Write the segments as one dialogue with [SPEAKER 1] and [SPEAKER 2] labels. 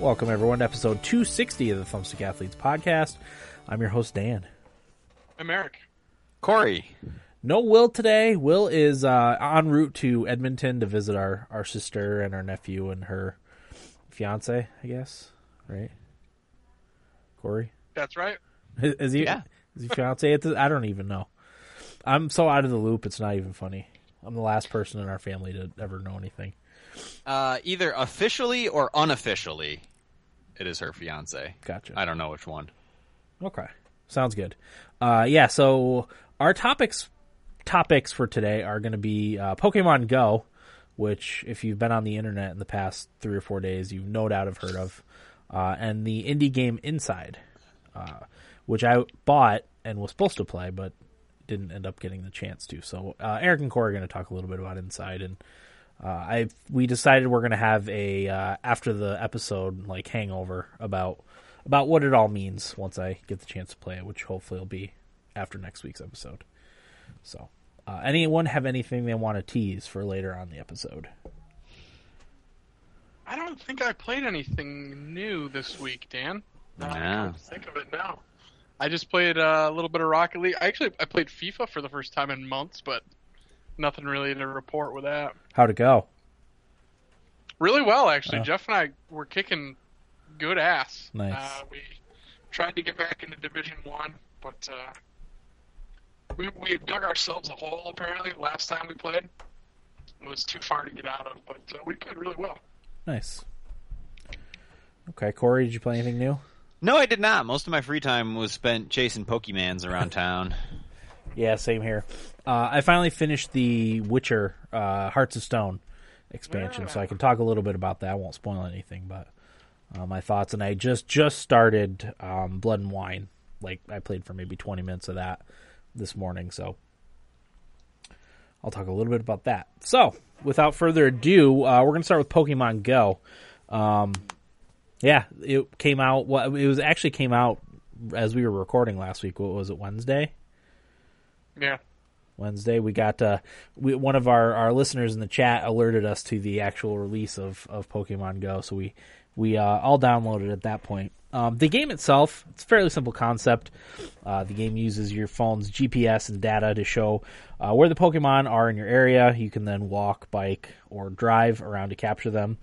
[SPEAKER 1] Welcome, everyone, to episode 260 of the Thumbstick Athletes podcast. I'm your host, Dan.
[SPEAKER 2] I'm Eric.
[SPEAKER 3] Corey.
[SPEAKER 1] No Will today. Will is uh, en route to Edmonton to visit our, our sister and our nephew and her fiance, I guess, right? Corey?
[SPEAKER 2] That's right.
[SPEAKER 1] Is he,
[SPEAKER 3] Yeah.
[SPEAKER 1] is he fiance? At the, I don't even know. I'm so out of the loop, it's not even funny. I'm the last person in our family to ever know anything.
[SPEAKER 3] Uh, either officially or unofficially, it is her fiance.
[SPEAKER 1] Gotcha.
[SPEAKER 3] I don't know which one.
[SPEAKER 1] Okay. Sounds good. Uh, yeah, so our topics topics for today are going to be uh, Pokemon Go, which if you've been on the internet in the past 3 or 4 days, you've no doubt have heard of, uh, and the indie game Inside, uh, which I bought and was supposed to play but didn't end up getting the chance to. So, uh, Eric and Corey are going to talk a little bit about Inside and uh, I we decided we're gonna have a uh, after the episode like hangover about about what it all means once I get the chance to play it, which hopefully will be after next week's episode. So, uh, anyone have anything they want to tease for later on the episode?
[SPEAKER 2] I don't think I played anything new this week, Dan. Now that I
[SPEAKER 3] No.
[SPEAKER 2] come to Think of it now. I just played uh, a little bit of Rocket League. Actually, I played FIFA for the first time in months, but nothing really to report with that.
[SPEAKER 1] How'd it go?
[SPEAKER 2] Really well, actually.
[SPEAKER 1] Oh.
[SPEAKER 2] Jeff and I were kicking good ass.
[SPEAKER 1] Nice.
[SPEAKER 2] Uh, we tried to get back into Division One, but uh, we we dug ourselves a hole. Apparently, last time we played, it was too far to get out of. But uh, we played really well.
[SPEAKER 1] Nice. Okay, Corey, did you play anything new?
[SPEAKER 3] No, I did not. Most of my free time was spent chasing Pokemans around town.
[SPEAKER 1] Yeah, same here. Uh, I finally finished the Witcher uh, Hearts of Stone expansion, so I can talk a little bit about that. I won't spoil anything, but uh, my thoughts. And I just just started um, Blood and Wine. Like I played for maybe twenty minutes of that this morning, so I'll talk a little bit about that. So, without further ado, uh, we're going to start with Pokemon Go. Um, yeah, it came out. Well, it was actually came out as we were recording last week. What was it? Wednesday.
[SPEAKER 2] Yeah.
[SPEAKER 1] Wednesday. We got uh, we, one of our, our listeners in the chat alerted us to the actual release of, of Pokemon Go, so we we uh, all downloaded at that point. Um, the game itself, it's a fairly simple concept. Uh, the game uses your phone's GPS and data to show uh, where the Pokemon are in your area. You can then walk, bike, or drive around to capture them.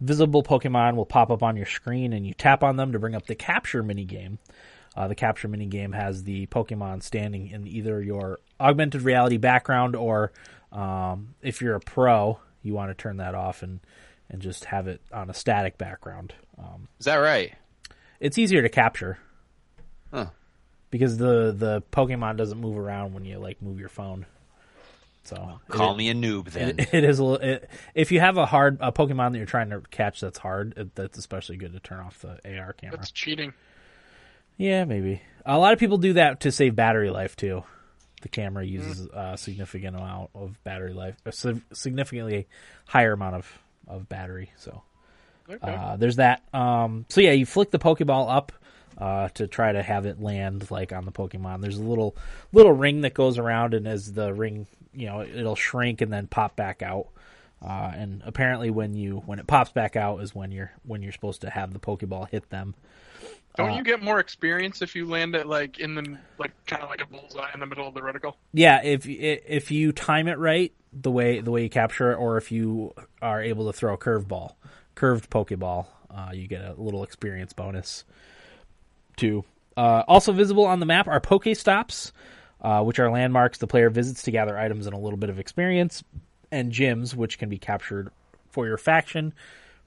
[SPEAKER 1] Visible Pokemon will pop up on your screen, and you tap on them to bring up the capture minigame. Uh, the capture mini game has the Pokemon standing in either your augmented reality background or um, if you're a pro, you want to turn that off and, and just have it on a static background. Um,
[SPEAKER 3] Is that right?
[SPEAKER 1] it's easier to capture
[SPEAKER 3] Huh.
[SPEAKER 1] because the, the Pokemon doesn't move around when you like move your phone. So it-
[SPEAKER 3] Call me a noob then.
[SPEAKER 1] it is a little, it, if you have a hard a Pokemon that you're trying to catch that's hard, it, that's especially good to turn off the AR camera.
[SPEAKER 2] That's cheating.
[SPEAKER 1] Yeah, maybe. A lot of people do that to save battery life too. The camera uses a significant amount of battery life, a sig- significantly higher amount of of battery. So
[SPEAKER 2] Okay.
[SPEAKER 1] uh, there's that. Um, so yeah, you flick the Pokeball up uh, to try to have it land like on the Pokemon. There's a little little ring that goes around, and as the ring, you know, it'll shrink and then pop back out. Uh, and apparently, when you when it pops back out is when you're when you're supposed to have the Pokeball hit them.
[SPEAKER 2] Don't
[SPEAKER 3] Uh,
[SPEAKER 2] you get more experience if you land it like in the like kind of like a bullseye in the middle of the reticle?
[SPEAKER 1] Yeah, if if you time it right, the way the way you capture it, or if you are able to throw a curveball, curved pokeball, uh, you get a little experience bonus. Two. Uh, also visible on the map are Pokestops, uh, which are landmarks the player visits to gather items and a little bit of experience, and gyms, which can be captured for your faction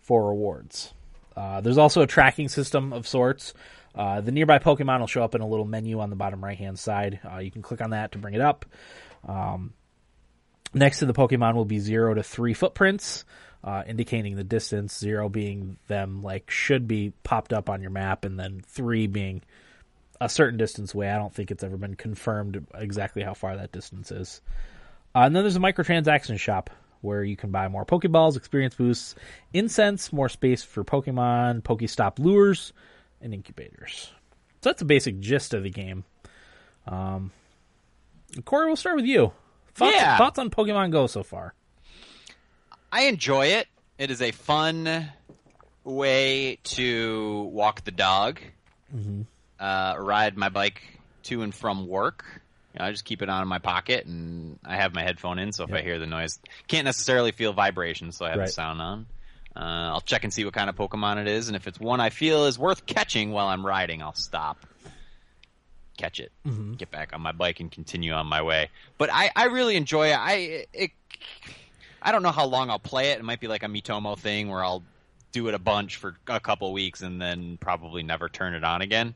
[SPEAKER 1] for rewards. Uh, there's also a tracking system of sorts. Uh, the nearby Pokemon will show up in a little menu on the bottom right hand side. Uh, you can click on that to bring it up. Um, next to the Pokemon will be zero to three footprints, uh, indicating the distance. Zero being them like should be popped up on your map, and then three being a certain distance away. I don't think it's ever been confirmed exactly how far that distance is. Uh, and then there's a microtransaction shop where you can buy more Pokeballs, experience boosts, incense, more space for Pokemon, Pokestop lures, and incubators. So that's the basic gist of the game. Um, Corey, we'll start with you. Thoughts,
[SPEAKER 3] Yeah.
[SPEAKER 1] thoughts on Pokemon Go so far?
[SPEAKER 3] I enjoy it. It is a fun way to walk the dog, uh, ride my bike to and from work. You know, I just keep it on in my pocket, and I have my headphone in, so if I hear the noise, can't necessarily feel vibration, so I have
[SPEAKER 1] Right.
[SPEAKER 3] the sound on. Uh, I'll check and see what kind of Pokemon it is, and if it's one I feel is worth catching while I'm riding, I'll stop catch it, get back on my bike, and continue on my way. But I, I really enjoy it. I it, I don't know how long I'll play it. It might be like a Mitomo thing where I'll do it a bunch for a couple weeks and then probably never turn it on again.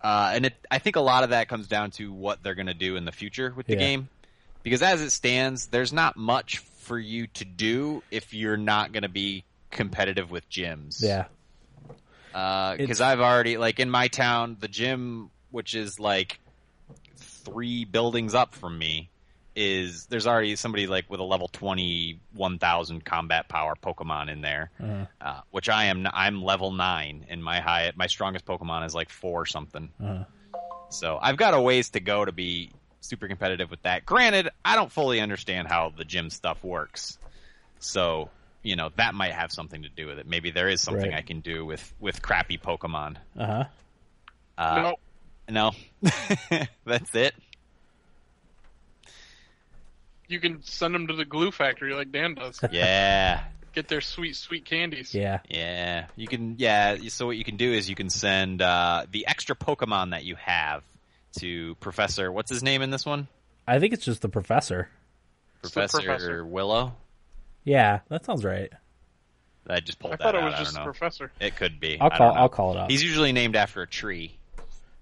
[SPEAKER 3] Uh, and it, I think a lot of that comes down to what they're going to do in the future with the
[SPEAKER 1] Yeah.
[SPEAKER 3] game, because as it stands, there's not much for you to do if you're not going to be competitive with gyms
[SPEAKER 1] Yeah.
[SPEAKER 3] because
[SPEAKER 1] It's-
[SPEAKER 3] I've already like in my town the gym, which is like three buildings up from me, is there's already somebody like with a level twenty one thousand combat power Pokemon in there, uh which I am. n- I'm level nine, and my high my strongest Pokemon is like four something. So I've got a ways to go to be super competitive with that. Granted, I don't fully understand how the gym stuff works. So, you know, that might have something to do with it. Maybe there is something
[SPEAKER 1] Right.
[SPEAKER 3] I can do with with crappy Pokemon.
[SPEAKER 1] Uh huh.
[SPEAKER 3] Uh,
[SPEAKER 2] no,
[SPEAKER 3] No. That's it.
[SPEAKER 2] you can send them to the glue factory like Dan does.
[SPEAKER 3] Yeah.
[SPEAKER 2] Get their sweet, sweet candies.
[SPEAKER 1] Yeah.
[SPEAKER 3] Yeah. You can yeah, so what you can do is you can send uh the extra Pokemon that you have to Professor what's his name in this one?
[SPEAKER 1] I think it's just the professor.
[SPEAKER 2] It's the
[SPEAKER 3] Professor,
[SPEAKER 2] professor.
[SPEAKER 3] Willow.
[SPEAKER 1] Yeah, that sounds right.
[SPEAKER 3] I just pulled
[SPEAKER 2] I
[SPEAKER 3] that
[SPEAKER 2] thought it
[SPEAKER 3] out.
[SPEAKER 2] was
[SPEAKER 3] I
[SPEAKER 2] just
[SPEAKER 3] don't
[SPEAKER 2] the
[SPEAKER 3] know.
[SPEAKER 2] professor.
[SPEAKER 3] It could be.
[SPEAKER 1] I'll
[SPEAKER 3] I
[SPEAKER 1] call.
[SPEAKER 3] don't know.
[SPEAKER 1] I'll call it up.
[SPEAKER 3] He's usually named after a tree,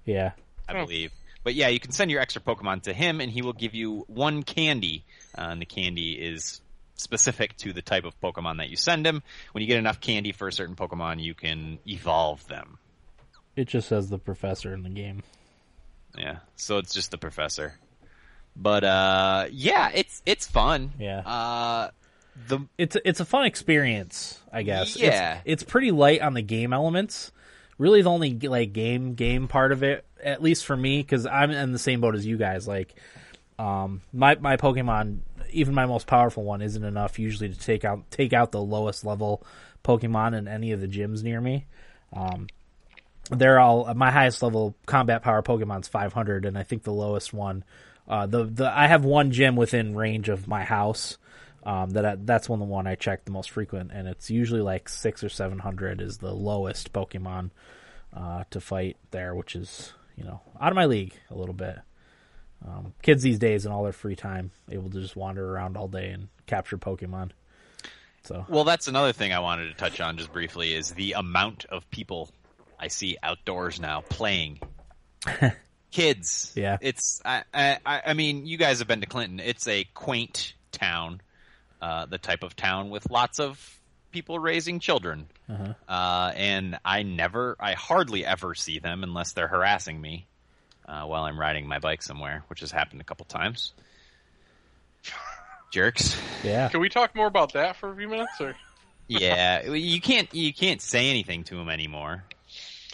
[SPEAKER 1] Yeah.
[SPEAKER 3] I
[SPEAKER 2] Hmm.
[SPEAKER 3] believe. But yeah, you can send your extra Pokemon to him, and he will give you one candy. Uh, and the candy is specific to the type of Pokemon that you send him. When you get enough candy for a certain Pokemon, you can evolve them.
[SPEAKER 1] It just says the professor in the game.
[SPEAKER 3] Yeah, so it's just the professor. But uh, yeah, it's it's fun.
[SPEAKER 1] Yeah.
[SPEAKER 3] Uh, the
[SPEAKER 1] It's it's a fun experience, I guess. It's-
[SPEAKER 3] Yeah.
[SPEAKER 1] It's, pretty light on the game elements. Really, the only like game game part of it, at least for me, because I'm in the same boat as you guys. Like, um, my my Pokemon, even my most powerful one, isn't enough usually to take out take out the lowest level Pokemon in any of the gyms near me. Um, they're all my highest level combat power Pokemon's 500, and I think the lowest one, uh, the the I have one gym within range of my house. Um, that I, that's one the one I check the most frequent, and it's usually like six or seven hundred is the lowest Pokemon uh, to fight there, which is you know out of my league a little bit. Um, kids these days in all their free time able to just wander around all day and capture Pokemon. So
[SPEAKER 3] Well, that's another thing I wanted to touch on just briefly is the amount of people I see outdoors now playing. Kids,
[SPEAKER 1] Yeah.
[SPEAKER 3] It's I, I I I mean, you guys have been to Clinton. It's a quaint town, uh, the type of town with lots of people raising children. Uh-huh. and I never, I hardly ever see them unless they're harassing me uh, while I'm riding my bike somewhere, which has happened a couple times. Jerks.
[SPEAKER 1] yeah,
[SPEAKER 2] Can we talk more about that for a few minutes? Or
[SPEAKER 3] yeah, you can't you can't say anything to him anymore.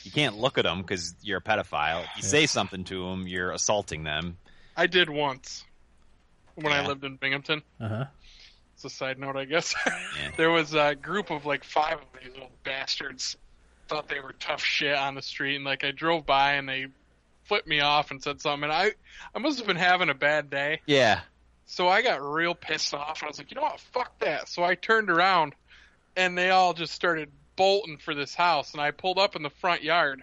[SPEAKER 3] You can't look at them because you're a pedophile. If you say something to them, you're assaulting them.
[SPEAKER 2] I did once when
[SPEAKER 3] Yeah.
[SPEAKER 2] I lived in Binghamton.
[SPEAKER 1] uh huh,
[SPEAKER 2] It's a side note, I guess.
[SPEAKER 3] Yeah.
[SPEAKER 2] there was a group of like five of these little bastards. Thought they were tough shit on the street, and like I drove by and they flipped me off and said something. And I, I must have been having a bad day.
[SPEAKER 3] Yeah,
[SPEAKER 2] So I got real pissed off, and I was like, you know what, fuck that. So I turned around, and they all just started bolting for this house, and I pulled up in the front yard,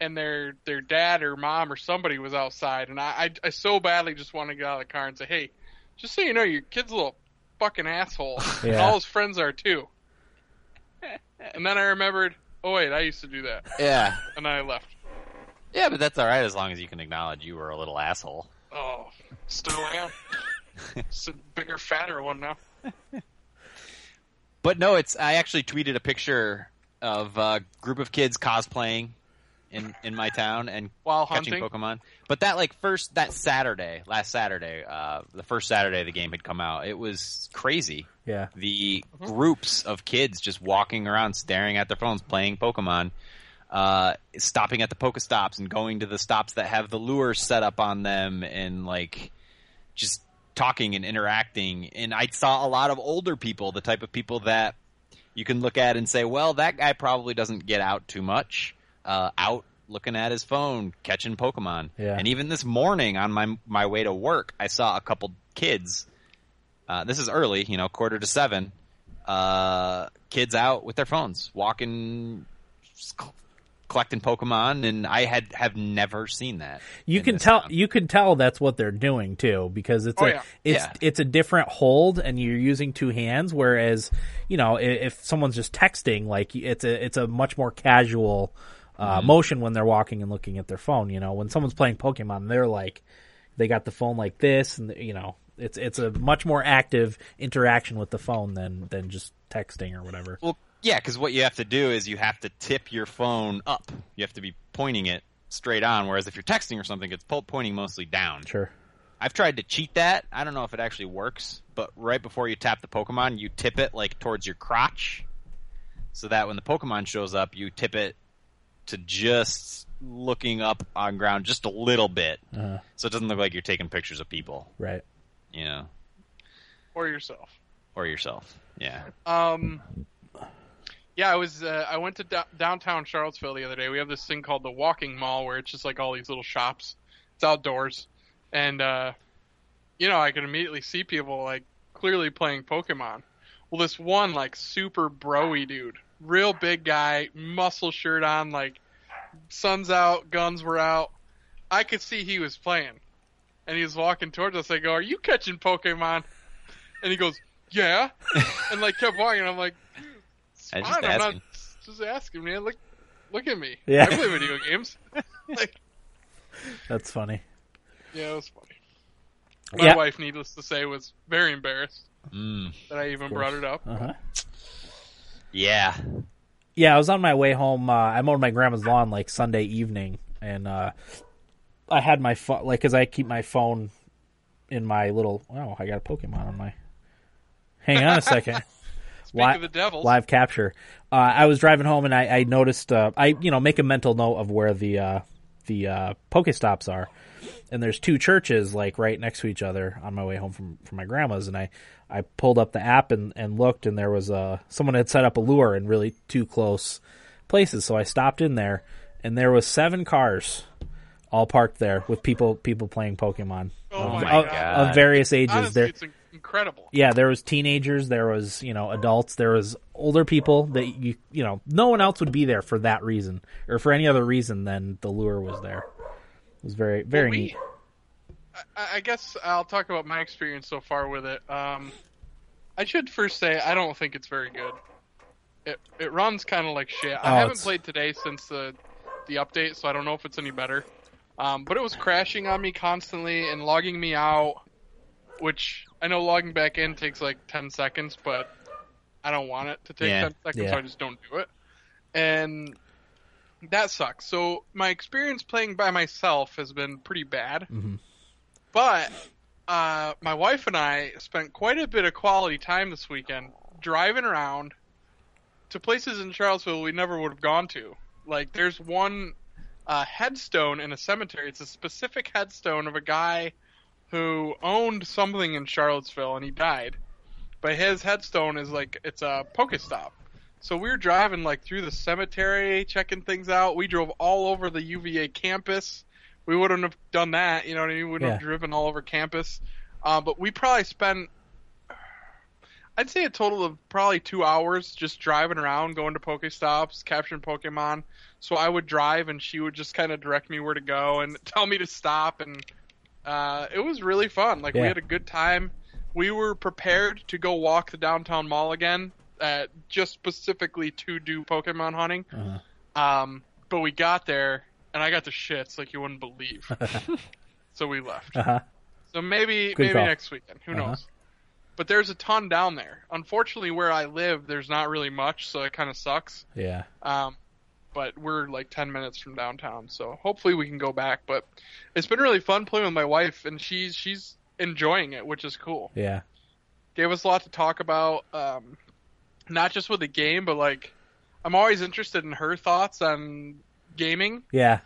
[SPEAKER 2] and their their dad or mom or somebody was outside, and I I, I so badly just wanted to get out of the car and say, hey, just so you know, your kid's a little fucking asshole, and
[SPEAKER 1] Yeah.
[SPEAKER 2] all his friends are too. and then I remembered, oh wait, I used to do that,
[SPEAKER 3] yeah,
[SPEAKER 2] and I left.
[SPEAKER 3] yeah. But that's all right as long as you can acknowledge you were a little asshole.
[SPEAKER 2] Oh, still am. It's a bigger, fatter one now.
[SPEAKER 3] But no, it's I actually tweeted a picture of a group of kids cosplaying in in my town and
[SPEAKER 2] While
[SPEAKER 3] catching
[SPEAKER 2] hunting?
[SPEAKER 3] Pokemon. But that like first that Saturday, last Saturday, uh, the first Saturday the game had come out, it was crazy.
[SPEAKER 1] yeah,
[SPEAKER 3] the groups of kids just walking around, staring at their phones, playing Pokemon, uh, stopping at the Pokestops and going to the stops that have the lure set up on them, and like just talking and interacting. And I saw a lot of older people, the type of people that you can look at and say, well, that guy probably doesn't get out too much. Uh, out looking at his phone, catching Pokemon.
[SPEAKER 1] Yeah.
[SPEAKER 3] And even this morning on my my way to work, I saw a couple kids. Uh, this is early, you know, quarter to seven. Uh, kids out with their phones, walking, just c- collecting Pokemon, and I had have never seen that.
[SPEAKER 1] You
[SPEAKER 3] in
[SPEAKER 1] can
[SPEAKER 3] this
[SPEAKER 1] tell
[SPEAKER 3] town.
[SPEAKER 1] you can tell that's what they're doing too because it's
[SPEAKER 2] Oh,
[SPEAKER 1] a
[SPEAKER 2] yeah.
[SPEAKER 1] it's
[SPEAKER 3] Yeah.
[SPEAKER 1] it's a different hold and you're using two hands whereas you know i- if, someone's just texting like it's a it's a much more casual uh,
[SPEAKER 3] Mm-hmm.
[SPEAKER 1] motion when they're walking and looking at their phone you know when someone's playing Pokemon they're like they got the phone like this and you know it's it's a much more active interaction with the phone than than just texting or whatever
[SPEAKER 3] Well, yeah, because what you have to do is you have to tip your phone up. You have to be pointing it straight on. Whereas if you're texting or something, it's po- pointing mostly down.
[SPEAKER 1] sure
[SPEAKER 3] I've tried to cheat that. I don't know if it actually works, but right before you tap the Pokemon, you tip it like towards your crotch, so that when the Pokemon shows up, you tip it to just looking up on ground just a little bit,
[SPEAKER 1] uh,
[SPEAKER 3] so it doesn't look like you're taking pictures of people,
[SPEAKER 1] right
[SPEAKER 3] you know,
[SPEAKER 2] or yourself.
[SPEAKER 3] or yourself. Yeah.
[SPEAKER 2] Um, yeah, I was. Uh, I went to do- downtown Charlottesville the other day. We have this thing called the Walking Mall, where it's just like all these little shops. It's outdoors, and uh, you know, I could immediately see people like clearly playing Pokemon. Well, this one like super broy dude, real big guy, muscle shirt on, like sun's out, guns were out. I could see he was playing, and he was walking towards us. I go, "Are you catching Pokemon?" And he goes, "Yeah," and like kept walking. I'm like, it's
[SPEAKER 3] I
[SPEAKER 2] fine.
[SPEAKER 3] just
[SPEAKER 2] I'm not
[SPEAKER 3] asking.
[SPEAKER 2] just asking, man. Look, look at me.
[SPEAKER 1] Yeah.
[SPEAKER 2] I play video games. like,
[SPEAKER 1] that's funny
[SPEAKER 2] yeah, it was funny. My
[SPEAKER 1] Yeah.
[SPEAKER 2] wife, needless to say, was very embarrassed
[SPEAKER 3] Mm.
[SPEAKER 2] that I even brought it up.
[SPEAKER 1] uh-huh
[SPEAKER 3] Yeah.
[SPEAKER 1] yeah, I was on my way home. Uh, I mowed my grandma's lawn like Sunday evening, and uh, I had my phone like because I keep my phone in my little. Oh, I got a Pokemon on my. Hang on a second.
[SPEAKER 2] Speak
[SPEAKER 1] Li-
[SPEAKER 2] of the devil.
[SPEAKER 1] live capture. Uh, I was driving home and I, I noticed. Uh, I you know make a mental note of where the uh, the uh, Pokestops are, and there's two churches like right next to each other on my way home from, from my grandma's, and I I pulled up the app and, and looked, and there was uh someone had set up a lure in really too close places, so I stopped in there, and there was seven cars. All parked there with people people playing Pokemon
[SPEAKER 2] Oh
[SPEAKER 1] of,
[SPEAKER 2] my
[SPEAKER 1] of-
[SPEAKER 3] God.
[SPEAKER 1] of various ages.
[SPEAKER 2] Honestly,
[SPEAKER 1] There-
[SPEAKER 2] it's in- incredible.
[SPEAKER 1] yeah, there was teenagers, there was you know adults, there was older people that you you know no one else would be there for that reason or for any other reason than the lure was there. It was very very
[SPEAKER 2] we-
[SPEAKER 1] neat.
[SPEAKER 2] I, I guess I'll talk about my experience so far with it. Um, I should first say I don't think it's very good. It it runs kind of like shit.
[SPEAKER 1] Oh,
[SPEAKER 2] I haven't
[SPEAKER 1] it's-
[SPEAKER 2] played today since the the update, so I don't know if it's any better. Um, but it was crashing on me constantly and logging me out, which I know logging back in takes like ten seconds, but I don't want it to take
[SPEAKER 3] Yeah.
[SPEAKER 2] ten seconds, so
[SPEAKER 1] Yeah.
[SPEAKER 2] I just don't do it. And that sucks. So my experience playing by myself has been pretty bad.
[SPEAKER 1] Mhm.
[SPEAKER 2] But uh, my wife and I spent quite a bit of quality time this weekend driving around to places in Charlottesville we never would have gone to. Like there's one uh, headstone in a cemetery. It's a specific headstone of a guy who owned something in Charlottesville and he died. But his headstone is like it's a Pokestop. So we were driving like through the cemetery, checking things out. We drove all over the UVA campus. We wouldn't have done that, you know what I mean? We wouldn't have
[SPEAKER 1] Yeah.
[SPEAKER 2] driven all over campus. Uh, but we probably spent, I'd say, a total of probably two hours just driving around, going to Pokestops, capturing Pokemon. So I would drive, and she would just kind of direct me where to go and tell me to stop. And uh, it was really fun. Like we
[SPEAKER 1] Yeah.
[SPEAKER 2] had a good time. We were prepared to go walk the downtown mall again, uh, just specifically to do Pokemon hunting.
[SPEAKER 1] Uh-huh.
[SPEAKER 2] Um, but we got there, and I got the shits like you wouldn't believe. so we left.
[SPEAKER 1] Uh-huh.
[SPEAKER 2] So maybe
[SPEAKER 1] Good
[SPEAKER 2] maybe
[SPEAKER 1] call.
[SPEAKER 2] next weekend. Who
[SPEAKER 1] Uh-huh.
[SPEAKER 2] knows? But there's a ton down there. Unfortunately, where I live, there's not really much, so it kind of sucks.
[SPEAKER 1] Yeah,
[SPEAKER 2] Um, but we're like 10 minutes from downtown, so hopefully we can go back. But it's been really fun playing with my wife, and she's she's enjoying it, which is cool.
[SPEAKER 1] yeah,
[SPEAKER 2] Gave us a lot to talk about, um, not just with the game, but like I'm always interested in her thoughts on gaming.
[SPEAKER 1] yeah,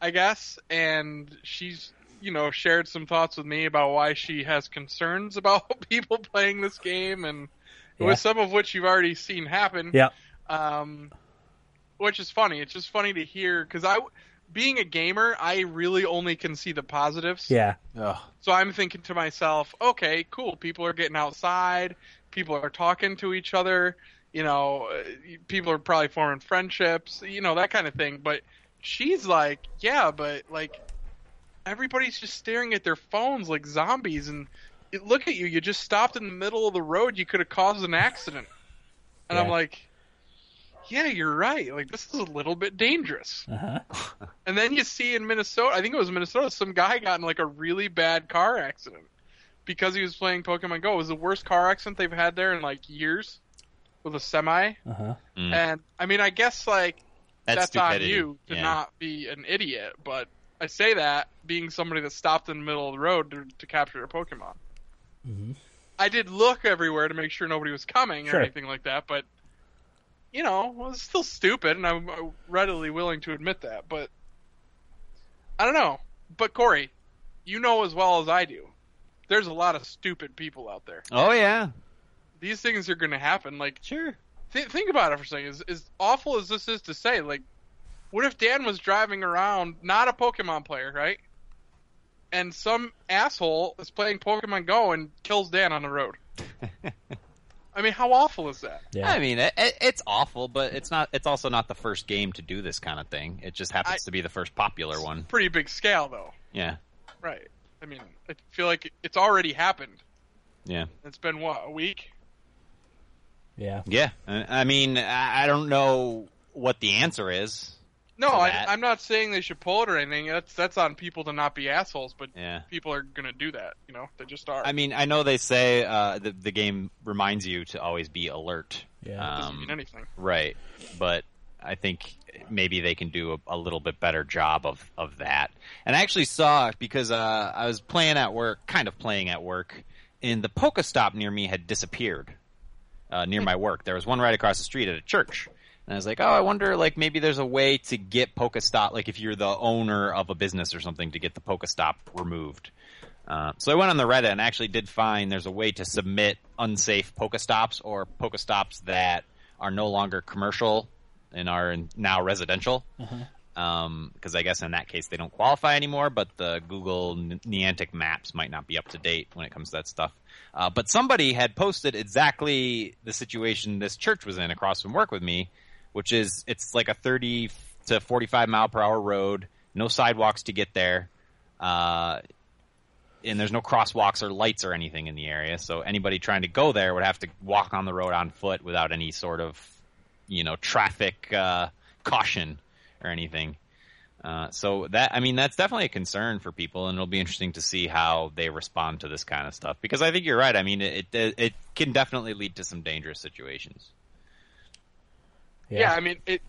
[SPEAKER 2] I guess, and she's you know shared some thoughts with me about why she has concerns about people playing this game and
[SPEAKER 1] Yeah.
[SPEAKER 2] with some of which you've already seen happen.
[SPEAKER 1] Yeah.
[SPEAKER 2] Um, which is funny. It's just funny to hear because I, being a gamer, I really only can see the positives.
[SPEAKER 1] Yeah.
[SPEAKER 3] Ugh.
[SPEAKER 2] So I'm thinking to myself, okay, cool. People are getting outside. People are talking to each other. You know, uh, people are probably forming friendships. You know that kind of thing. But she's like, yeah, but like everybody's just staring at their phones like zombies. And it- look at you. You just stopped in the middle of the road. You could have caused an accident. And I'm
[SPEAKER 1] Yeah.
[SPEAKER 2] like, yeah, you're right. Like this is a little bit dangerous.
[SPEAKER 1] Uh-huh.
[SPEAKER 2] And then you see in Minnesota, I think it was Minnesota, some guy got in like a really bad car accident because he was playing Pokemon Go. It was the worst car accident they've had there in like years with a semi.
[SPEAKER 1] Uh-huh.
[SPEAKER 3] Mm.
[SPEAKER 2] And I mean, I guess like
[SPEAKER 3] That's,
[SPEAKER 2] that's, on
[SPEAKER 3] stupidity.
[SPEAKER 2] you to
[SPEAKER 3] Yeah.
[SPEAKER 2] not be an idiot, but I say that being somebody that stopped in the middle of the road to, to capture a Pokemon.
[SPEAKER 1] Mhm.
[SPEAKER 2] I did look everywhere to make sure nobody was coming
[SPEAKER 1] Sure.
[SPEAKER 2] or anything like that, but you know, well, it's still stupid, and I'm uh, readily willing to admit that. But I don't know. But Corey, you know as well as I do, there's a lot of stupid people out there.
[SPEAKER 3] Oh yeah,
[SPEAKER 2] These things are going to happen. Like
[SPEAKER 3] sure.
[SPEAKER 2] Th- think about it for a second. As, as awful as this is to say, like, what if Dan was driving around, not a Pokemon player, right? And some asshole is playing Pokemon Go and kills Dan on the road. I mean, how awful is that?
[SPEAKER 1] Yeah.
[SPEAKER 3] I mean, it, it, it's awful, but it's not. It's also not the first game to do this kind of thing. It just happens
[SPEAKER 2] I-
[SPEAKER 3] to be the first popular one.
[SPEAKER 2] Pretty big scale, though.
[SPEAKER 3] Yeah,
[SPEAKER 2] Right. I mean, I feel like it's already happened.
[SPEAKER 3] yeah,
[SPEAKER 2] It's been, what, a week?
[SPEAKER 1] Yeah.
[SPEAKER 3] yeah. I, I mean, I, I don't know what the answer is.
[SPEAKER 2] No,
[SPEAKER 3] For
[SPEAKER 2] I,
[SPEAKER 3] that.
[SPEAKER 2] I'm not saying they should pull it or anything. That's, that's on people to not be assholes, but
[SPEAKER 3] Yeah.
[SPEAKER 2] people are going to do that. You know, they just are.
[SPEAKER 3] I mean, I know they say uh, the the game reminds you to always be alert.
[SPEAKER 1] Yeah.
[SPEAKER 2] doesn't
[SPEAKER 3] um,
[SPEAKER 2] mean anything.
[SPEAKER 3] Right. But I think maybe they can do a, a little bit better job of, of that. And I actually saw because uh, I was playing at work, kind of playing at work, and the Pokestop near me had disappeared uh, near my work. There was one right across the street at a church. And I was like, oh, I wonder, like, maybe there's a way to get Pokestop, like, if you're the owner of a business or something, to get the Pokestop removed. Uh, so I went on the Reddit and actually did find there's a way to submit unsafe Pokestops or Pokestops that are no longer commercial and are in- now residential. Because I guess in that case they don't qualify anymore, but the Google N- Neantic maps might not be up to date when it comes to that stuff. Uh, but somebody had posted exactly the situation this church was in across from work with me, which is it's like a 30 to 45 mile per hour road, no sidewalks to get there. Uh, and there's no crosswalks or lights or anything in the area, so anybody trying to go there would have to walk on the road on foot without any sort of, you know, traffic uh, caution or anything. Uh, so that I mean that's definitely a concern for people, and it'll be interesting to see how they respond to this kind of stuff. Because I think you're right. I mean, it it, it can definitely lead to some dangerous situations.
[SPEAKER 2] Yeah. I mean it.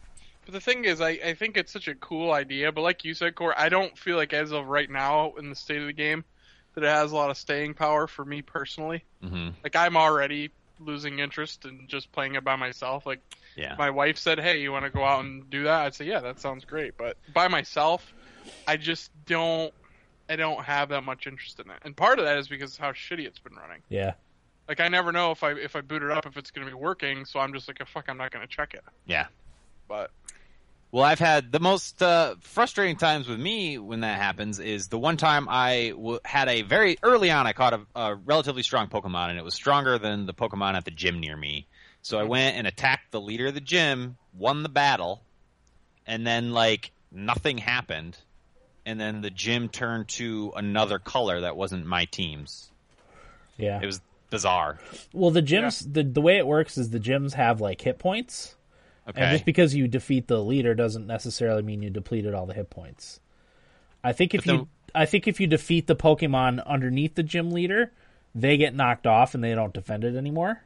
[SPEAKER 2] But the thing is, I, I think it's such a cool idea. But like you said, Core, I don't feel like as of right now in the state of the game that it has a lot of staying power for me personally.
[SPEAKER 3] hmm
[SPEAKER 2] Like I'm already losing interest in just playing it by myself. Like
[SPEAKER 3] Yeah.
[SPEAKER 2] my wife said, "Hey, you want to go out and do that?" I'd say, "Yeah, that sounds great." But by myself, I just don't. I don't have that much interest in it. And part of that is because of how shitty it's been running.
[SPEAKER 1] Yeah.
[SPEAKER 2] Like I never know if I if I boot it up if it's going to be working. So I'm just like, "Oh, "Fuck, I'm not going to check it."
[SPEAKER 3] Yeah.
[SPEAKER 2] But
[SPEAKER 3] Well, I've had the most uh, frustrating times with me when that happens is the one time I w- had a very early on, I caught a, a relatively strong Pokemon, and it was stronger than the Pokemon at the gym near me. So I went and attacked the leader of the gym, won the battle, and then, like, nothing happened. And then the gym turned to another color that wasn't my team's.
[SPEAKER 1] Yeah.
[SPEAKER 3] It was bizarre.
[SPEAKER 1] Well, the gyms, the the way it works is the gyms have like hit points,
[SPEAKER 3] Okay.
[SPEAKER 1] and just because you defeat the leader doesn't necessarily mean you depleted all the hit points. I think if
[SPEAKER 3] But
[SPEAKER 1] you,
[SPEAKER 3] the-
[SPEAKER 1] I think if you defeat the Pokemon underneath the gym leader, they get knocked off and they don't defend it anymore.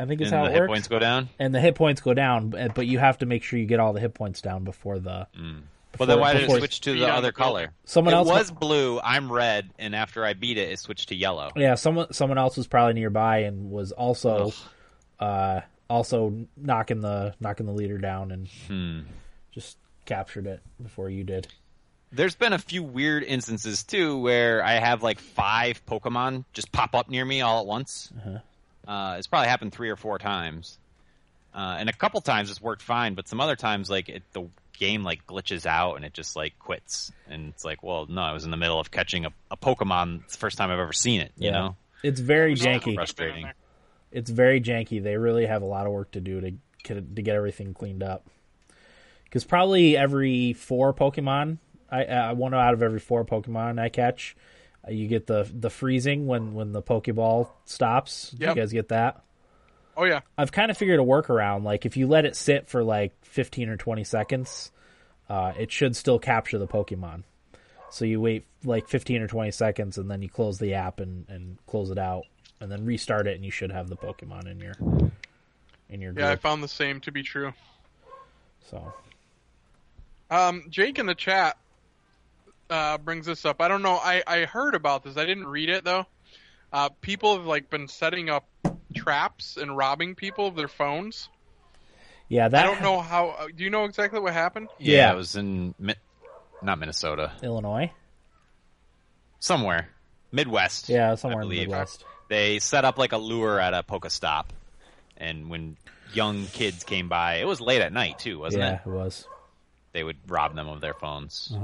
[SPEAKER 1] I think is
[SPEAKER 3] and
[SPEAKER 1] how
[SPEAKER 3] the
[SPEAKER 1] it
[SPEAKER 3] hit
[SPEAKER 1] works,
[SPEAKER 3] points go down.
[SPEAKER 1] and the hit points go down, but but you have to make sure you get all the hit points down before the
[SPEAKER 3] Mm. Well, then
[SPEAKER 1] before-
[SPEAKER 3] why did it
[SPEAKER 1] before-
[SPEAKER 3] switch to
[SPEAKER 2] Beat
[SPEAKER 3] the
[SPEAKER 2] on
[SPEAKER 3] other
[SPEAKER 2] the building.
[SPEAKER 3] color?
[SPEAKER 1] Someone
[SPEAKER 3] it
[SPEAKER 1] else-
[SPEAKER 3] was blue. I'm red, and after I beat it, it switched to yellow.
[SPEAKER 1] Yeah, someone someone else was probably nearby and was also uh also knocking the knocking the leader down and
[SPEAKER 3] Hmm.
[SPEAKER 1] just captured it before you did.
[SPEAKER 3] There's been a few weird instances too where I have like five Pokemon just pop up near me all at once.
[SPEAKER 1] Uh-huh.
[SPEAKER 3] Uh, it's probably happened three or four times, uh, and a couple times it's worked fine, but some other times like it, the game like glitches out and it just like quits, and it's like, well, no, I was in the middle of catching a, a Pokemon. It's the first time I've ever seen it.
[SPEAKER 1] Yeah.
[SPEAKER 3] You know,
[SPEAKER 1] It's very
[SPEAKER 2] It's also
[SPEAKER 1] janky.
[SPEAKER 3] Frustrating.
[SPEAKER 2] been on
[SPEAKER 1] It's very janky. They really have a lot of work to do to get- to get everything cleaned up. Because probably every four Pokemon, I uh, one out of every four Pokemon I catch, uh, you get the the freezing when when the Pokeball stops. Do You
[SPEAKER 2] Yep.
[SPEAKER 1] guys get that?
[SPEAKER 2] there. Oh yeah,
[SPEAKER 1] I've kind of figured a workaround. Like if you let it sit for like 15 or 20 seconds, uh, it should still capture the Pokemon. So you wait like 15 or 20 seconds, and then you close the app and, and close it out, and then restart it, and you should have the Pokemon in your in your
[SPEAKER 2] yeah, I
[SPEAKER 1] group.
[SPEAKER 2] found the same to be true.
[SPEAKER 1] So
[SPEAKER 2] Um, Jake in the chat uh, brings this up. I don't know. I, I heard about this. I didn't read it though. Uh, people have like been setting up traps and robbing people of their phones.
[SPEAKER 1] yeah, that
[SPEAKER 2] I don't know how. Uh, do you know exactly what happened?
[SPEAKER 3] yeah,
[SPEAKER 1] Yeah.
[SPEAKER 3] it was in Mi- not Minnesota,
[SPEAKER 1] Illinois.
[SPEAKER 3] somewhere Midwest.
[SPEAKER 1] Yeah, somewhere
[SPEAKER 3] I
[SPEAKER 1] in the
[SPEAKER 3] believe. uh,
[SPEAKER 1] Midwest.
[SPEAKER 3] they set up like a lure at a Pokestop, and when young kids came by, it was late at night too, wasn't
[SPEAKER 1] yeah, Uh-huh.
[SPEAKER 3] it?
[SPEAKER 1] it was.
[SPEAKER 3] They would rob them of their phones.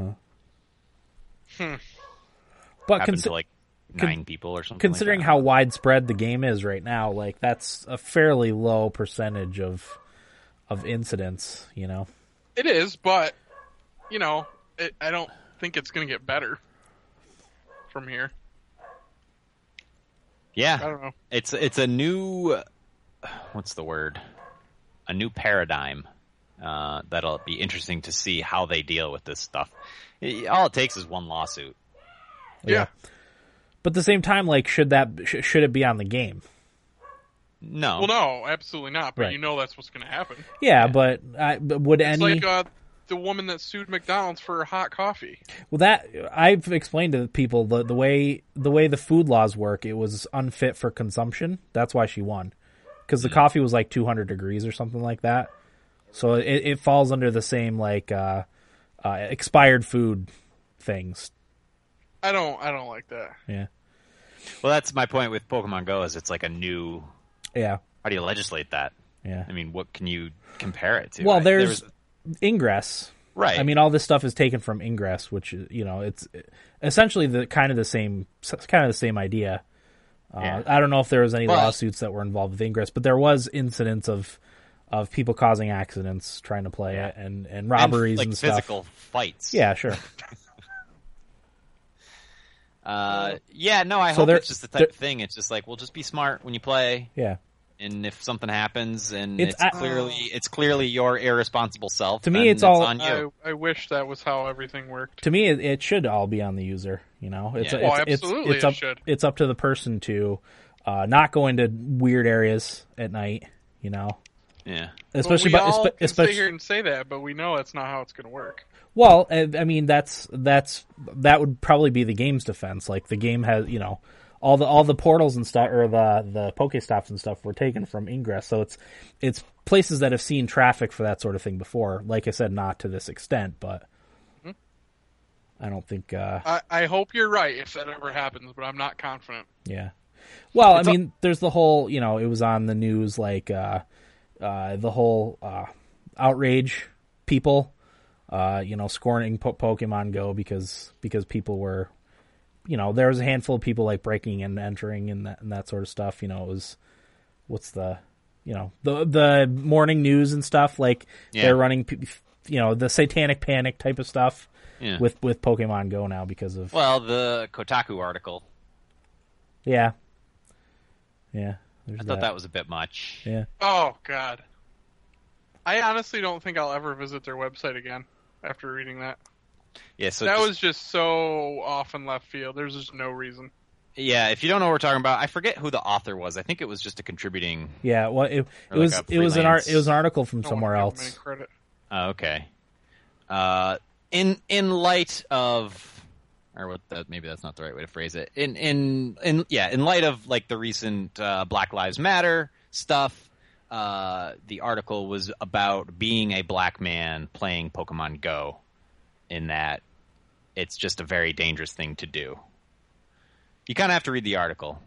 [SPEAKER 1] But Uh,
[SPEAKER 3] Happened
[SPEAKER 1] consi-
[SPEAKER 3] to like nine people or something.
[SPEAKER 1] considering
[SPEAKER 3] like that.
[SPEAKER 1] how widespread the game is right now, like that's a fairly low percentage of of incidents. You know.
[SPEAKER 2] It is, but you know, it, I don't think it's going to get better from here.
[SPEAKER 3] yeah,
[SPEAKER 2] I don't know.
[SPEAKER 3] it's it's a new what's the word a new paradigm uh, that'll be interesting to see how they deal with this stuff I- all it takes is one lawsuit
[SPEAKER 2] Yeah.
[SPEAKER 1] But at the same time, like, should that sh- should it be on the game?
[SPEAKER 3] no
[SPEAKER 2] Well, no, absolutely not. But
[SPEAKER 1] Right.
[SPEAKER 2] you know that's what's going to happen.
[SPEAKER 1] Yeah, but, I, but would
[SPEAKER 2] It's
[SPEAKER 1] any
[SPEAKER 2] like uh, the woman that sued McDonald's for hot coffee.
[SPEAKER 1] well that I've explained to people the the way the way the food laws work, it was unfit for consumption. That's why she won, because
[SPEAKER 3] Hmm.
[SPEAKER 1] the coffee was like 200 degrees or something like that. So it, it falls under the same like uh, uh, expired food things.
[SPEAKER 2] I don't. I don't like that.
[SPEAKER 1] Yeah,
[SPEAKER 3] well that's my point with pokemon go is it's like a new
[SPEAKER 1] yeah,
[SPEAKER 3] how do you legislate that
[SPEAKER 1] yeah.
[SPEAKER 3] i mean what can you compare it to
[SPEAKER 1] Well,
[SPEAKER 3] I- there
[SPEAKER 1] there's
[SPEAKER 3] was-
[SPEAKER 1] ingress.
[SPEAKER 3] right
[SPEAKER 1] I mean, all this stuff is taken from Ingress, which is, you know, it's essentially the kind of the same, it's kind of the same idea. Uh,
[SPEAKER 3] Yeah.
[SPEAKER 1] I don't know if there was any
[SPEAKER 3] Well-
[SPEAKER 1] lawsuits that were involved with Ingress, but there was incidents of of people causing accidents trying to play
[SPEAKER 3] Yeah.
[SPEAKER 1] it and and robberies and,
[SPEAKER 3] like
[SPEAKER 1] stuff.
[SPEAKER 3] physical fights
[SPEAKER 1] Yeah, sure.
[SPEAKER 3] uh, yeah no i
[SPEAKER 1] So
[SPEAKER 3] hope
[SPEAKER 1] there-
[SPEAKER 3] it's just the type
[SPEAKER 1] there-
[SPEAKER 3] of thing it's just like well just be smart when you play
[SPEAKER 1] Yeah.
[SPEAKER 3] and if something happens and
[SPEAKER 1] It's-
[SPEAKER 3] it's,
[SPEAKER 1] I-
[SPEAKER 3] clearly it's clearly your irresponsible self
[SPEAKER 1] To me,
[SPEAKER 3] then
[SPEAKER 1] it's all-
[SPEAKER 3] on you
[SPEAKER 2] I, I wish that was how everything worked.
[SPEAKER 1] To me, it, it should all be on the user. You know, it's
[SPEAKER 3] Yeah. Oh,
[SPEAKER 1] it's,
[SPEAKER 2] Well,
[SPEAKER 1] it's-
[SPEAKER 2] absolutely
[SPEAKER 1] it's
[SPEAKER 2] it
[SPEAKER 1] up
[SPEAKER 2] should.
[SPEAKER 1] it's up to the person to uh, not go into weird areas at night. You know,
[SPEAKER 3] yeah
[SPEAKER 1] especially
[SPEAKER 2] but
[SPEAKER 1] by-
[SPEAKER 2] we all
[SPEAKER 1] espe-
[SPEAKER 2] can
[SPEAKER 1] especially
[SPEAKER 2] sit here and say that, but we know that's not how it's going to work.
[SPEAKER 1] Well, I I mean that's that's that would probably be the game's defense. Like the game has, you know, all the all the portals and stuff or the the Pokestops and stuff were taken from Ingress, so it's it's places that have seen traffic for that sort of thing before. Like I said, not to this extent, but I don't think. uh
[SPEAKER 2] I, I hope you're right if that ever happens, but I'm not confident.
[SPEAKER 1] Yeah. Well,
[SPEAKER 3] It's
[SPEAKER 1] I
[SPEAKER 3] a-
[SPEAKER 1] mean, there's the whole, you know, it was on the news, like uh, uh, the whole uh, outrage people, uh, you know, scorning po- Pokemon Go because because people were, you know, there was a handful of people like breaking and entering and that and that sort of stuff. You know, it was what's the, you know, the the morning news and stuff like
[SPEAKER 3] Yeah.
[SPEAKER 1] they're running, pe- you know, the satanic panic type of stuff
[SPEAKER 3] yeah
[SPEAKER 1] with with Pokemon Go now because of
[SPEAKER 3] well the kotaku article
[SPEAKER 1] yeah, yeah. There's
[SPEAKER 3] i thought that was a bit much
[SPEAKER 1] Yeah.
[SPEAKER 2] Oh God, I honestly don't think I'll ever visit their website again after reading that.
[SPEAKER 3] yeah so
[SPEAKER 2] that
[SPEAKER 3] just-
[SPEAKER 2] was just so off in left field. There's just no reason.
[SPEAKER 3] yeah if you don't know what we're talking about i forget who the author was i think it was just a contributing
[SPEAKER 1] Yeah. Well, it, it
[SPEAKER 3] Or like
[SPEAKER 1] was
[SPEAKER 3] a
[SPEAKER 1] it was an art
[SPEAKER 3] freelance-
[SPEAKER 1] it was an article from
[SPEAKER 2] No one
[SPEAKER 1] somewhere
[SPEAKER 2] gave them
[SPEAKER 1] else.
[SPEAKER 2] any credit.
[SPEAKER 3] oh, okay uh in in light of or what that maybe that's not the right way to phrase it in in in yeah in light of like the recent uh, black lives matter stuff uh the article was about being a black man playing pokemon go in that it's just a very dangerous thing to do you kind of have to read the article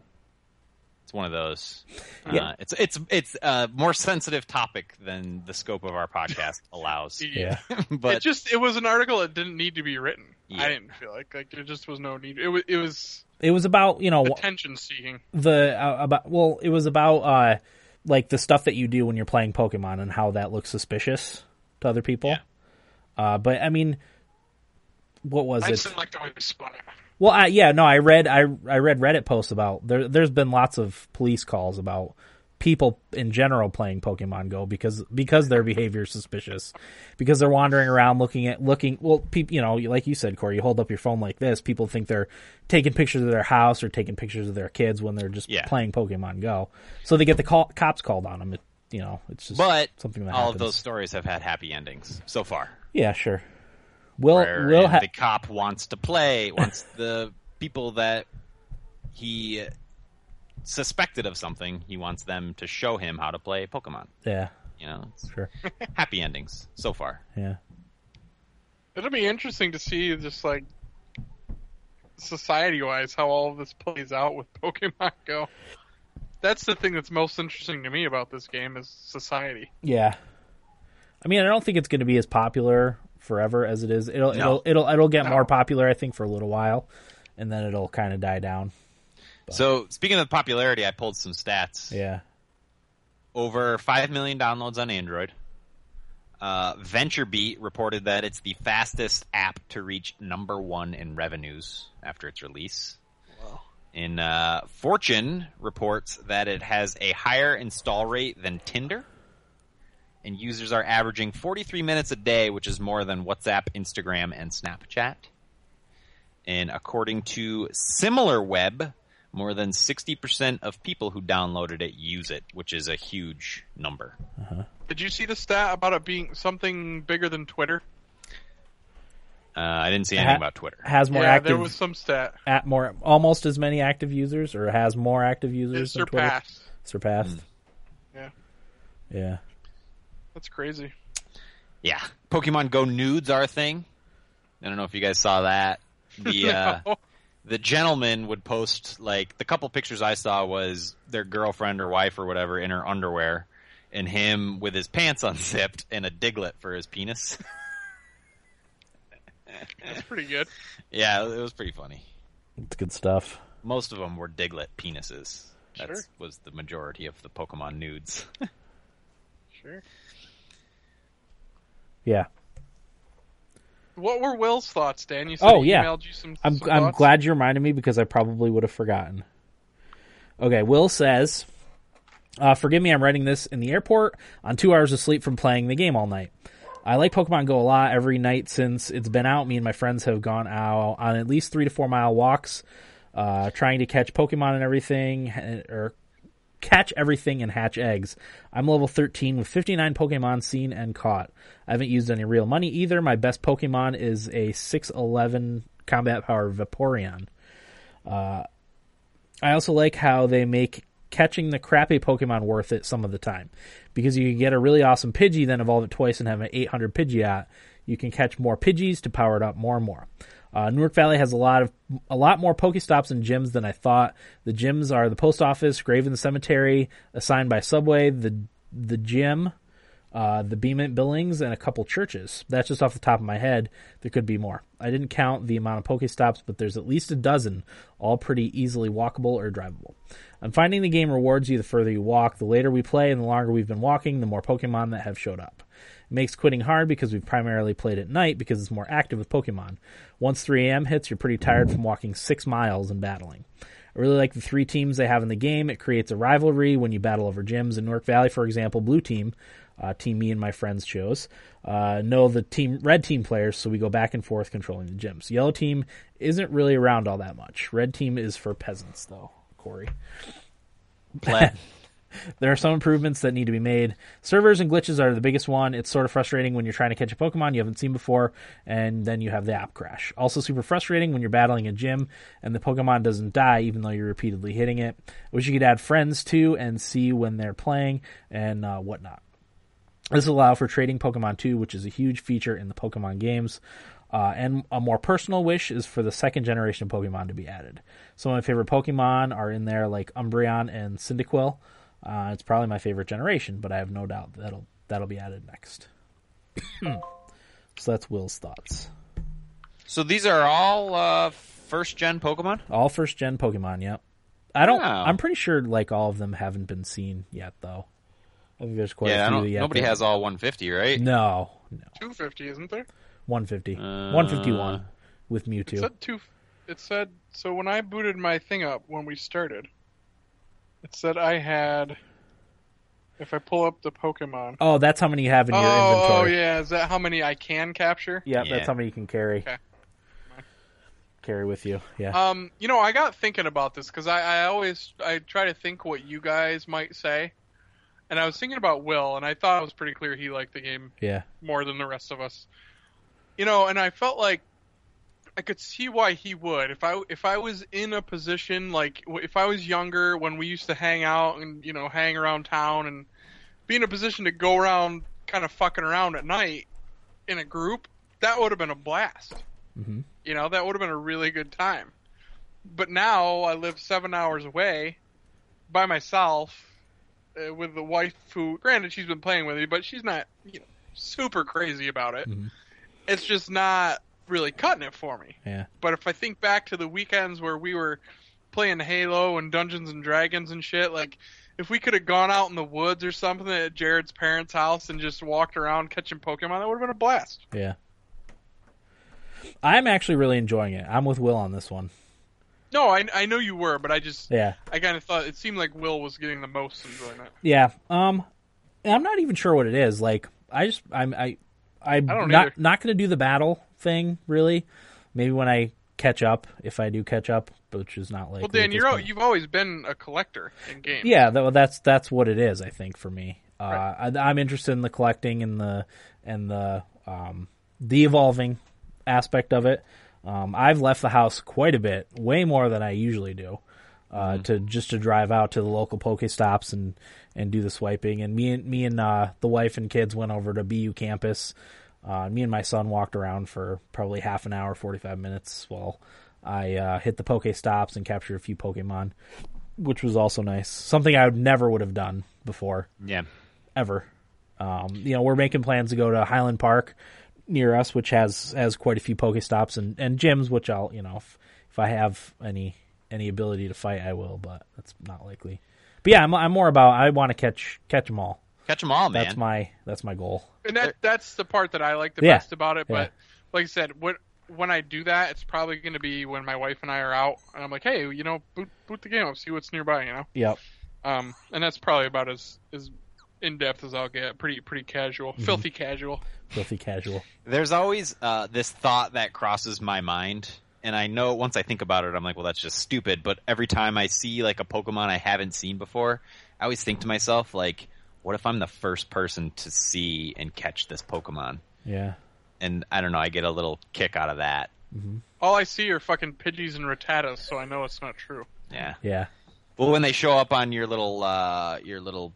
[SPEAKER 3] It's one of those.
[SPEAKER 1] Yeah.
[SPEAKER 3] Uh, it's it's it's a more sensitive topic than the scope of our podcast allows.
[SPEAKER 1] Yeah.
[SPEAKER 2] it
[SPEAKER 3] but
[SPEAKER 2] just it was an article that didn't need to be written.
[SPEAKER 3] Yeah.
[SPEAKER 2] I didn't feel like like there just was no need. It was it was
[SPEAKER 1] It was about you know
[SPEAKER 2] attention seeking.
[SPEAKER 1] the uh, about well it was about uh like the stuff that you do when you're playing Pokemon and how that looks suspicious to other people.
[SPEAKER 3] Yeah.
[SPEAKER 1] Uh, but I mean, what was
[SPEAKER 2] I
[SPEAKER 1] it?
[SPEAKER 2] just didn't like the way they spun it.
[SPEAKER 1] Well, I, yeah, no, I read I I read Reddit posts about there. There's been lots of police calls about people in general playing Pokemon Go because because their behavior is suspicious, because they're wandering around looking at looking. Well, people, you know, like you said, Corey, you hold up your phone like this. People think they're taking pictures of their house or taking pictures of their kids when they're just
[SPEAKER 3] Yeah.
[SPEAKER 1] playing Pokemon Go. So they get the call, cops called on them. It, you know, it's just
[SPEAKER 3] but
[SPEAKER 1] something that
[SPEAKER 3] all
[SPEAKER 1] happens.
[SPEAKER 3] of those stories have had happy endings so far.
[SPEAKER 1] yeah, sure. Will
[SPEAKER 3] where
[SPEAKER 1] will
[SPEAKER 3] and
[SPEAKER 1] ha-
[SPEAKER 3] the cop wants to play, wants the people that he suspected of something, he wants them to show him how to play Pokemon.
[SPEAKER 1] yeah
[SPEAKER 3] You know, it's
[SPEAKER 1] sure
[SPEAKER 3] happy endings so far.
[SPEAKER 1] yeah
[SPEAKER 2] It'll be interesting to see just like society wise how all of this plays out with Pokemon Go. That's the thing that's most interesting to me about this game is society.
[SPEAKER 1] Yeah. I mean, I don't think it's going to be as popular forever as it is. It'll
[SPEAKER 3] No.
[SPEAKER 1] it'll it'll it'll get
[SPEAKER 2] No.
[SPEAKER 1] more popular, I think, for a little while, and then it'll kind of die down.
[SPEAKER 3] So speaking of popularity, I pulled some stats.
[SPEAKER 1] Yeah.
[SPEAKER 3] Over five million downloads on Android. Uh, VentureBeat reported that it's the fastest app to reach number one in revenues after its release. In uh, Fortune reports that it has a higher install rate than Tinder, and users are averaging 43 minutes a day, which is more than WhatsApp, Instagram, and Snapchat. And according to SimilarWeb, more than 60% of people who downloaded it use it, which is a huge number.
[SPEAKER 2] Did you see the stat about it being something bigger than Twitter?
[SPEAKER 3] Uh, I didn't see anything
[SPEAKER 1] Ha-
[SPEAKER 3] about Twitter.
[SPEAKER 1] Has more
[SPEAKER 2] yeah, there
[SPEAKER 1] active
[SPEAKER 2] was some stat.
[SPEAKER 1] at more almost as many active users, or has more active
[SPEAKER 2] It
[SPEAKER 1] users than Twitter
[SPEAKER 2] surpassed.
[SPEAKER 1] surpassed.
[SPEAKER 2] Yeah.
[SPEAKER 1] Yeah.
[SPEAKER 2] That's crazy.
[SPEAKER 3] Yeah, Pokemon Go nudes are a thing. I don't know if you guys saw that. The uh,
[SPEAKER 2] No.
[SPEAKER 3] the gentleman would post like the couple pictures I saw was their girlfriend or wife or whatever in her underwear, and him with his pants unzipped and a diglet for his penis.
[SPEAKER 2] That's pretty good.
[SPEAKER 3] yeah, it was pretty funny.
[SPEAKER 1] It's good stuff.
[SPEAKER 3] Most of them were diglet penises. That
[SPEAKER 2] Sure.
[SPEAKER 3] was the majority of the Pokemon nudes.
[SPEAKER 2] Sure.
[SPEAKER 1] Yeah.
[SPEAKER 2] What were Will's thoughts, Dan? You said
[SPEAKER 1] Oh,
[SPEAKER 2] he
[SPEAKER 1] yeah.
[SPEAKER 2] emailed you some.
[SPEAKER 1] I'm
[SPEAKER 2] some
[SPEAKER 1] I'm
[SPEAKER 2] thoughts?
[SPEAKER 1] glad you reminded me because I probably would have forgotten. Okay, Will says, uh, "Forgive me, I'm writing this in the airport on two hours of sleep from playing the game all night. I like Pokemon Go a lot. Every night since it's been out, me and my friends have gone out on at least three to four mile walks, uh, trying to catch Pokemon and everything, and- or catch everything and hatch eggs. I'm level 13 with 59 Pokemon seen and caught. I haven't used any real money either. My best Pokemon is a 611 combat power Vaporeon. I also like how they make catching the crappy Pokemon worth it some of the time. Because you can get a really awesome Pidgey, then evolve it twice and have an 800 Pidgeot. You can catch more Pidgeys to power it up more and more. Uh, Newark Valley has a lot of a lot more Pokestops and gyms than I thought. The gyms are the post office, Graven Cemetery, assigned by Subway, the the gym, uh, the Beament Billings, and a couple churches. That's just off the top of my head. There could be more. I didn't count the amount of Pokestops, but there's at least a dozen, all pretty easily walkable or drivable. I'm finding the game rewards you the further you walk. The later we play and the longer we've been walking, the more Pokemon that have showed up. It makes quitting hard because we've primarily played at night because it's more active with Pokemon. Once 3 a.m. hits, you're pretty tired from walking six miles and battling. I really like the three teams they have in the game. It creates a rivalry when you battle over gyms. In North Valley, for example, Blue Team, uh, team me and my friends chose, uh, know the team Red Team players, so we go back and forth controlling the gyms. Yellow Team isn't really around all that much. Red Team is for peasants, though, Corey.
[SPEAKER 3] Plat-
[SPEAKER 1] There are some improvements that need to be made. Servers and glitches are the biggest one. It's sort of frustrating when you're trying to catch a Pokemon you haven't seen before, and then you have the app crash. Also, super frustrating when you're battling a gym and the Pokemon doesn't die, even though you're repeatedly hitting it. I wish you could add friends too and see when they're playing and uh, whatnot. This will allow for trading Pokemon too, which is a huge feature in the Pokemon games. Uh, and a more personal wish is for the second generation of Pokemon to be added. Some of my favorite Pokemon are in there, like Umbreon and Cyndaquil. Uh, it's probably my favorite generation, but I have no doubt that'll that'll be added next. so that's Will's thoughts.
[SPEAKER 3] So these are all uh, first gen Pokemon.
[SPEAKER 1] All first gen Pokemon. Yep. I don't.
[SPEAKER 3] Wow.
[SPEAKER 1] I'm pretty sure like all of them haven't been seen yet, though. I think there's quite
[SPEAKER 3] yeah, I
[SPEAKER 1] a few
[SPEAKER 3] don't,
[SPEAKER 1] yet.
[SPEAKER 3] nobody
[SPEAKER 1] that-
[SPEAKER 3] has all 150, right?
[SPEAKER 1] No, no.
[SPEAKER 2] 250, isn't there?
[SPEAKER 1] 150,
[SPEAKER 3] Uh,
[SPEAKER 1] 151 with
[SPEAKER 2] It
[SPEAKER 1] Mewtwo.
[SPEAKER 2] said two. It said so when I booted my thing up when we started. It said I had. If I pull up the Pokemon.
[SPEAKER 1] oh, that's how many you have in your
[SPEAKER 2] oh, oh
[SPEAKER 1] inventory.
[SPEAKER 2] yeah, is that how many I can capture?
[SPEAKER 1] Yep,
[SPEAKER 3] Yeah.
[SPEAKER 1] that's how many you can carry.
[SPEAKER 2] Okay.
[SPEAKER 1] Carry with you. Yeah.
[SPEAKER 2] Um, you know, I got thinking about this because I, I always I try to think what you guys might say, and I was thinking about Will, and I thought it was pretty clear he liked the game
[SPEAKER 1] yeah.
[SPEAKER 2] more than the rest of us. You know, and I felt like I could see why he would. If I if I was in a position like w- if I was younger when we used to hang out and you know hang around town and be in a position to go around kind of fucking around at night in a group, that would have been a blast.
[SPEAKER 1] Mhm.
[SPEAKER 2] You know, that would have been a really good time. But now I live seven hours away by myself uh, with the wife who, granted, she's been playing with me, but she's not, you know, super crazy about it.
[SPEAKER 1] Mhm.
[SPEAKER 2] It's just not really cutting it for me.
[SPEAKER 1] Yeah.
[SPEAKER 2] But if I think back to the weekends where we were playing Halo and Dungeons and Dragons and shit, like if we could have gone out in the woods or something at Jared's parents' house and just walked around catching Pokemon, that would have been a blast.
[SPEAKER 1] Yeah. I'm actually really enjoying it. I'm with Will on this one.
[SPEAKER 2] No, I, I know you were, but I just
[SPEAKER 1] Yeah.
[SPEAKER 2] I kind of thought it seemed like Will was getting the most enjoyment.
[SPEAKER 1] Yeah. Um, and I'm not even sure what it is. Like, I just I'm I I'm
[SPEAKER 2] I don't
[SPEAKER 1] not
[SPEAKER 2] either.
[SPEAKER 1] not going to do the battle thing really. Maybe when I catch up, if I do catch up, which is not like.
[SPEAKER 2] Well, Dan, you're al- you've always been a collector in games.
[SPEAKER 1] Yeah, tha- well, that's that's what it is. I think for me, uh,
[SPEAKER 2] Right.
[SPEAKER 1] I, I'm interested in the collecting and the and the um, the evolving aspect of it. Um, I've left the house quite a bit, way more than I usually do, uh, to just to drive out to the local Pokestops and and do the swiping. And me and me and uh, the wife and kids went over to BU campus. Uh, me and my son walked around for probably half an hour, forty five minutes, while I uh, hit the Pokestops and captured a few Pokemon which was also nice. Something I would never would have done before,
[SPEAKER 3] Yeah.
[SPEAKER 1] ever. Um, you know, we're making plans to go to Highland Park near us, which has has quite a few Pokestops and and gyms, which I'll you know if, if I have any any ability to fight, I will, but that's not likely. But yeah, I'm I'm more about I want to catch catch them all.
[SPEAKER 3] Catch them all, man.
[SPEAKER 1] That's my that's my goal.
[SPEAKER 2] and that that's the part that I like the
[SPEAKER 1] Yeah.
[SPEAKER 2] best about it.
[SPEAKER 1] Yeah.
[SPEAKER 2] But like I said, when when I do that, it's probably going to be when my wife and I are out, and I'm like, hey, you know, boot boot the game up, see what's nearby, you know.
[SPEAKER 1] Yep.
[SPEAKER 2] Um, and that's probably about as as in depth as I'll get. Pretty pretty casual,
[SPEAKER 1] Mm-hmm.
[SPEAKER 2] filthy casual.
[SPEAKER 1] Filthy casual.
[SPEAKER 3] There's always uh, this thought that crosses my mind, and I know once I think about it, I'm like, well, that's just stupid. But every time I see like a Pokemon I haven't seen before, I always think to myself, like, what if I'm the first person to see and catch this Pokemon?
[SPEAKER 1] Yeah.
[SPEAKER 3] And I don't know, I get a little kick out of that.
[SPEAKER 2] All I see are fucking Pidgeys and Rattatas, so I know it's not true.
[SPEAKER 3] Yeah.
[SPEAKER 1] Yeah.
[SPEAKER 3] Well, when they show up on your little uh, your little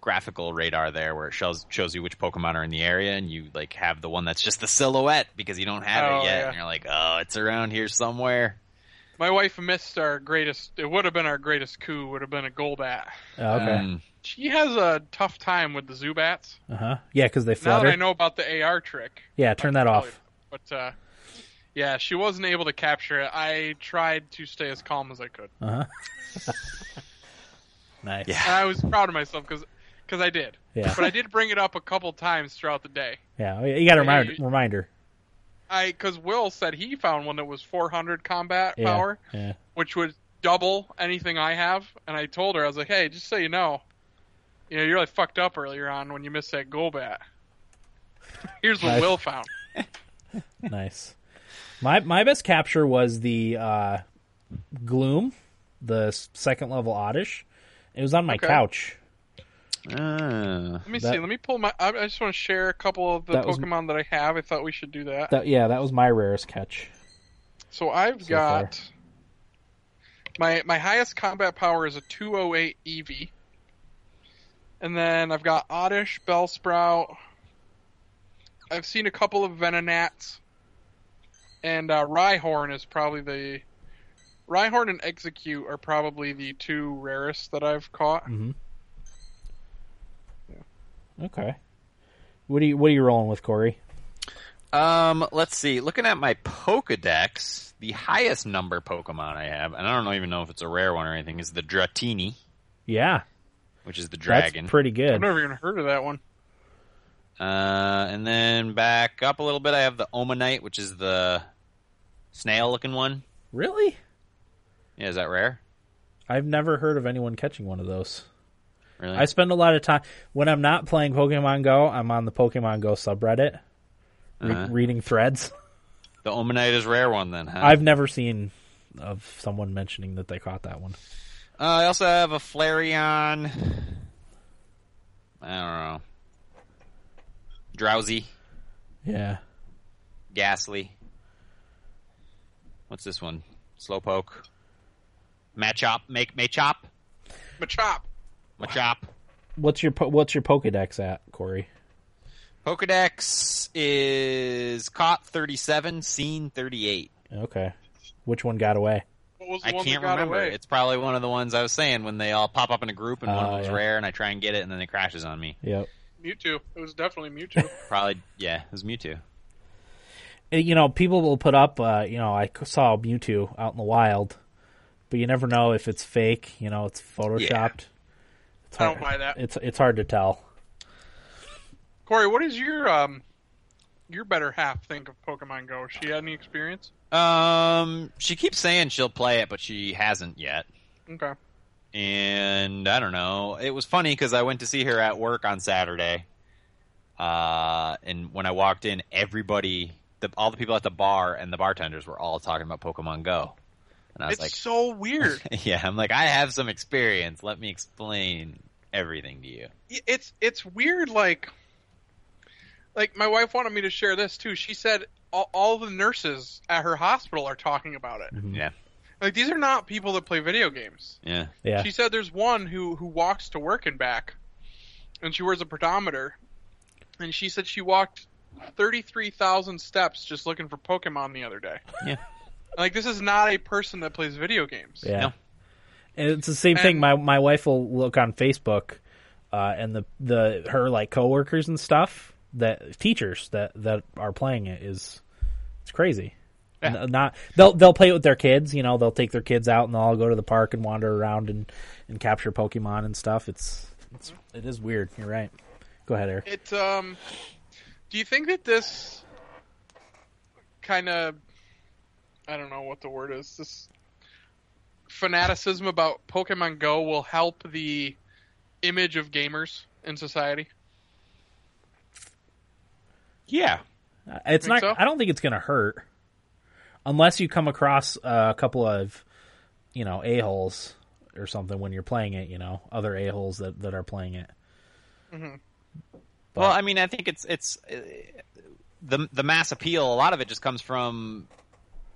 [SPEAKER 3] graphical radar there, where it shows shows you which Pokemon are in the area, and you like have the one that's just the silhouette because you don't have
[SPEAKER 2] Oh,
[SPEAKER 3] it yet,
[SPEAKER 2] yeah.
[SPEAKER 3] and you're like, oh, it's around here somewhere.
[SPEAKER 2] My wife missed our greatest. It would have been our greatest coup. Would have been a Golbat.
[SPEAKER 1] Oh,
[SPEAKER 2] Um,
[SPEAKER 1] okay.
[SPEAKER 3] Mm.
[SPEAKER 2] She has a tough time with the Zubats.
[SPEAKER 1] Uh huh. Yeah, because they
[SPEAKER 2] Now that I
[SPEAKER 1] flutter.
[SPEAKER 2] know about the AR trick,
[SPEAKER 1] Yeah, turn that off.
[SPEAKER 2] But uh, yeah, she wasn't able to capture it. I tried to stay as calm as I could,
[SPEAKER 1] Uh huh. nice.
[SPEAKER 3] Yeah.
[SPEAKER 2] and I was proud of myself because I did.
[SPEAKER 1] Yeah.
[SPEAKER 2] But I did bring it up a couple times throughout the day.
[SPEAKER 1] Yeah, you got a
[SPEAKER 2] Yeah,
[SPEAKER 1] reminder.
[SPEAKER 2] you-
[SPEAKER 1] reminder.
[SPEAKER 2] I because Will said he found one that was 400 combat
[SPEAKER 1] Yeah,
[SPEAKER 2] power,
[SPEAKER 1] Yeah.
[SPEAKER 2] which would double anything I have. And I told her I was like, hey, just so you know, you know, you really fucked up earlier on when you missed that goal bat. Here's what
[SPEAKER 1] Nice.
[SPEAKER 2] Will found.
[SPEAKER 1] nice. My my best capture was the uh, Gloom, the s- second level Oddish. It was on my
[SPEAKER 2] Okay.
[SPEAKER 1] couch.
[SPEAKER 3] Ah.
[SPEAKER 2] Let me
[SPEAKER 1] That-
[SPEAKER 2] see. Let me pull my. I, I just want to share a couple of the
[SPEAKER 1] That was-
[SPEAKER 2] Pokemon that I have. I thought we should do that.
[SPEAKER 1] That yeah, that was my rarest catch.
[SPEAKER 2] So I've
[SPEAKER 1] So
[SPEAKER 2] got my my highest combat power is a 208 EV. E And then I've got Oddish, Bellsprout. I've seen a couple of Venonats. and uh, Rhyhorn is probably the Rhyhorn and Execute are probably the two rarest that I've caught.
[SPEAKER 1] Mm-hmm. Okay. What are you What are you rolling with, Corey?
[SPEAKER 3] Um, let's see. Looking at my Pokedex, the highest number Pokemon I have, and I don't know- even know if it's a rare one or anything, is the Dratini,
[SPEAKER 1] Yeah,
[SPEAKER 3] which is the dragon.
[SPEAKER 1] that's pretty
[SPEAKER 2] I've
[SPEAKER 1] good.
[SPEAKER 2] never even heard of that one.
[SPEAKER 3] uh, and then back up a little bit, I have the Omanite, which is the snail-looking one.
[SPEAKER 1] Really,
[SPEAKER 3] Yeah, is that rare?
[SPEAKER 1] I've never heard of anyone catching one of those.
[SPEAKER 3] Really?
[SPEAKER 1] I spend a lot of time when I'm not playing Pokemon Go. I'm on the Pokemon Go subreddit, re-
[SPEAKER 3] Uh-huh.
[SPEAKER 1] reading threads.
[SPEAKER 3] the Omanite is a rare one then, huh?
[SPEAKER 1] I've never seen of someone mentioning that they caught that one.
[SPEAKER 3] Uh, I also have a Flareon. I don't know. Drowsy.
[SPEAKER 1] Yeah,
[SPEAKER 3] Ghastly. What's this one? Slowpoke. Machop. Make Machop.
[SPEAKER 2] Machop.
[SPEAKER 3] Machop.
[SPEAKER 1] what's your po- What's your Pokedex at, Corey?
[SPEAKER 3] Pokedex is caught 37, seen 38.
[SPEAKER 1] Okay, which one got away?
[SPEAKER 2] What was the
[SPEAKER 3] I
[SPEAKER 2] one
[SPEAKER 3] can't
[SPEAKER 2] that got
[SPEAKER 3] remember.
[SPEAKER 2] away?
[SPEAKER 3] It's probably one of the ones I was saying when they all pop up in a group and one of
[SPEAKER 1] Oh,
[SPEAKER 3] them's
[SPEAKER 1] yeah.
[SPEAKER 3] rare and I try and get it and then it crashes on me.
[SPEAKER 1] Yep.
[SPEAKER 2] Mewtwo. It was definitely Mewtwo.
[SPEAKER 3] Probably, yeah, it was Mewtwo.
[SPEAKER 1] Uh, you know, people will put up, uh, you know, I c- saw Mewtwo out in the wild, but you never know if it's fake. You know, it's photoshopped. It's
[SPEAKER 2] I don't
[SPEAKER 1] hard-
[SPEAKER 2] buy that.
[SPEAKER 1] It's it's hard to tell.
[SPEAKER 2] Corey, what is your um your better half think of Pokemon Go? Has She had any experience?
[SPEAKER 3] Um, she keeps saying she'll play it, but she hasn't yet.
[SPEAKER 2] Okay.
[SPEAKER 3] and I don't know. It was funny because I went to see her at work on Saturday, uh, and when I walked in, everybody, the, all the people at the bar and the bartenders were all talking about Pokemon Go, and I was
[SPEAKER 2] It's so weird.
[SPEAKER 3] like, "Yeah, I'm like, I have some experience. Let me explain everything to you."
[SPEAKER 2] Y- it's it's weird like like my wife wanted me to share this too she said all, all the nurses at her hospital are talking about it
[SPEAKER 3] Yeah,
[SPEAKER 2] like these are not people that play video games
[SPEAKER 3] yeah,
[SPEAKER 1] Yeah.
[SPEAKER 2] she said there's one who who walks to work and back and she wears a pedometer and she said she walked 33,000 steps just looking for pokemon the other day
[SPEAKER 3] yeah.
[SPEAKER 2] like this is not a person that plays video games
[SPEAKER 1] Yeah.
[SPEAKER 3] No.
[SPEAKER 1] And it's the same thing.
[SPEAKER 2] And-
[SPEAKER 1] My my wife will look on Facebook, uh, and the the her like coworkers and stuff that teachers that that are playing it is it's crazy.
[SPEAKER 3] Yeah.
[SPEAKER 1] N- Not they'll they'll play it with their kids. You know they'll take their kids out and they'll all go to the park and wander around and and capture Pokemon and stuff. It's it's it is weird. You're right. Go ahead, Eric.
[SPEAKER 2] It um do you think that this kind of I don't know what the word is. This fanaticism about Pokemon Go will help the image of gamers in society.
[SPEAKER 3] yeah.
[SPEAKER 1] Uh, It's not.
[SPEAKER 2] Think so?
[SPEAKER 1] I don't think it's going to hurt, unless you come across uh, a couple of, you know, a holes or something when you're playing it. You know, other a holes that that are playing it.
[SPEAKER 3] Well, I mean, I think it's it's uh, the the mass appeal. A lot of it just comes from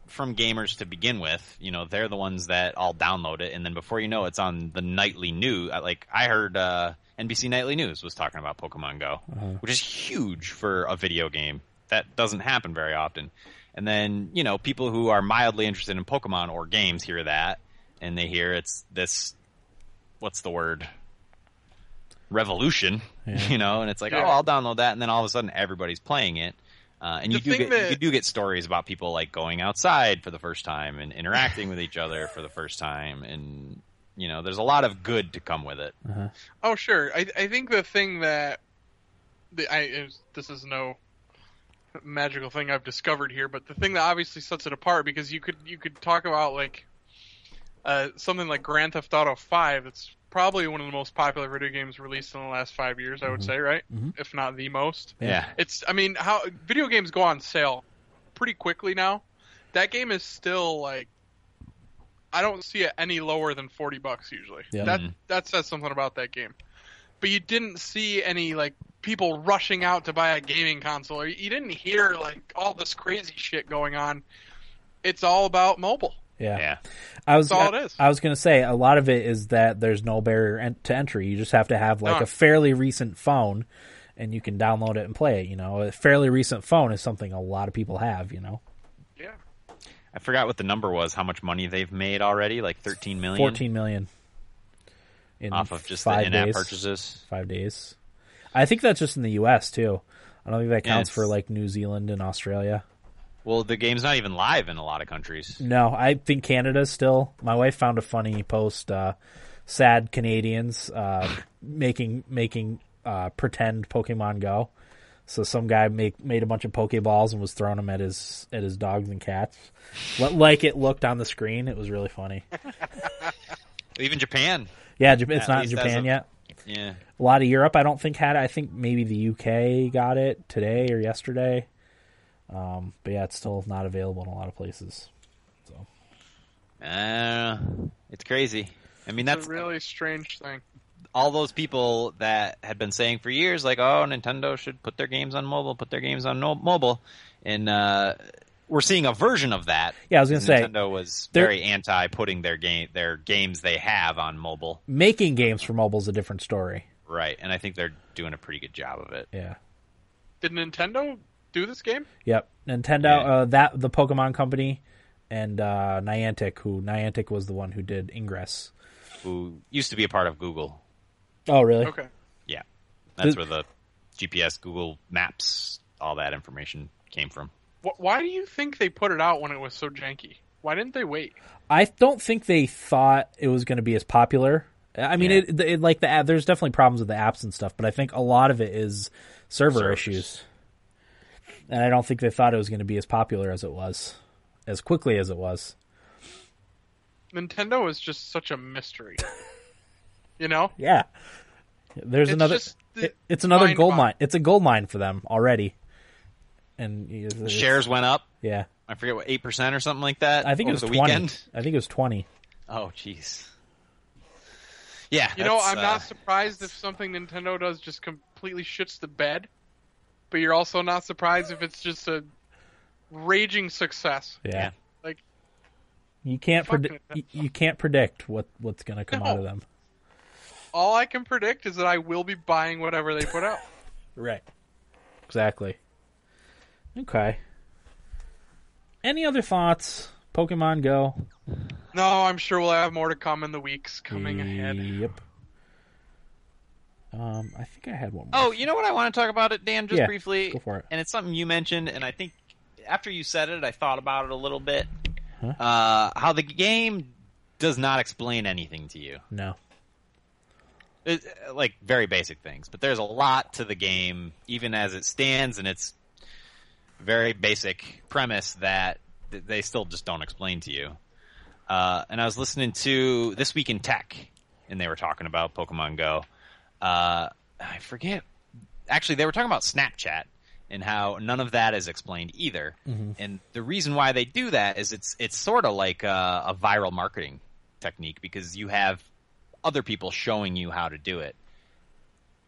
[SPEAKER 3] from gamers to begin with. You know, they're the ones that all download it, and then before you know, it, it's on the nightly news. Like I heard uh, NBC Nightly News was talking about Pokemon Go, which is huge for a video game. That doesn't happen very often. And then you know, people who are mildly interested in Pokemon or games hear that, and they hear it's this. What's the word? revolution, you know, and it's like,
[SPEAKER 2] Yeah.
[SPEAKER 3] oh, I'll download that, and then all of a sudden everybody's playing it. Uh, and you
[SPEAKER 2] The
[SPEAKER 3] do
[SPEAKER 2] thing
[SPEAKER 3] get
[SPEAKER 2] that-
[SPEAKER 3] you do get stories about people like going outside for the first time and interacting with each other for the first time, and you know, there's a lot of good to come with it.
[SPEAKER 2] Oh sure. I I think the thing that the I is, this is no magical thing I've discovered here, but the thing that obviously sets it apart because you could you could talk about like uh, something like Grand Theft Auto Five. That's probably one of the most popular video games released in the last five years. I would say, right? If not the most.
[SPEAKER 3] Yeah,
[SPEAKER 2] It's. I mean, how video games go on sale pretty quickly now. That game is still like. I don't see it any lower than forty bucks usually.
[SPEAKER 1] Yeah.
[SPEAKER 2] That
[SPEAKER 3] Mhm.
[SPEAKER 2] that says something about that game. But you didn't see any like people rushing out to buy a gaming console, or you didn't hear like all this crazy shit going on. It's all about mobile.
[SPEAKER 1] Yeah,
[SPEAKER 3] yeah,
[SPEAKER 1] I was.
[SPEAKER 2] That's all
[SPEAKER 1] I,
[SPEAKER 2] it is.
[SPEAKER 1] I was going to say a lot of it is that there's no barrier en- to entry. You just have to have like
[SPEAKER 2] No.
[SPEAKER 1] a fairly recent phone, and you can download it and play it. You know, a fairly recent phone is something a lot of people have. You know.
[SPEAKER 2] Yeah.
[SPEAKER 3] I forgot what the number was. How much money they've made already? Like thirteen million.
[SPEAKER 1] 14 million in
[SPEAKER 3] off of just the
[SPEAKER 1] five
[SPEAKER 3] in-app
[SPEAKER 1] days.
[SPEAKER 3] purchases.
[SPEAKER 1] Five days. I think that's just in the U.S. too. I don't think that
[SPEAKER 3] Yeah,
[SPEAKER 1] counts for
[SPEAKER 3] it's-
[SPEAKER 1] like New Zealand and Australia.
[SPEAKER 3] Well, the game's not even live in a lot of countries.
[SPEAKER 1] No, I think Canada's still. My wife found a funny post. Uh, sad Canadians uh, making making uh, pretend Pokemon Go. So some guy make, made a bunch of Pokeballs and was throwing them at his at his dogs and cats. What like it looked on the screen, it was really funny.
[SPEAKER 3] Even Japan.
[SPEAKER 1] Yeah, Jap- it's
[SPEAKER 3] At
[SPEAKER 1] not in
[SPEAKER 3] least as
[SPEAKER 1] Japan
[SPEAKER 3] of-
[SPEAKER 1] yet.
[SPEAKER 3] Yeah.
[SPEAKER 1] A lot of Europe, I don't think had it. I think maybe the UK got it today or yesterday. Um, but yeah, it's still not available in a lot of places.
[SPEAKER 3] Uh, it's crazy. I mean,
[SPEAKER 2] It's
[SPEAKER 3] that's
[SPEAKER 2] a really strange thing.
[SPEAKER 3] all those people that had been saying for years, like, oh, Nintendo should put their games on mobile, put their games on no- mobile, and uh, we're seeing a version of that.
[SPEAKER 1] Yeah, I was gonna say-
[SPEAKER 3] Nintendo was
[SPEAKER 1] They're-
[SPEAKER 3] very anti putting their game, their games they have on mobile,
[SPEAKER 1] Making games for mobile is a different story.
[SPEAKER 3] right? And I think they're doing a pretty good job of it.
[SPEAKER 1] Yeah.
[SPEAKER 2] Did Nintendo do this game?
[SPEAKER 1] Yep. Nintendo,
[SPEAKER 3] Yeah.
[SPEAKER 1] uh, that the Pokemon company, and uh, Niantic, who Niantic was the one who did Ingress.
[SPEAKER 3] Who used to be a part of Google?
[SPEAKER 1] Oh, really?
[SPEAKER 2] Okay.
[SPEAKER 3] Yeah, that's
[SPEAKER 1] Th-
[SPEAKER 3] where the GPS, Google Maps, all that information came from.
[SPEAKER 2] Wh- why do you think they put it out when it was so janky? Why didn't they wait?
[SPEAKER 1] I don't think they thought it was going to be as popular. I mean,
[SPEAKER 3] Yeah.
[SPEAKER 1] it, it like the app, there's definitely problems with the apps and stuff, but I think a lot of it is server
[SPEAKER 3] Servers.
[SPEAKER 1] issues. And I don't think they thought it was going to be as popular as it was, as quickly as it was.
[SPEAKER 2] Nintendo is just such a mystery. you know?
[SPEAKER 1] Yeah. There's
[SPEAKER 2] It's
[SPEAKER 1] another.
[SPEAKER 2] just the-
[SPEAKER 1] it- it's another
[SPEAKER 2] mind
[SPEAKER 1] gold
[SPEAKER 2] boggling.
[SPEAKER 1] mine. It's a gold mine for them already. And it's-
[SPEAKER 3] Shares went up.
[SPEAKER 1] Yeah.
[SPEAKER 3] I forget what eight percent or something like that.
[SPEAKER 1] I think
[SPEAKER 3] over
[SPEAKER 1] it was
[SPEAKER 3] the
[SPEAKER 1] 20.
[SPEAKER 3] weekend.
[SPEAKER 1] I think it was 20.
[SPEAKER 3] Oh, jeez. Yeah,
[SPEAKER 2] You know,
[SPEAKER 3] that's,
[SPEAKER 2] I'm
[SPEAKER 3] uh,
[SPEAKER 2] not surprised if something Nintendo does just completely shits the bed, but you're also not surprised if it's just a raging success.
[SPEAKER 1] Yeah.
[SPEAKER 3] Yeah.
[SPEAKER 2] Like,
[SPEAKER 1] You can't
[SPEAKER 2] Fuck
[SPEAKER 1] predict
[SPEAKER 2] it.
[SPEAKER 1] you, you can't predict what what's going to come out of
[SPEAKER 2] No.
[SPEAKER 1] them.
[SPEAKER 2] all I can predict is that I will be buying whatever they put out.
[SPEAKER 1] Right. Exactly. Okay. Any other thoughts? Pokemon Go.
[SPEAKER 2] no, I'm sure we'll have more to come in the weeks
[SPEAKER 1] Mm.
[SPEAKER 2] coming ahead.
[SPEAKER 1] Yep. Um, I think I had one more.
[SPEAKER 3] Oh, you know what I want to talk about it, Dan, just
[SPEAKER 1] Yeah,
[SPEAKER 3] briefly.
[SPEAKER 1] go for it.
[SPEAKER 3] And it's something you mentioned, and I think after you said it, I thought about it a little bit. Uh, how the game does not explain anything to you,
[SPEAKER 1] No.
[SPEAKER 3] It- like very basic things. But there's a lot to the game, even as it stands, and it's very basic premise that th- they still just don't explain to you. Uh, and I was listening to This Week in Tech, and they were talking about Pokemon Go. Uh, I forget. Actually, they were talking about Snapchat and how none of that is explained either. And the reason why they do that is it's it's sort of like a, a viral marketing technique because you have other people showing you how to do it.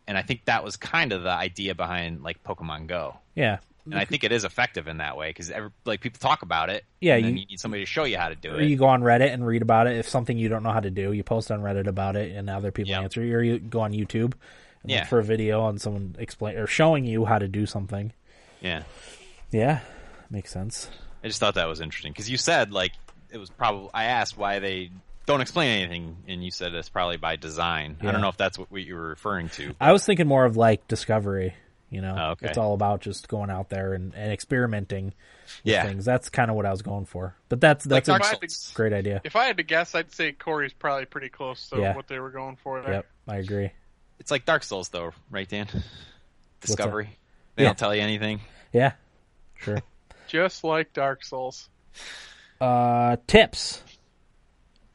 [SPEAKER 3] And I think that was kind of the idea behind like Pokemon Go
[SPEAKER 1] Yeah.
[SPEAKER 3] and I think it is effective in that way because like people talk about it.
[SPEAKER 1] Yeah,
[SPEAKER 3] and then
[SPEAKER 1] you-
[SPEAKER 3] you, need somebody to show you how to do
[SPEAKER 1] Or
[SPEAKER 3] it.
[SPEAKER 1] you go on Reddit and read about it. If something you don't know how to do, you post on Reddit about it, and other people
[SPEAKER 3] Yeah.
[SPEAKER 1] answer. you. Or you go on YouTube and
[SPEAKER 3] Yeah.
[SPEAKER 1] look for a video on someone explain or showing you how to do something.
[SPEAKER 3] yeah,
[SPEAKER 1] Yeah, makes sense.
[SPEAKER 3] I just thought that was interesting because you said like it was probably. I asked why they don't explain anything, and you said it's probably by design. I
[SPEAKER 1] Yeah.
[SPEAKER 3] don't know if that's what, what you were referring to.
[SPEAKER 1] I was thinking more of like discovery. You know,
[SPEAKER 3] Oh, okay.
[SPEAKER 1] it's all about just going out there and, and experimenting with
[SPEAKER 3] Yeah.
[SPEAKER 1] things. That's kind of what I was going for. But that's that's
[SPEAKER 2] Like,
[SPEAKER 1] a
[SPEAKER 2] I
[SPEAKER 3] Dark
[SPEAKER 2] think-
[SPEAKER 3] Souls.
[SPEAKER 1] great idea.
[SPEAKER 2] If I had to guess, I'd say Corey's probably pretty close to
[SPEAKER 1] Yeah.
[SPEAKER 2] what they were going for there.
[SPEAKER 1] Yep, I agree.
[SPEAKER 3] It's like Dark Souls, though, right, Dan? Discovery. They
[SPEAKER 1] Yeah.
[SPEAKER 3] don't tell you anything.
[SPEAKER 1] Yeah, sure.
[SPEAKER 2] Just like Dark Souls.
[SPEAKER 1] uh, tips.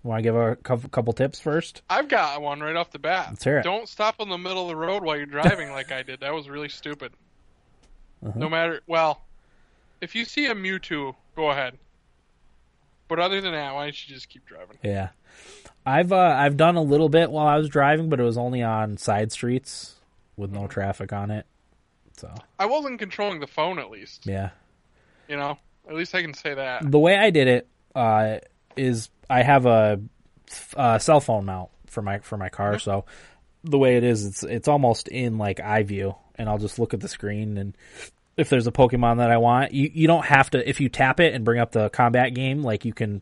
[SPEAKER 1] Want to give a cou- couple tips first?
[SPEAKER 2] I've got one right off the bat.
[SPEAKER 1] Let's hear it.
[SPEAKER 2] Don't stop on the middle of the road while you're driving like I did. That was really stupid.
[SPEAKER 1] Uh-huh.
[SPEAKER 2] No matter well, if you see a Mewtwo, go ahead. But other than that, why don't you just keep driving?
[SPEAKER 1] Yeah, I've uh, I've done a little bit while I was driving, but it was only on side streets with no traffic on it. So
[SPEAKER 2] I wasn't controlling the phone at least.
[SPEAKER 1] yeah, Mm.
[SPEAKER 2] You know? At least I can say that.
[SPEAKER 1] the way I did it uh, is I have a, uh cell phone mount for my for my car, so the way it is, it's it's almost in like eye view, and I'll just look at the screen and if there's a Pokemon that I want. You you don't have to if you tap it and bring up the combat game, like you can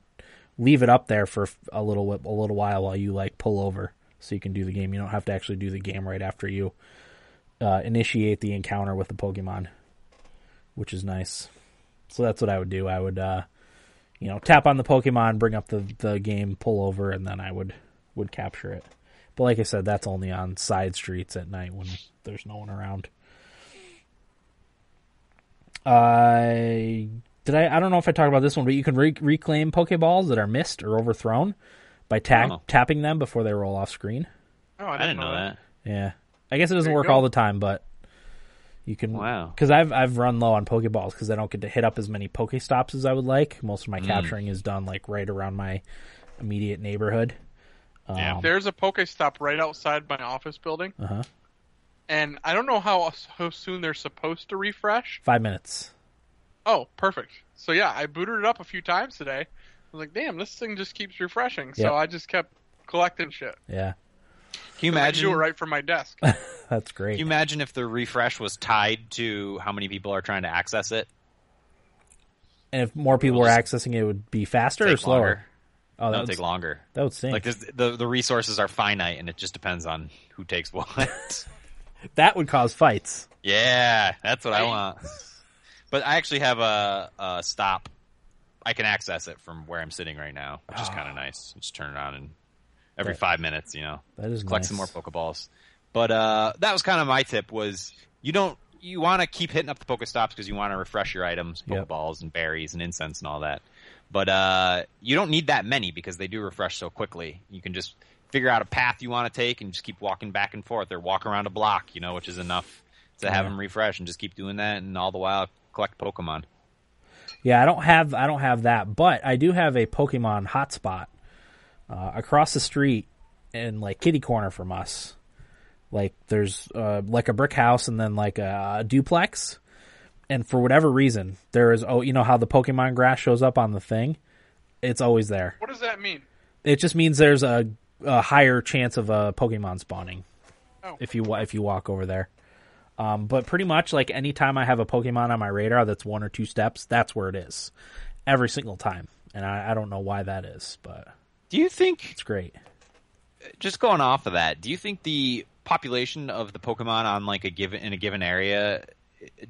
[SPEAKER 1] leave it up there for a little whi- a little while while you like pull over, so you can do the game. You don't have to actually do the game right after you uh, initiate the encounter with the Pokemon, which is nice. So that's what I would do. I would uh, you know tap on the Pokemon, bring up the the game, pull over, and then I would would capture it. But like I said, that's only on side streets at night when there's no one around. I Uh, did I I don't know if I talked about this one, but you can re- reclaim Pokeballs that are missed or overthrown by ta-
[SPEAKER 3] Oh.
[SPEAKER 1] tapping them before they roll off screen.
[SPEAKER 2] Oh, I
[SPEAKER 3] I didn't know that.
[SPEAKER 1] Yeah, I guess it doesn't
[SPEAKER 2] There you
[SPEAKER 1] work
[SPEAKER 2] go.
[SPEAKER 1] all the time, but you can.
[SPEAKER 3] Wow.
[SPEAKER 1] Because I've I've run low on Pokeballs because I don't get to hit up as many Pokestops as I would like. Most of my
[SPEAKER 3] Hmm.
[SPEAKER 1] capturing is done like right around my immediate neighborhood. um,
[SPEAKER 3] Yeah.
[SPEAKER 2] There's a Pokestop right outside my office building,
[SPEAKER 1] Uh huh.
[SPEAKER 2] and I don't know how how soon they're supposed to refresh.
[SPEAKER 1] Five minutes.
[SPEAKER 2] Oh, perfect. So yeah, I booted it up a few times today. I was like, damn, this thing just keeps refreshing.
[SPEAKER 1] Yep.
[SPEAKER 2] So I just kept collecting shit.
[SPEAKER 1] Yeah,
[SPEAKER 3] Can you
[SPEAKER 2] I do
[SPEAKER 3] imagine?
[SPEAKER 2] it right from my desk.
[SPEAKER 1] that's great.
[SPEAKER 3] Can you imagine if the refresh was tied to how many people are trying to access it?
[SPEAKER 1] and if more people were
[SPEAKER 3] It'll
[SPEAKER 1] accessing it, it would be faster or
[SPEAKER 3] Take
[SPEAKER 1] slower.
[SPEAKER 3] longer.
[SPEAKER 1] Oh, that
[SPEAKER 3] That'll
[SPEAKER 1] would,
[SPEAKER 3] take longer.
[SPEAKER 1] that would stink.
[SPEAKER 3] Like 'cause the the resources are finite, and it just depends on who takes what.
[SPEAKER 1] that would cause fights.
[SPEAKER 3] yeah, that's what I
[SPEAKER 2] Right.
[SPEAKER 3] want. But I actually have a, a stop. I can access it from where I'm sitting right now, which is kind of nice. Just turn it on and every
[SPEAKER 1] Ah. That-
[SPEAKER 3] five minutes, you know.
[SPEAKER 1] That is
[SPEAKER 3] collect
[SPEAKER 1] nice.
[SPEAKER 3] some more Pokeballs. But uh, that was kind of my tip was you don't you want to keep hitting up the Pokestops because you want to refresh your items,
[SPEAKER 1] Yep.
[SPEAKER 3] Pokeballs and berries and incense and all that. But uh, you don't need that many because they do refresh so quickly. You can just figure out a path you want to take and just keep walking back and forth or walk around a block, you know, which is enough to have
[SPEAKER 1] Yeah.
[SPEAKER 3] them refresh and just keep doing that and all the while collect Pokemon.
[SPEAKER 1] Yeah, I don't have I don't have that, but I do have a Pokemon hotspot uh, across the street in like kitty corner from us. Like there's uh, like a brick house and then like a, duplex, and for whatever reason there is oh you know how the Pokemon grass shows up on the thing, it's always there.
[SPEAKER 2] what does that mean?
[SPEAKER 1] It just means there's a, a higher chance of a Pokemon spawning
[SPEAKER 2] Oh,
[SPEAKER 1] if you wa- if you walk over there. Um, but pretty much like any time I have a Pokemon on my radar that's one or two steps, that's where it is, every single time. And I, I don't know why that is, but
[SPEAKER 3] Do you think
[SPEAKER 1] it's great.
[SPEAKER 3] just going off of that, do you think the population of the Pokemon on like a given in a given area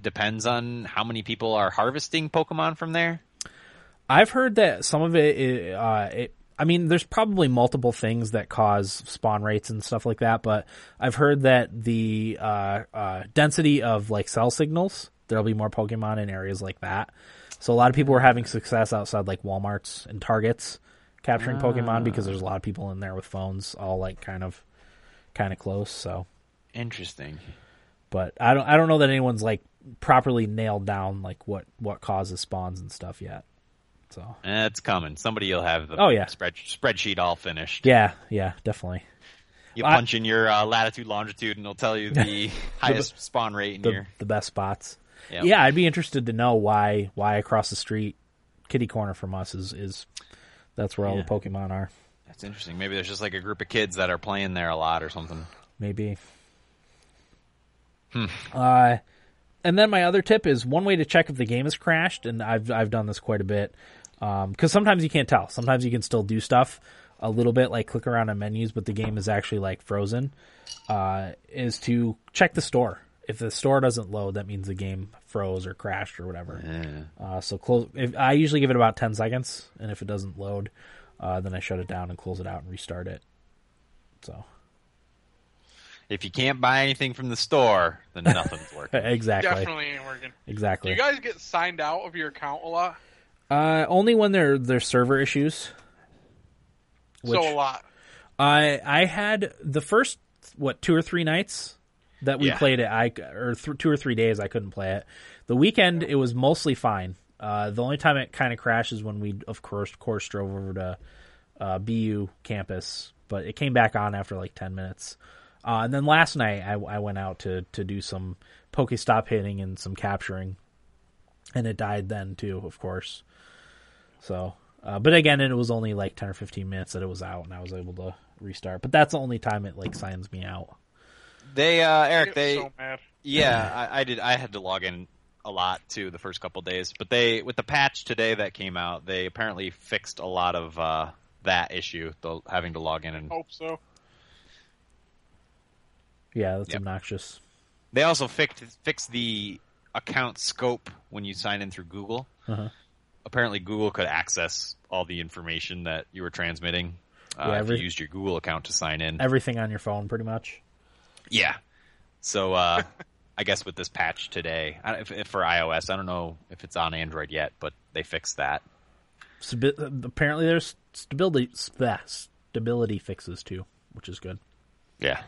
[SPEAKER 3] depends on how many people are harvesting Pokemon from there?
[SPEAKER 1] I've heard that some of it, it, uh, it, I mean, there's probably multiple things that cause spawn rates and stuff like that, but I've heard that the uh, uh, density of like cell signals, there'll be more Pokemon in areas like that. So a lot of people were having success outside like WalMarts and Targets capturing Pokemon because there's a lot of people in there with phones, all like kind of, kind of close. So,
[SPEAKER 3] Interesting.
[SPEAKER 1] but I don't, I don't know that anyone's like properly nailed down like what what causes spawns and stuff yet. So
[SPEAKER 3] That's coming. Somebody will have the
[SPEAKER 1] Oh, yeah.
[SPEAKER 3] spread, spreadsheet all finished.
[SPEAKER 1] yeah, yeah, definitely.
[SPEAKER 3] You
[SPEAKER 1] I-
[SPEAKER 3] punch in your uh, latitude, longitude, and it'll tell you the highest spawn rate in
[SPEAKER 1] the,
[SPEAKER 3] your.
[SPEAKER 1] the best spots.
[SPEAKER 3] Yeah.
[SPEAKER 1] Yeah, I'd be interested to know why why across the street, kitty corner from us is is that's where all
[SPEAKER 3] Yeah.
[SPEAKER 1] the Pokemon are.
[SPEAKER 3] That's interesting. Maybe there's just like a group of kids that are playing there a lot or something.
[SPEAKER 1] Maybe. Uh, and then my other tip is one way to check if the game has crashed, and I've I've done this quite a bit because sometimes you can't tell. Sometimes you can still do stuff a little bit, like click around on menus, but the game is actually like frozen. Uh, is to check the store. If the store doesn't load, that means the game froze or crashed or whatever. Uh, so close. If, I usually give it about ten seconds, and if it doesn't load, uh, then I shut it down and close it out and restart it. So
[SPEAKER 3] If you can't buy anything from the store, then nothing's working.
[SPEAKER 1] e-, exactly,
[SPEAKER 2] definitely ain't working. Do
[SPEAKER 1] exactly.
[SPEAKER 2] you guys get signed out of your account a lot?
[SPEAKER 1] Uh, only when there there's server issues. Which
[SPEAKER 2] So a lot.
[SPEAKER 1] I I had the first what two or three nights that we
[SPEAKER 3] Yeah.
[SPEAKER 1] played it. I or th- two or three days I couldn't play it. The weekend it was mostly fine. Uh, the only time it kind of crashed is when we of course of course drove over to uh, BU campus, but it came back on after like ten minutes. Uh, and then last night I, I went out to to do some Pokestop hitting and some capturing, and it died then too, of course. So, uh, but again, it was only like ten or fifteen minutes that it was out, and I was able to restart. But that's the only time it like signs me out.
[SPEAKER 3] They, uh,
[SPEAKER 2] I
[SPEAKER 3] Eric,
[SPEAKER 2] get
[SPEAKER 3] they
[SPEAKER 2] so mad.
[SPEAKER 3] Yeah, I, I did. I had to log in a lot too the first couple days. But they with the patch today that came out, they apparently fixed a lot of uh, that issue, the having to log in and
[SPEAKER 2] Hope so.
[SPEAKER 1] Yeah, that's
[SPEAKER 3] Yep.
[SPEAKER 1] obnoxious.
[SPEAKER 3] They also fixed fixed the account scope when you sign in through Google.
[SPEAKER 1] Uh-huh.
[SPEAKER 3] Apparently, Google could access all the information that you were transmitting uh,
[SPEAKER 1] Yeah,
[SPEAKER 3] if
[SPEAKER 1] every-
[SPEAKER 3] you used your Google account to sign in.
[SPEAKER 1] Everything on your phone, pretty much.
[SPEAKER 3] yeah. So uh, I guess with this patch today, I, if, if for iOS, I don't know if it's on Android yet, but they fixed that.
[SPEAKER 1] Stabi- uh, apparently, there's stability sp- stability fixes too, which is good.
[SPEAKER 3] Yeah.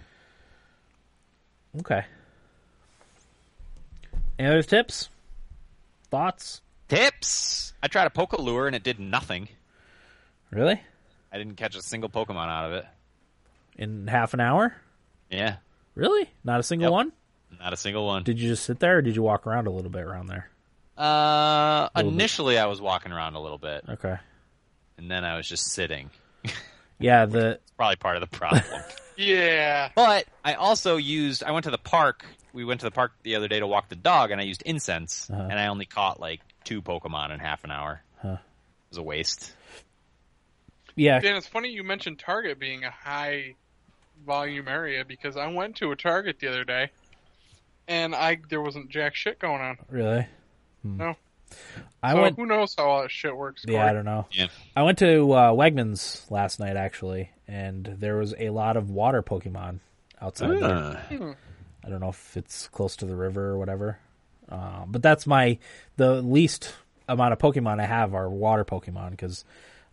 [SPEAKER 1] Okay. Any other tips? Thoughts?
[SPEAKER 3] Tips. I tried a poke a lure and it did nothing.
[SPEAKER 1] Really?
[SPEAKER 3] I didn't catch a single Pokemon out of it.
[SPEAKER 1] In half an hour?
[SPEAKER 3] Yeah,
[SPEAKER 1] Really? Not a single
[SPEAKER 3] Yep.
[SPEAKER 1] one?
[SPEAKER 3] not a single one.
[SPEAKER 1] Did you just sit there, or did you walk around a little bit around there?
[SPEAKER 3] Uh,
[SPEAKER 1] Little bit.
[SPEAKER 3] initially I was walking around a little bit,
[SPEAKER 1] Okay.
[SPEAKER 3] and then I was just sitting.
[SPEAKER 1] Yeah. The
[SPEAKER 3] It's probably part of the problem.
[SPEAKER 2] Yeah.
[SPEAKER 3] but I also used. I went to the park. We went to the park the other day to walk the dog, and I used incense,
[SPEAKER 1] Uh-huh.
[SPEAKER 3] and I only caught like two Pokemon in half an hour.
[SPEAKER 1] Huh.
[SPEAKER 3] It was a waste.
[SPEAKER 1] yeah.
[SPEAKER 2] Dan, it's funny you mentioned Target being a high volume area because I went to a Target the other day, and I there wasn't jack shit going on.
[SPEAKER 1] Really? Hmm.
[SPEAKER 2] No.
[SPEAKER 1] I
[SPEAKER 2] so
[SPEAKER 1] went.
[SPEAKER 2] who knows how all that shit works?
[SPEAKER 1] Yeah, I
[SPEAKER 2] Corey?
[SPEAKER 1] don't know.
[SPEAKER 3] Yeah.
[SPEAKER 1] I went to uh, Wegmans last night actually, and there was a lot of water Pokemon outside. there.
[SPEAKER 3] uh,
[SPEAKER 1] I don't know if it's close to the river or whatever, uh, but that's my the least amount of Pokemon I have are water Pokemon because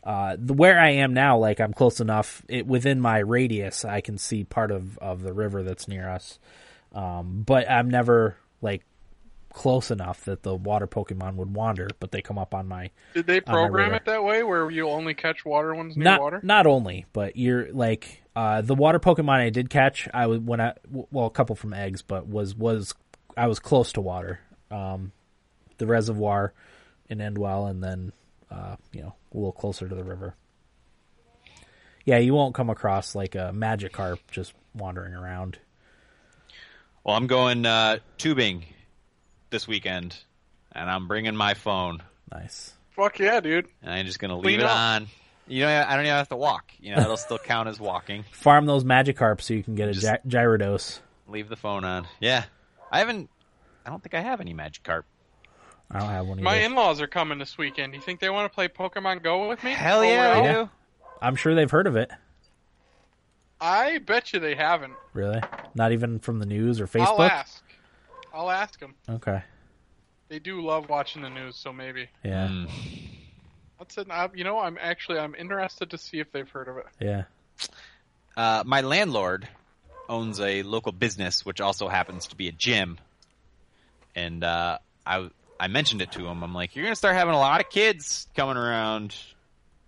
[SPEAKER 1] uh, the- where I am now, like I'm close enough it, within my radius, I can see part of of the river that's near us, um, but I'm never like close enough that the water Pokemon would wander, but they come up on my
[SPEAKER 2] Did they program
[SPEAKER 1] radar.
[SPEAKER 2] it that way where you only catch water ones near
[SPEAKER 1] not
[SPEAKER 2] water?
[SPEAKER 1] not only, but you're like uh, the water Pokemon I did catch. I was when I w- well a couple from eggs, but was was I was close to water. Um, the reservoir in Endwell, and then uh, you know a little closer to the river. Yeah, you won't come across like a Magikarp just wandering around.
[SPEAKER 3] Well, I'm going uh, tubing this weekend, and I'm bringing my phone,
[SPEAKER 1] Nice.
[SPEAKER 2] Fuck yeah, dude.
[SPEAKER 3] and I'm just gonna leave
[SPEAKER 2] Clean
[SPEAKER 3] it
[SPEAKER 2] up.
[SPEAKER 3] on. You know, I don't even have to walk. You know, it'll still count as walking.
[SPEAKER 1] Farm those Magikarp so you can get a
[SPEAKER 3] Just-
[SPEAKER 1] gy- Gyarados.
[SPEAKER 3] Leave the phone on. Yeah. I haven't. I don't think I have any Magikarp.
[SPEAKER 2] Oh,
[SPEAKER 1] I don't have one
[SPEAKER 2] My
[SPEAKER 1] either.
[SPEAKER 2] in laws are coming this weekend. You think they want to play Pokemon Go with me?
[SPEAKER 3] Hell
[SPEAKER 2] While
[SPEAKER 3] yeah,
[SPEAKER 2] we're
[SPEAKER 3] they
[SPEAKER 2] out?
[SPEAKER 3] do.
[SPEAKER 1] I'm sure they've heard of it.
[SPEAKER 2] I bet you they haven't.
[SPEAKER 1] Really? Not even from the news or
[SPEAKER 2] I'll
[SPEAKER 1] Facebook.
[SPEAKER 2] ask. I'll ask them.
[SPEAKER 1] Okay.
[SPEAKER 2] They do love watching the news, so maybe.
[SPEAKER 1] Yeah.
[SPEAKER 3] Mm.
[SPEAKER 2] That's an, I, you know, I'm actually I'm interested to see if they've heard of it.
[SPEAKER 1] Yeah.
[SPEAKER 3] Uh, my landlord owns a local business, which also happens to be a gym. And uh, I I mentioned it to him. I'm like, you're gonna start having a lot of kids coming around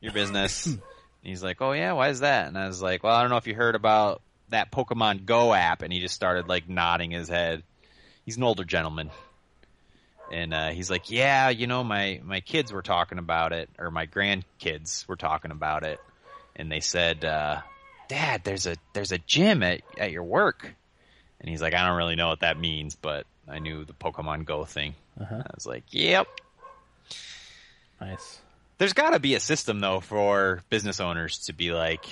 [SPEAKER 3] your business. and he's like, oh yeah, why is that? And I was like, well, I don't know if you heard about that Pokemon Go app. And he just started like nodding his head. He's an older gentleman. And uh, he's like, yeah, you know, my, my kids were talking about it, or my grandkids were talking about it, and they said, uh, Dad, there's a there's a gym at, at your work. And he's like, I don't really know what that means, but I knew the Pokemon Go thing.
[SPEAKER 1] Uh-huh.
[SPEAKER 3] I was like, Yep.
[SPEAKER 1] Nice.
[SPEAKER 3] There's got to be a system though for business owners to be like,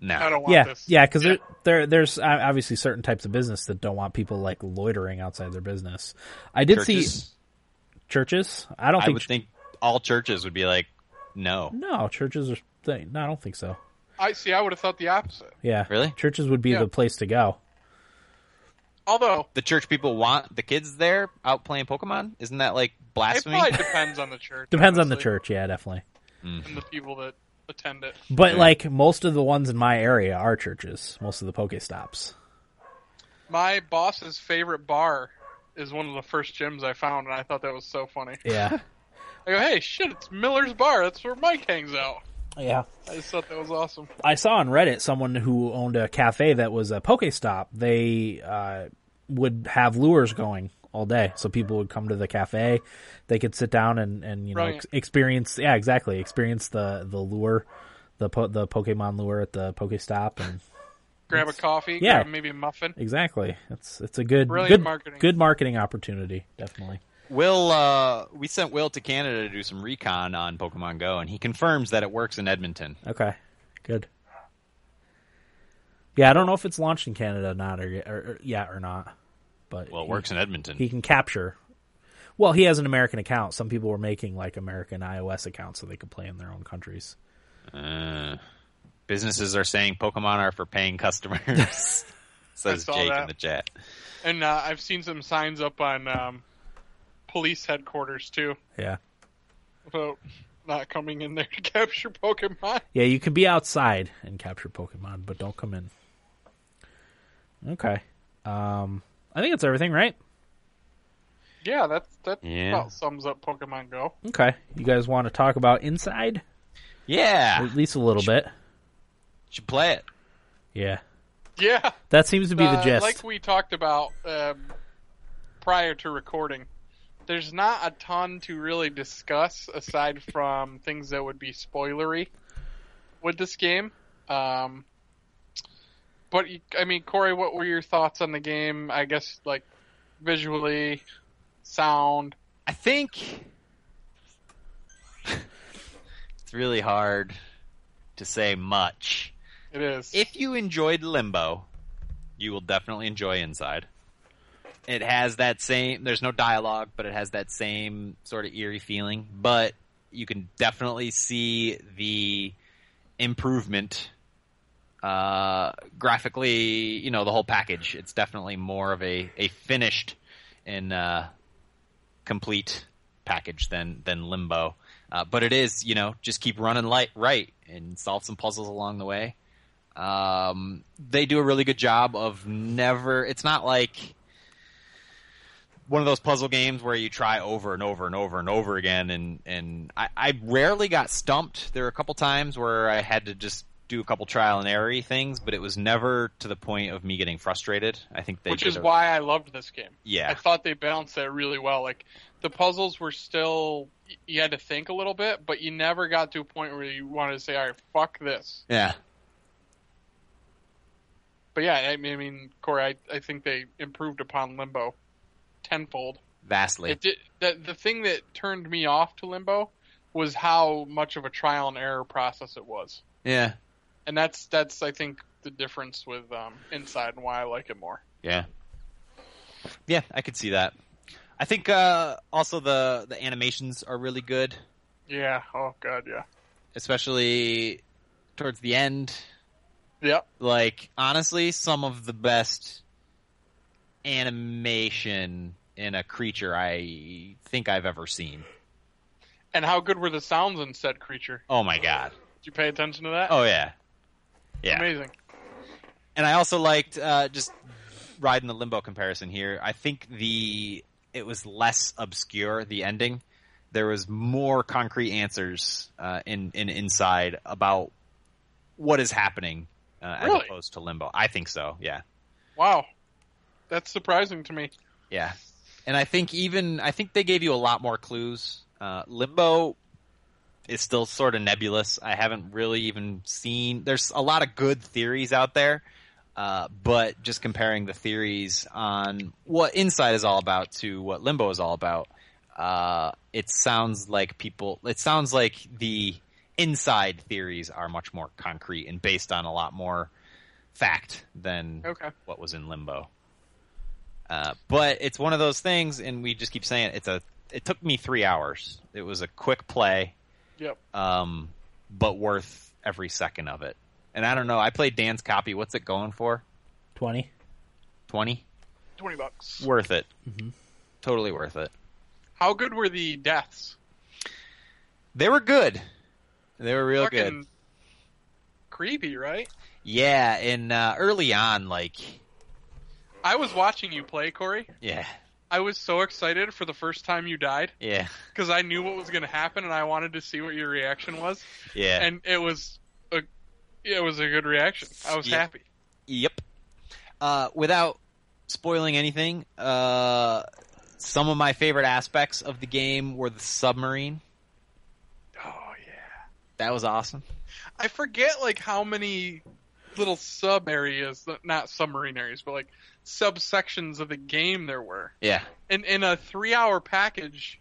[SPEAKER 3] no,
[SPEAKER 2] I don't want
[SPEAKER 1] Yeah,
[SPEAKER 2] this.
[SPEAKER 1] yeah, because there, there, there's uh, obviously certain types of business that don't want people like loitering outside their business. I did see
[SPEAKER 3] churches.
[SPEAKER 1] churches. I don't
[SPEAKER 3] I
[SPEAKER 1] think.
[SPEAKER 3] would think all churches would be like, no,
[SPEAKER 1] no, churches are. They, no, I don't think so.
[SPEAKER 2] I see. I would have thought the opposite.
[SPEAKER 1] Yeah,
[SPEAKER 3] really.
[SPEAKER 1] churches would be
[SPEAKER 2] Yeah.
[SPEAKER 1] the place to go.
[SPEAKER 2] Although
[SPEAKER 3] The church people want the kids there out playing Pokemon. Isn't that like
[SPEAKER 2] it
[SPEAKER 3] blasphemy?
[SPEAKER 2] probably depends on the church.
[SPEAKER 1] Depends on the
[SPEAKER 2] honestly,
[SPEAKER 1] church. Yeah, definitely.
[SPEAKER 2] and the people that attend it.
[SPEAKER 1] But
[SPEAKER 3] Yeah.
[SPEAKER 1] like most of the ones in my area are churches. Most of the Poke stops.
[SPEAKER 2] My boss's favorite bar is one of the first gyms I found, and I thought that was so funny.
[SPEAKER 1] Yeah,
[SPEAKER 2] I go, hey, shit, it's Miller's Bar. That's where Mike hangs out.
[SPEAKER 1] yeah.
[SPEAKER 2] I just thought that was awesome.
[SPEAKER 1] I saw on Reddit someone who owned a cafe that was a Pokestop. They uh, would have lures going all day, so people would come to the cafe. They could sit down and, and you know
[SPEAKER 2] Brilliant.
[SPEAKER 1] ex- experience. Yeah, exactly. Experience the the lure, the po- the Pokemon lure at the Pokestop, and
[SPEAKER 2] Grab a coffee,
[SPEAKER 1] Yeah.
[SPEAKER 2] grab maybe a muffin.
[SPEAKER 1] exactly. It's it's a good
[SPEAKER 2] Brilliant
[SPEAKER 1] good
[SPEAKER 2] marketing.
[SPEAKER 1] good marketing opportunity, definitely.
[SPEAKER 3] Will, uh, we sent Will to Canada to do some recon on Pokemon Go, and he confirms that it works in Edmonton.
[SPEAKER 1] Okay, good. Yeah, I don't know if it's launched in Canada or not, or, or, or yeah, or not. But
[SPEAKER 3] Well, it
[SPEAKER 1] he-
[SPEAKER 3] works in Edmonton.
[SPEAKER 1] He can capture. Well, he has an American account. Some people were making like American iOS accounts so they could play in their own countries.
[SPEAKER 3] Uh, businesses are saying Pokemon are for paying customers, says
[SPEAKER 2] saw
[SPEAKER 3] Jake in
[SPEAKER 2] that.
[SPEAKER 3] the chat.
[SPEAKER 2] And uh, I've seen some signs up on um, police headquarters too
[SPEAKER 1] Yeah,
[SPEAKER 2] about not coming in there to capture Pokemon.
[SPEAKER 1] yeah. You can be outside and capture Pokemon, but don't come in. Okay. Um, I think that's everything, right?
[SPEAKER 2] Yeah, that that
[SPEAKER 3] Yeah.
[SPEAKER 2] about sums up Pokemon Go.
[SPEAKER 1] Okay. You guys want to talk about inside
[SPEAKER 3] Yeah,
[SPEAKER 1] at least a little bit?
[SPEAKER 3] should play it.
[SPEAKER 1] Yeah,
[SPEAKER 2] Yeah,
[SPEAKER 1] that seems to be the
[SPEAKER 2] uh,
[SPEAKER 1] gist.
[SPEAKER 2] Like we talked about um, prior to recording, there's not a ton to really discuss aside from things that would be spoilery with this game. Um, but you, I mean, Corey, what were your thoughts on the game? I guess like visually, sound.
[SPEAKER 3] I think it's really hard to say much.
[SPEAKER 2] It is.
[SPEAKER 3] If you enjoyed Limbo, you will definitely enjoy Inside. It has that same. There's no dialogue, but it has that same sort of eerie feeling. But you can definitely see the improvement uh, graphically. You know the whole package. It's definitely more of a a finished and uh, complete package than than Limbo. Uh, but it is, you know, just keep running light right and solve some puzzles along the way. Um, they do a really good job of never. It's not like one of those puzzle games where you try over and over and over and over again. And and I, I rarely got stumped. There were a couple times where I had to just do a couple trial and error things, but it was never to the point of me getting frustrated. I think they
[SPEAKER 2] which
[SPEAKER 3] did
[SPEAKER 2] is
[SPEAKER 3] a-
[SPEAKER 2] why I loved this game.
[SPEAKER 3] Yeah.
[SPEAKER 2] I thought they balanced that really well. Like the puzzles were still y- you had to think a little bit, but you never got to a point where you wanted to say, "All right, fuck this."
[SPEAKER 3] yeah.
[SPEAKER 2] But yeah, I mean, I mean Corey, I, I think they improved upon Limbo tenfold.
[SPEAKER 3] Vastly.
[SPEAKER 2] It did. The, the thing that turned me off to Limbo was how much of a trial and error process it was,
[SPEAKER 3] yeah.
[SPEAKER 2] and that's that's I think the difference with um, Inside and why I like it more.
[SPEAKER 3] Yeah. Yeah, I could see that. I think uh, also the the animations are really good,
[SPEAKER 2] Yeah. Oh god. Yeah.
[SPEAKER 3] especially towards the end.
[SPEAKER 2] Yep.
[SPEAKER 3] Like honestly, some of the best animation in a creature I think I've ever seen.
[SPEAKER 2] And how good were the sounds in said creature?
[SPEAKER 3] Oh my god.
[SPEAKER 2] Did you pay attention to that?
[SPEAKER 3] Oh yeah. Yeah.
[SPEAKER 2] Amazing.
[SPEAKER 3] and I also liked uh, just riding the limbo comparison here. I think the it was less obscure the ending. There was more concrete answers uh, in in inside about what is happening uh, as
[SPEAKER 2] Really?
[SPEAKER 3] opposed to limbo. I think so. Yeah,
[SPEAKER 2] Wow. That's surprising to me.
[SPEAKER 3] yeah. And I think even I think they gave you a lot more clues. Uh, limbo is still sort of nebulous. I haven't really even seen. There's a lot of good theories out there, uh, but just comparing the theories on what Inside is all about to what Limbo is all about, uh, it sounds like people. It sounds like the Inside theories are much more concrete and based on a lot more fact than
[SPEAKER 2] Okay.
[SPEAKER 3] what was in Limbo. Uh, but it's one of those things, and we just keep saying it, it's a. It took me three hours. It was a quick play
[SPEAKER 2] Yep.
[SPEAKER 3] um, but worth every second of it. And I don't know. I played Dan's copy. What's it going for?
[SPEAKER 1] Twenty.
[SPEAKER 3] Twenty.
[SPEAKER 2] 20 bucks.
[SPEAKER 3] Worth it. Totally worth it.
[SPEAKER 2] How good were the deaths?
[SPEAKER 3] They were good. They were real
[SPEAKER 2] Fucking
[SPEAKER 3] good.
[SPEAKER 2] creepy, right?
[SPEAKER 3] Yeah, and uh, early on, like
[SPEAKER 2] I was watching you play, Corey.
[SPEAKER 3] yeah,
[SPEAKER 2] I was so excited for the first time you died
[SPEAKER 3] yeah,
[SPEAKER 2] because I knew what was going to happen and I wanted to see what your reaction was.
[SPEAKER 3] yeah.
[SPEAKER 2] And it was a it was a good reaction. I was
[SPEAKER 3] Yeah.
[SPEAKER 2] happy.
[SPEAKER 3] Yep. Uh, without spoiling anything, uh, some of my favorite aspects of the game were the submarine.
[SPEAKER 2] Oh yeah.
[SPEAKER 3] That was awesome.
[SPEAKER 2] I forget like how many little sub areas, not submarine areas, but like subsections of the game there were.
[SPEAKER 3] Yeah.
[SPEAKER 2] And in a three-hour package,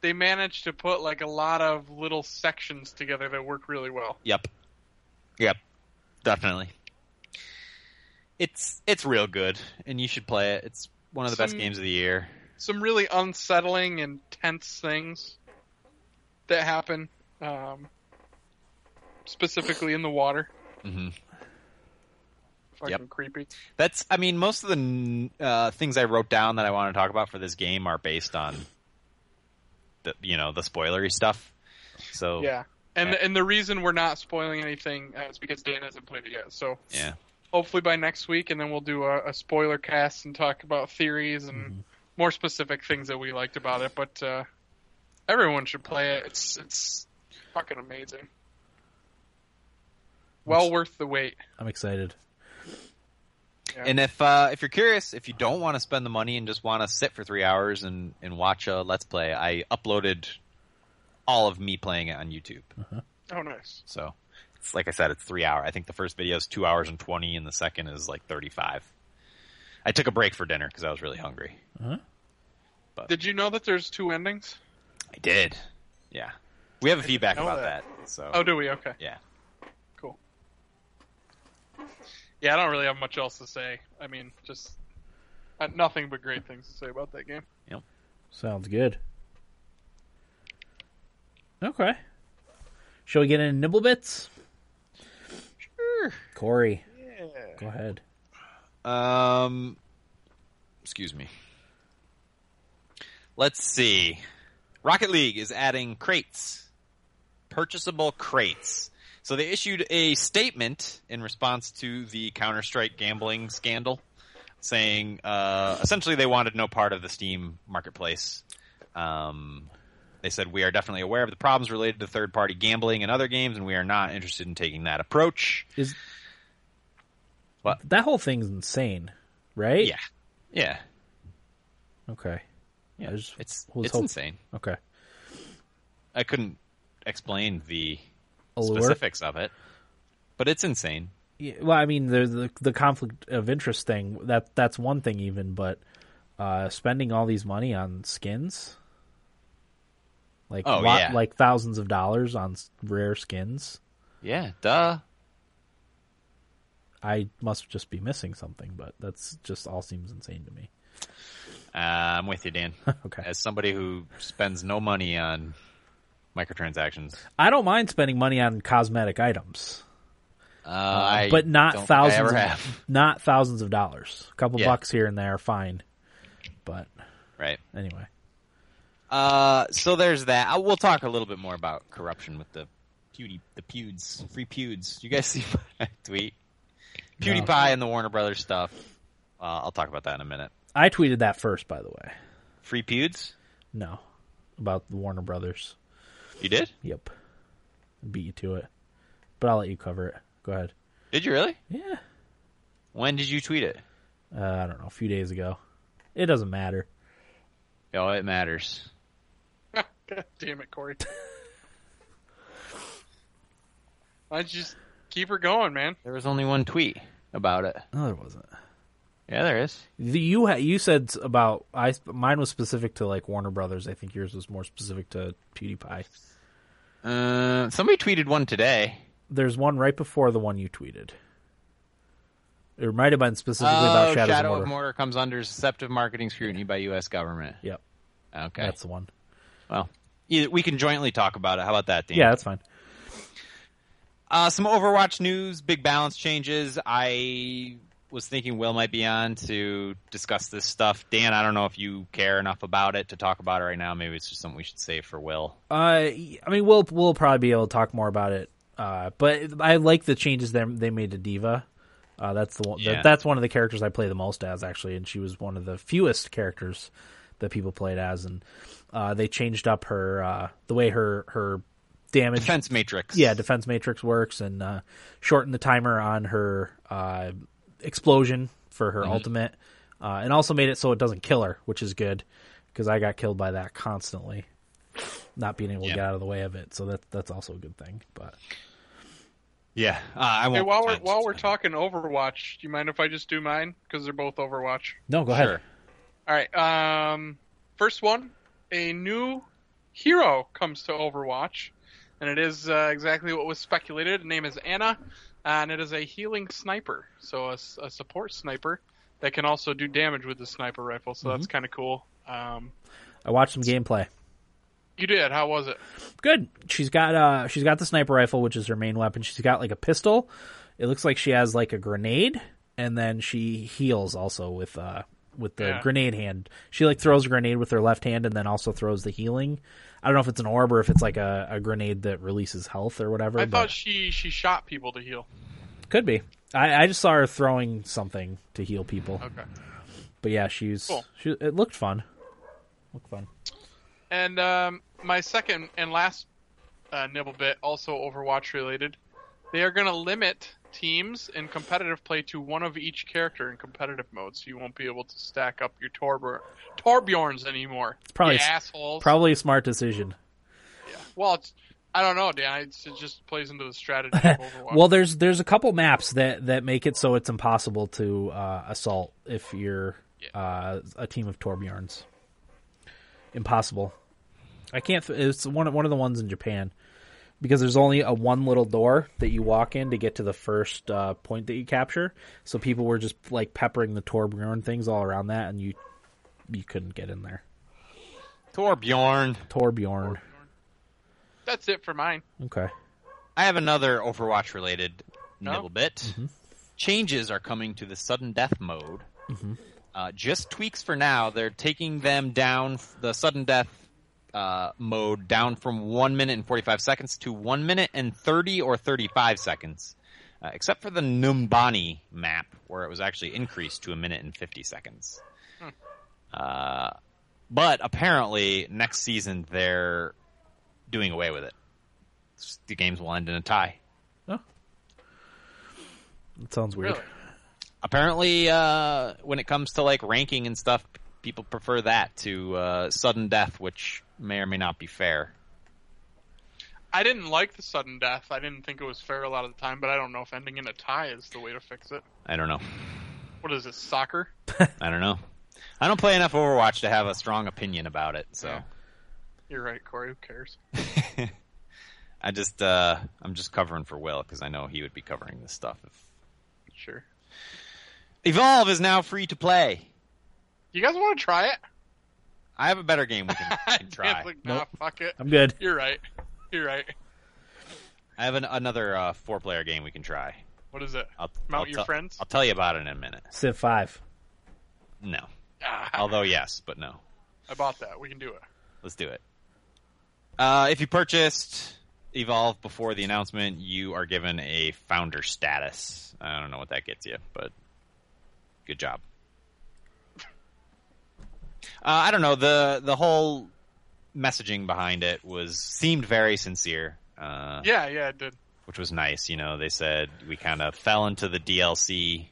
[SPEAKER 2] they managed to put like a lot of little sections together that work really well.
[SPEAKER 3] Yep. Yep. Definitely. It's it's real good, and you should play it. It's one of the best
[SPEAKER 2] Some-
[SPEAKER 3] games of the year.
[SPEAKER 2] Some really unsettling and tense things that happen, um, specifically in the water.
[SPEAKER 3] hmm
[SPEAKER 2] Fucking
[SPEAKER 3] Yep.
[SPEAKER 2] creepy.
[SPEAKER 3] That's I mean, most of the n- uh, things I wrote down that I want to talk about for this game are based on the you know the spoilery stuff. So
[SPEAKER 2] Yeah. And
[SPEAKER 3] Yeah.
[SPEAKER 2] and the reason we're not spoiling anything uh, is because Dan hasn't played it yet. So
[SPEAKER 3] yeah.
[SPEAKER 2] hopefully by next week, and then we'll do a, a spoiler cast and talk about theories and
[SPEAKER 3] Mm-hmm.
[SPEAKER 2] more specific things that we liked about it. But uh, everyone should play it. It's it's fucking amazing. Well worth the wait.
[SPEAKER 1] I'm excited.
[SPEAKER 3] And if uh, if you're curious, if you don't want to spend the money and just want to sit for three hours and, and watch a let's play, I uploaded all of me playing it on YouTube.
[SPEAKER 2] Oh, nice.
[SPEAKER 3] So it's like I said, it's three hour. I think the first video is two hours and twenty, and the second is like thirty five. I took a break for dinner because I was really hungry.
[SPEAKER 2] Did you know that there's two endings?
[SPEAKER 3] I did. Yeah, we have a feedback
[SPEAKER 2] know
[SPEAKER 3] about that.
[SPEAKER 2] that.
[SPEAKER 3] So
[SPEAKER 2] Oh, do we? Okay,
[SPEAKER 3] yeah,
[SPEAKER 2] cool. Yeah, I don't really have much else to say. I mean, just uh, nothing but great things to say about that game.
[SPEAKER 1] Sounds good. Okay. Shall we get into nibble bits?
[SPEAKER 3] sure.
[SPEAKER 1] Corey, go ahead.
[SPEAKER 3] Um, excuse me. Let's see. Rocket League is adding crates, purchasable crates. So they issued a statement in response to the Counter Strike gambling scandal, saying uh, essentially they wanted no part of the Steam marketplace. Um, they said we are definitely aware of the problems related to third party gambling and other games, and we are not interested in taking that approach.
[SPEAKER 1] Is
[SPEAKER 3] What?
[SPEAKER 1] that whole thing's insane, right?
[SPEAKER 3] Yeah, yeah.
[SPEAKER 1] Okay.
[SPEAKER 3] Yeah,
[SPEAKER 1] I just
[SPEAKER 3] it's
[SPEAKER 1] was
[SPEAKER 3] it's
[SPEAKER 1] hope-
[SPEAKER 3] insane.
[SPEAKER 1] Okay.
[SPEAKER 3] I couldn't explain the
[SPEAKER 1] Allure.
[SPEAKER 3] specifics of it, but it's insane.
[SPEAKER 1] Yeah, well, I mean, there's the the conflict of interest thing. That that's one thing, even, but uh, spending all these money on skins, like
[SPEAKER 3] Oh,
[SPEAKER 1] lot-
[SPEAKER 3] yeah.
[SPEAKER 1] like thousands of dollars on s- rare skins,
[SPEAKER 3] Yeah, duh.
[SPEAKER 1] I must just be missing something. But that's just all seems insane to me.
[SPEAKER 3] Uh, I'm with you, Dan.
[SPEAKER 1] Okay.
[SPEAKER 3] As somebody who spends no money on microtransactions,
[SPEAKER 1] I don't mind spending money on cosmetic items,
[SPEAKER 3] uh, I
[SPEAKER 1] but
[SPEAKER 3] don't
[SPEAKER 1] not
[SPEAKER 3] think I
[SPEAKER 1] thousands,
[SPEAKER 3] ever
[SPEAKER 1] of,
[SPEAKER 3] have.
[SPEAKER 1] not thousands of dollars. A couple
[SPEAKER 3] Yeah.
[SPEAKER 1] bucks here and there, fine. But
[SPEAKER 3] Right.
[SPEAKER 1] anyway,
[SPEAKER 3] Uh, so there's that. I, we'll talk a little bit more about corruption with the Pewdie, the Pewds, free Pewds. You guys see my tweet?
[SPEAKER 1] No.
[SPEAKER 3] PewDiePie and the Warner Brothers stuff. Uh, I'll talk about that in a minute.
[SPEAKER 1] I tweeted that first, by the way.
[SPEAKER 3] Free Pewds?
[SPEAKER 1] No, about the Warner Brothers.
[SPEAKER 3] You did?
[SPEAKER 1] Yep. Beat you to it. But I'll let you cover it. Go ahead.
[SPEAKER 3] Did you really?
[SPEAKER 1] Yeah.
[SPEAKER 3] When did you tweet it?
[SPEAKER 1] Uh, I don't know, a few days ago. It doesn't matter.
[SPEAKER 3] Oh, it matters.
[SPEAKER 2] God damn it, Corey. I just keep her going, man.
[SPEAKER 3] There was only one tweet about it.
[SPEAKER 1] No, there wasn't.
[SPEAKER 3] Yeah, there is.
[SPEAKER 1] The, you ha- you said about I mine was specific to like Warner Brothers. I think yours was more specific to PewDiePie.
[SPEAKER 3] Uh, somebody tweeted one today.
[SPEAKER 1] There's one right before the one you tweeted. It might have been specifically about
[SPEAKER 3] oh,
[SPEAKER 1] Shadows
[SPEAKER 3] Shadow
[SPEAKER 1] of
[SPEAKER 3] of
[SPEAKER 1] Mordor.
[SPEAKER 3] Mortar comes under susceptive marketing scrutiny by U.S. government.
[SPEAKER 1] Yep,
[SPEAKER 3] Okay.
[SPEAKER 1] that's the one.
[SPEAKER 3] Well, either, we can jointly talk about it. How about that, Dan?
[SPEAKER 1] Yeah, that's fine.
[SPEAKER 3] Uh, some Overwatch news, big balance changes. I was thinking Will might be on to discuss this stuff. Dan, I don't know if you care enough about it to talk about it right now. Maybe it's just something we should save for Will.
[SPEAKER 1] Uh, I mean, we'll we'll probably be able to talk more about it. Uh, but I like the changes they they made to Diva. Uh, that's the one.
[SPEAKER 3] Yeah.
[SPEAKER 1] That, that's one of the characters I play the most as actually, and she was one of the fewest characters that people played as, and uh, they changed up her uh, the way her her damage.
[SPEAKER 3] Defense Matrix.
[SPEAKER 1] Yeah, defense matrix works, and uh, shortened the timer on her uh, explosion for her ultimate, uh, and also made it so it doesn't kill her, which is good because I got killed by that constantly, not being able
[SPEAKER 3] Yeah.
[SPEAKER 1] to get out of the way of it. So that that's also a good thing. But
[SPEAKER 3] Yeah, uh, I won't.
[SPEAKER 2] Hey, while we're
[SPEAKER 3] pretend.
[SPEAKER 2] while we're talking Overwatch, do you mind if I just do mine because they're both Overwatch?
[SPEAKER 1] No, go
[SPEAKER 3] Sure.
[SPEAKER 1] ahead.
[SPEAKER 2] All right. Um, first one, a new hero comes to Overwatch, and it is uh, exactly what was speculated. The name is Anna, and it is a healing sniper, so a, s- a support sniper that can also do damage with the sniper rifle. So that's kind of cool. Um,
[SPEAKER 1] I watched some gameplay.
[SPEAKER 2] you did. How was it?
[SPEAKER 1] Good. She's got uh she's got the sniper rifle, which is her main weapon. She's got like a pistol. It looks like she has like a grenade, and then she heals also with uh with the
[SPEAKER 2] Yeah.
[SPEAKER 1] grenade hand. She like throws a grenade with her left hand, and then also throws the healing. I don't know if it's an orb or if it's like a, a grenade that releases health or whatever.
[SPEAKER 2] I
[SPEAKER 1] but
[SPEAKER 2] thought she she shot people to heal.
[SPEAKER 1] could be. I, I just saw her throwing something to heal people.
[SPEAKER 2] Okay.
[SPEAKER 1] But yeah, she's
[SPEAKER 2] Cool.
[SPEAKER 1] she, it looked fun. Looked fun.
[SPEAKER 2] And um, my second and last uh, nibble bit, also Overwatch related, they are going to limit teams in competitive play to one of each character in competitive mode, so you won't be able to stack up your Torbor- Torbjorns anymore. It's
[SPEAKER 1] probably-
[SPEAKER 2] assholes.
[SPEAKER 1] Probably a smart decision.
[SPEAKER 2] well, it's, I don't know, Dan. It's, it just plays into the strategy of Overwatch.
[SPEAKER 1] Well, there's there's a couple maps that that make it so it's impossible to uh, assault if you're
[SPEAKER 2] Yeah.
[SPEAKER 1] uh, a team of Torbjorns. Impossible. I can't. Th- it's one of- one of the ones in Japan because there's only a one little door that you walk in to get to the first uh, point that you capture. So people were just like peppering the Torbjorn things all around that, and you you couldn't get in there.
[SPEAKER 3] Torbjorn.
[SPEAKER 1] Torbjorn.
[SPEAKER 2] That's it for mine.
[SPEAKER 1] Okay.
[SPEAKER 3] I have another Overwatch related
[SPEAKER 2] No?
[SPEAKER 3] nibble bit. Changes are coming to the sudden death mode. Uh, just tweaks for now. They're taking them down, f- the sudden death uh, mode, down from 1 minute and 45 seconds to 1 minute and 30 or 35 seconds. Uh, except for the Numbani map, where it was actually increased to a minute and 50 seconds. Uh, but apparently, next season, they're doing away with it. It's- The games will end in a tie.
[SPEAKER 1] Oh. That sounds weird.
[SPEAKER 2] Really?
[SPEAKER 3] apparently uh, when it comes to like ranking and stuff people prefer that to uh, sudden death which may or may not be fair
[SPEAKER 2] I didn't like the sudden death. I didn't think it was fair a lot of the time, but I don't know if ending in a tie is the way to fix it.
[SPEAKER 3] i don't know
[SPEAKER 2] What is this, soccer?
[SPEAKER 3] i don't know i don't play enough overwatch to have a strong opinion about it so
[SPEAKER 2] Yeah. You're right, Corey. Who cares?
[SPEAKER 3] i just uh, i'm just covering for will because i know he would be covering this stuff if...
[SPEAKER 2] Sure.
[SPEAKER 3] evolve is now free to play
[SPEAKER 2] You guys want to try it?
[SPEAKER 3] i have a better game we can, we can try
[SPEAKER 2] Dan's like, nah,
[SPEAKER 1] Nope.
[SPEAKER 2] fuck it.
[SPEAKER 1] I'm good.
[SPEAKER 2] You're right. You're right.
[SPEAKER 3] i have an, another uh, four player game we can try
[SPEAKER 2] What is it?
[SPEAKER 3] I'll,
[SPEAKER 2] Mount
[SPEAKER 3] I'll
[SPEAKER 2] your
[SPEAKER 3] tell-
[SPEAKER 2] friends?
[SPEAKER 3] i'll tell you about it in a minute
[SPEAKER 1] Civ five.
[SPEAKER 3] no
[SPEAKER 2] Ah,
[SPEAKER 3] although yes but no
[SPEAKER 2] I bought that. We can do it.
[SPEAKER 3] Let's do it. Uh, if you purchased Evolve before the announcement, you are given a founder status. I don't know what that gets you, but good job. Uh, I don't know the the whole messaging behind it was seemed very sincere. Uh,
[SPEAKER 2] Yeah, yeah, it did.
[SPEAKER 3] which was nice. You know, they said we kind of fell into the DLC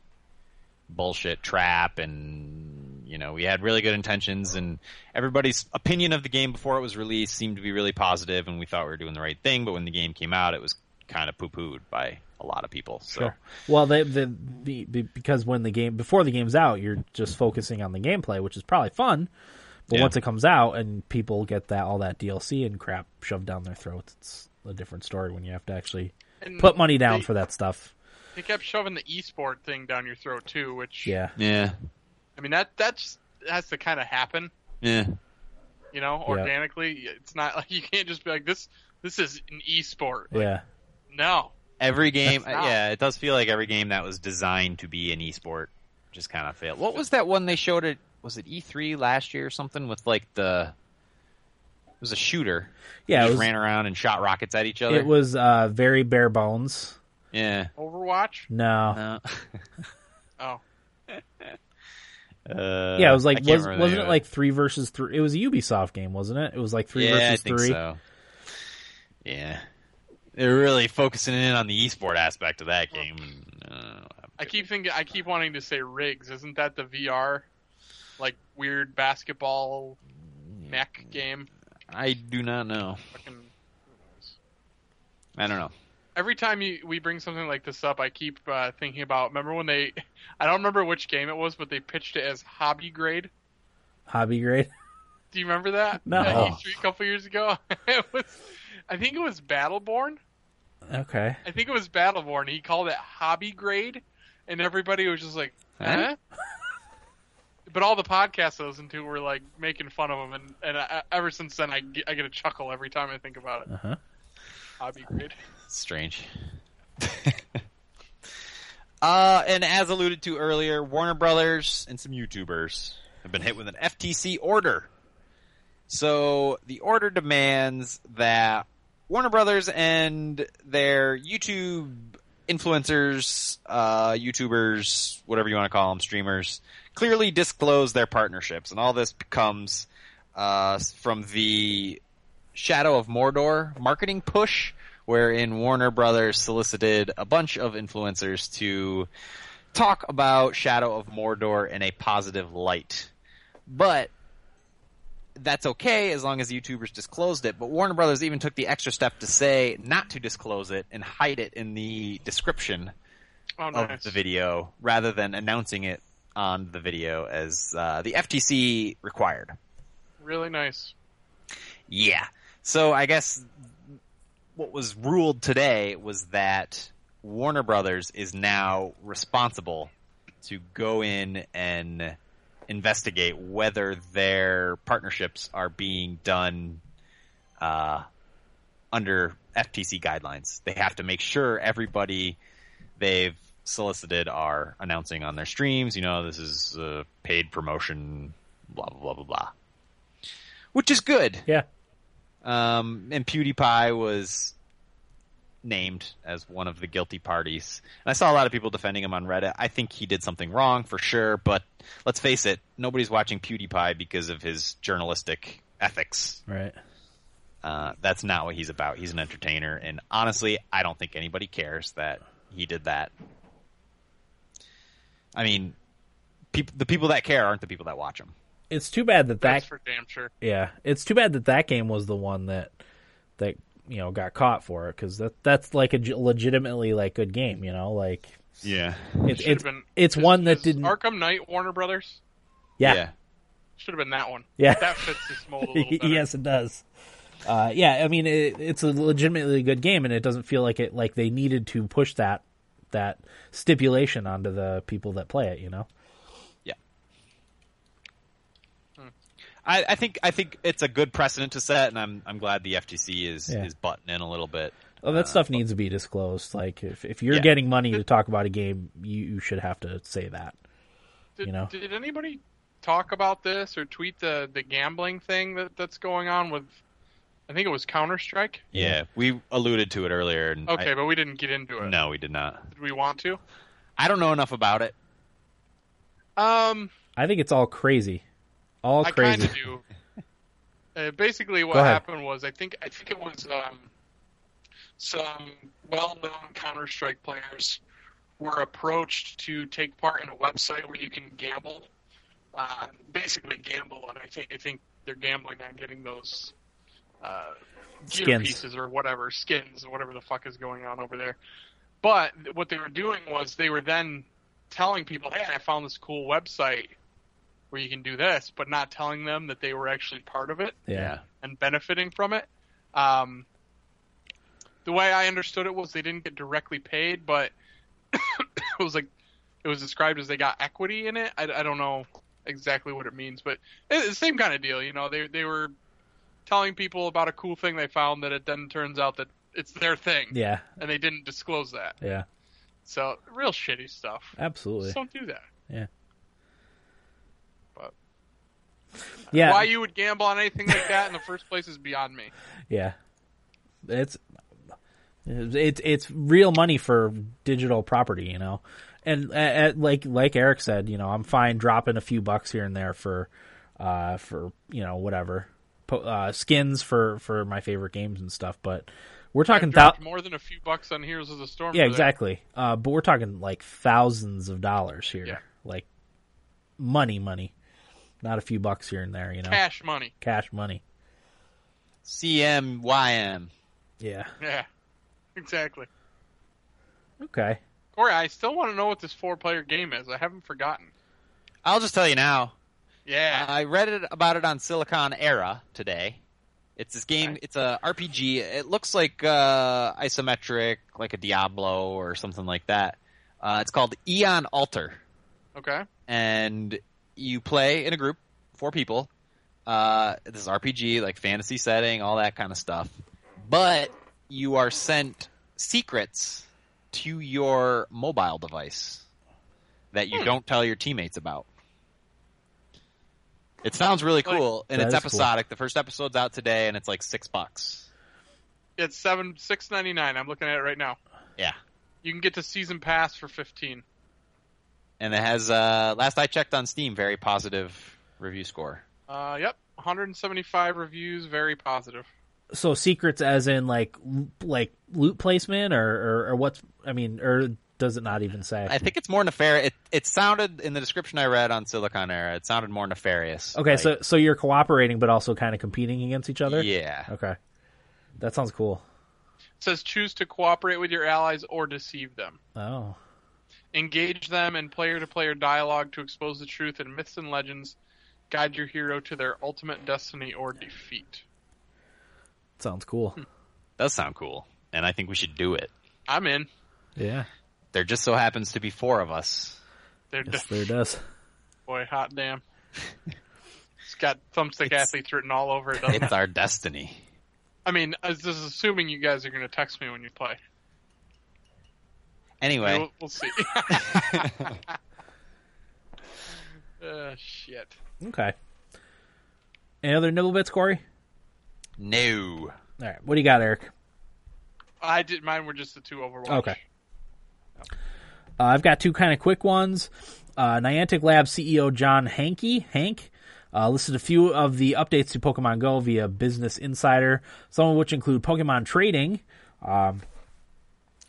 [SPEAKER 3] bullshit trap, and you know, we had really good intentions, and everybody's opinion of the game before it was released seemed to be really positive, and we thought we were doing the right thing. But when the game came out, it was kind of poo pooed by a lot of people. So
[SPEAKER 1] Sure. Well, they, the, the, the because when the game before the game's out, you're just focusing on the gameplay, which is probably fun. But
[SPEAKER 3] Yeah.
[SPEAKER 1] once it comes out and people get that all that DLC and crap shoved down their throats, it's a different story when you have to actually
[SPEAKER 2] And
[SPEAKER 1] put money down
[SPEAKER 2] they-
[SPEAKER 1] for that stuff.
[SPEAKER 2] They kept shoving the esport thing down your throat too, which
[SPEAKER 1] Yeah.
[SPEAKER 3] yeah,
[SPEAKER 2] I mean that that's has to kind of happen,
[SPEAKER 3] yeah.
[SPEAKER 2] you know, organically. It's not like you can't just be like this. This is an esport. Like,
[SPEAKER 1] Yeah.
[SPEAKER 2] No.
[SPEAKER 3] Every game,
[SPEAKER 2] That's not-
[SPEAKER 3] yeah, it does feel like every game that was designed to be an esport just kind of failed. What was that one they showed at? Was it E3 last year or something with like the? It was a shooter.
[SPEAKER 1] Yeah.
[SPEAKER 3] just
[SPEAKER 1] It was,
[SPEAKER 3] ran around and shot rockets at each other.
[SPEAKER 1] it was uh, very bare bones.
[SPEAKER 3] yeah.
[SPEAKER 2] Overwatch.
[SPEAKER 1] No.
[SPEAKER 3] Uh,
[SPEAKER 2] Oh,
[SPEAKER 3] Uh,
[SPEAKER 1] yeah. It was like was, wasn't it like three versus three? It was a Ubisoft game, wasn't it? It was like three
[SPEAKER 3] yeah,
[SPEAKER 1] versus
[SPEAKER 3] I think
[SPEAKER 1] three.
[SPEAKER 3] So. Yeah, they're really focusing in on the esport aspect of that game. Uh,
[SPEAKER 2] I keep thinking. I keep wanting to say rigs. Isn't that the VR, like weird basketball
[SPEAKER 1] Mm,
[SPEAKER 2] mech game?
[SPEAKER 3] I do not know.
[SPEAKER 2] Fucking.
[SPEAKER 3] I don't know.
[SPEAKER 2] every time you, we bring something like this up, I keep uh, thinking about. Remember when they? I don't remember which game it was, but they pitched it as hobby grade.
[SPEAKER 1] Hobby grade.
[SPEAKER 2] Do you remember that?
[SPEAKER 1] No.
[SPEAKER 2] At E3 a couple years ago, it was. I think it was Battleborn.
[SPEAKER 1] Okay.
[SPEAKER 2] I think it was Battleborn. He called it hobby grade, and everybody was just like,
[SPEAKER 3] Huh?
[SPEAKER 2] "Huh?" but all the podcasts I listened to were like making fun of him, and and I, ever since then, I get, I get a chuckle every time I think about it.
[SPEAKER 1] Uh huh.
[SPEAKER 2] Hobby grade.
[SPEAKER 3] Strange. uh, and as alluded to earlier, Warner Brothers and some YouTubers have been hit with an FTC order. So the order demands that Warner Brothers and their YouTube influencers, uh, YouTubers, whatever you want to call them, streamers, clearly disclose their partnerships. And all this comes uh, from the Shadow of Mordor marketing push, wherein Warner Brothers solicited a bunch of influencers to talk about Shadow of Mordor in a positive light. But that's okay as long as the YouTubers disclosed it. But Warner Brothers even took the extra step to say not to disclose it and hide it in the description
[SPEAKER 2] Oh,
[SPEAKER 3] of
[SPEAKER 2] nice.
[SPEAKER 3] the video rather than announcing it on the video as uh, the FTC required.
[SPEAKER 2] Really nice.
[SPEAKER 3] Yeah. So I guess what was ruled today was that Warner Brothers is now responsible to go in and investigate whether their partnerships are being done uh, under FTC guidelines. They have to make sure everybody they've solicited are announcing on their streams, you know, this is uh, paid promotion, blah, blah, blah, blah, blah. Which is good.
[SPEAKER 1] Yeah.
[SPEAKER 3] Um, and PewDiePie was named as one of the guilty parties. And I saw a lot of people defending him on Reddit. I think he did something wrong for sure, but let's face it, nobody's watching PewDiePie because of his journalistic ethics.
[SPEAKER 1] Right.
[SPEAKER 3] Uh, that's not what he's about. He's an entertainer, and honestly, I don't think anybody cares that he did that. I mean, peop- the people that care aren't the people that watch him.
[SPEAKER 1] It's too bad that that
[SPEAKER 2] That's for damn sure.
[SPEAKER 1] yeah. It's too bad that that game was the one that that you know got caught for it because that that's like a g- legitimately like good game. You know, like
[SPEAKER 3] Yeah.
[SPEAKER 1] it's
[SPEAKER 2] Should've
[SPEAKER 1] it's
[SPEAKER 2] been-
[SPEAKER 1] it's
[SPEAKER 2] is-
[SPEAKER 1] one that
[SPEAKER 2] is
[SPEAKER 1] didn't.
[SPEAKER 2] Arkham Knight Warner Brothers
[SPEAKER 1] yeah.
[SPEAKER 3] yeah.
[SPEAKER 2] should have been that one.
[SPEAKER 1] Yeah.
[SPEAKER 2] that fits this mold a little better.
[SPEAKER 1] yes, it does. Uh, yeah, I mean it, it's a legitimately good game, and it doesn't feel like it like they needed to push that that stipulation onto the people that play it. You know,
[SPEAKER 3] Yeah. I, I think I think it's a good precedent to set, and I'm I'm glad the FTC is
[SPEAKER 1] Yeah.
[SPEAKER 3] is butting in a little bit.
[SPEAKER 1] oh,
[SPEAKER 2] Uh,
[SPEAKER 1] that stuff needs to be disclosed. Like if if you're
[SPEAKER 3] Yeah.
[SPEAKER 1] getting money to talk about a game, you, you should have to say that.
[SPEAKER 2] Did,
[SPEAKER 1] you know?
[SPEAKER 2] did anybody talk about this or tweet the the gambling thing that that's going on with? I think it was Counter Strike.
[SPEAKER 3] Yeah, we alluded to it earlier. And
[SPEAKER 2] Okay,
[SPEAKER 3] I-
[SPEAKER 2] but we didn't get into it.
[SPEAKER 3] no, we did not.
[SPEAKER 2] Did we want to?
[SPEAKER 3] I don't know enough about it.
[SPEAKER 2] Um,
[SPEAKER 1] I think it's all crazy, all
[SPEAKER 2] I kind
[SPEAKER 1] crazy.
[SPEAKER 2] of do. Uh, basically, what
[SPEAKER 1] Go ahead.
[SPEAKER 2] happened was I think I think it was um, some well-known Counter Strike players were approached to take part in a website where you can gamble, uh, basically gamble, and I think I think they're gambling on getting those uh, gear
[SPEAKER 1] Skins.
[SPEAKER 2] pieces or whatever skins or whatever the fuck is going on over there. But what they were doing was they were then telling people, "Hey, I found this cool website where you can do this," but not telling them that they were actually part of it
[SPEAKER 1] Yeah,
[SPEAKER 2] and benefiting from it. Um, the way I understood it was they didn't get directly paid, but it was like it was described as they got equity in it. I, I don't know exactly what it means, but it's the same kind of deal. You know, they they were telling people about a cool thing they found that it then turns out that it's their thing,
[SPEAKER 1] yeah,
[SPEAKER 2] and they didn't disclose that.
[SPEAKER 1] yeah,
[SPEAKER 2] So real shitty stuff.
[SPEAKER 1] absolutely.
[SPEAKER 2] Just don't do that.
[SPEAKER 1] yeah,
[SPEAKER 2] Why you would gamble on anything like that in the first place is beyond me.
[SPEAKER 1] Yeah, it's it's it's real money for digital property, you know. And uh, uh, like like Eric said, you know, I'm fine dropping a few bucks here and there for uh for you know whatever po- uh, skins for for my favorite games and stuff. But we're
[SPEAKER 2] I
[SPEAKER 1] talking thou-
[SPEAKER 2] dropped more than a few bucks on Heroes of the Storm.
[SPEAKER 1] yeah
[SPEAKER 2] for that.
[SPEAKER 1] exactly. Uh, but we're talking like thousands of dollars here,
[SPEAKER 2] Yeah.
[SPEAKER 1] like money, money, not a few bucks here and there, you know,
[SPEAKER 2] Cash money.
[SPEAKER 1] cash money.
[SPEAKER 3] CMYM.
[SPEAKER 1] Yeah.
[SPEAKER 2] Yeah, exactly.
[SPEAKER 1] Okay.
[SPEAKER 2] Corey, I still want to know what this four-player game is. I haven't forgotten.
[SPEAKER 3] I'll just tell you now.
[SPEAKER 2] Yeah.
[SPEAKER 3] I read it about it on Silicon Era today. It's this game. It's a RPG. It looks like uh, isometric, like a Diablo or something like that. Uh, it's called Eon Altar,
[SPEAKER 2] Uh-huh. Okay.
[SPEAKER 3] and you play in a group, four people. Uh, this is RPG, like fantasy setting, all that kind of stuff. But you are sent secrets to your mobile device that you don't tell your teammates about. It sounds really
[SPEAKER 2] Like-
[SPEAKER 3] cool, and
[SPEAKER 1] That
[SPEAKER 3] it's
[SPEAKER 1] is cool.
[SPEAKER 3] episodic. The first episode's out today, and it's like six bucks.
[SPEAKER 2] It's seven six ninety nine. I'm looking at it right now.
[SPEAKER 3] Yeah,
[SPEAKER 2] You can get the season pass for fifteen.
[SPEAKER 3] and it has. Uh, last I checked on Steam, very positive review score.
[SPEAKER 2] Uh, yep. 175 reviews, very positive.
[SPEAKER 1] So secrets, as in like l- like loot placement, or or, or what's I mean, or does it not even say?
[SPEAKER 3] I think it's more nefarious. It, it sounded in the description I read on Silicon Era. It sounded more nefarious.
[SPEAKER 1] okay,
[SPEAKER 3] Like,
[SPEAKER 1] so so you're cooperating, but also kind of competing against each other.
[SPEAKER 3] yeah,
[SPEAKER 1] Okay, that sounds cool.
[SPEAKER 2] It says choose to cooperate with your allies or deceive them.
[SPEAKER 1] Oh,
[SPEAKER 2] Engage them in player to player dialogue to expose the truth in myths and legends. Guide your hero to their ultimate destiny or defeat.
[SPEAKER 1] sounds
[SPEAKER 3] Hmm.
[SPEAKER 1] cool.
[SPEAKER 3] does sound cool, and I think we should do it.
[SPEAKER 2] I'm in.
[SPEAKER 1] Yeah,
[SPEAKER 3] There just so happens to be four of us.
[SPEAKER 2] They're
[SPEAKER 1] yes, there does.
[SPEAKER 2] boy, hot damn. It's got thumbstick
[SPEAKER 3] It's-
[SPEAKER 2] athletes written all over it. doesn't it?
[SPEAKER 3] It's our destiny.
[SPEAKER 2] I mean, uh, this is assuming you guys are going to text me when you play.
[SPEAKER 3] Anyway,
[SPEAKER 2] We'll, we'll see. uh, shit.
[SPEAKER 1] Okay. Any other nibble bits, Corey?
[SPEAKER 3] no.
[SPEAKER 1] All right, what do you got, Eric?
[SPEAKER 2] I did mine were just the two Overwatch.
[SPEAKER 1] Okay. Uh, I've got two kind of quick ones. Uh, Niantic Lab CEO John Hankey, Hank, uh, listed a few of the updates to Pokemon Go via Business Insider, some of which include Pokemon trading, um,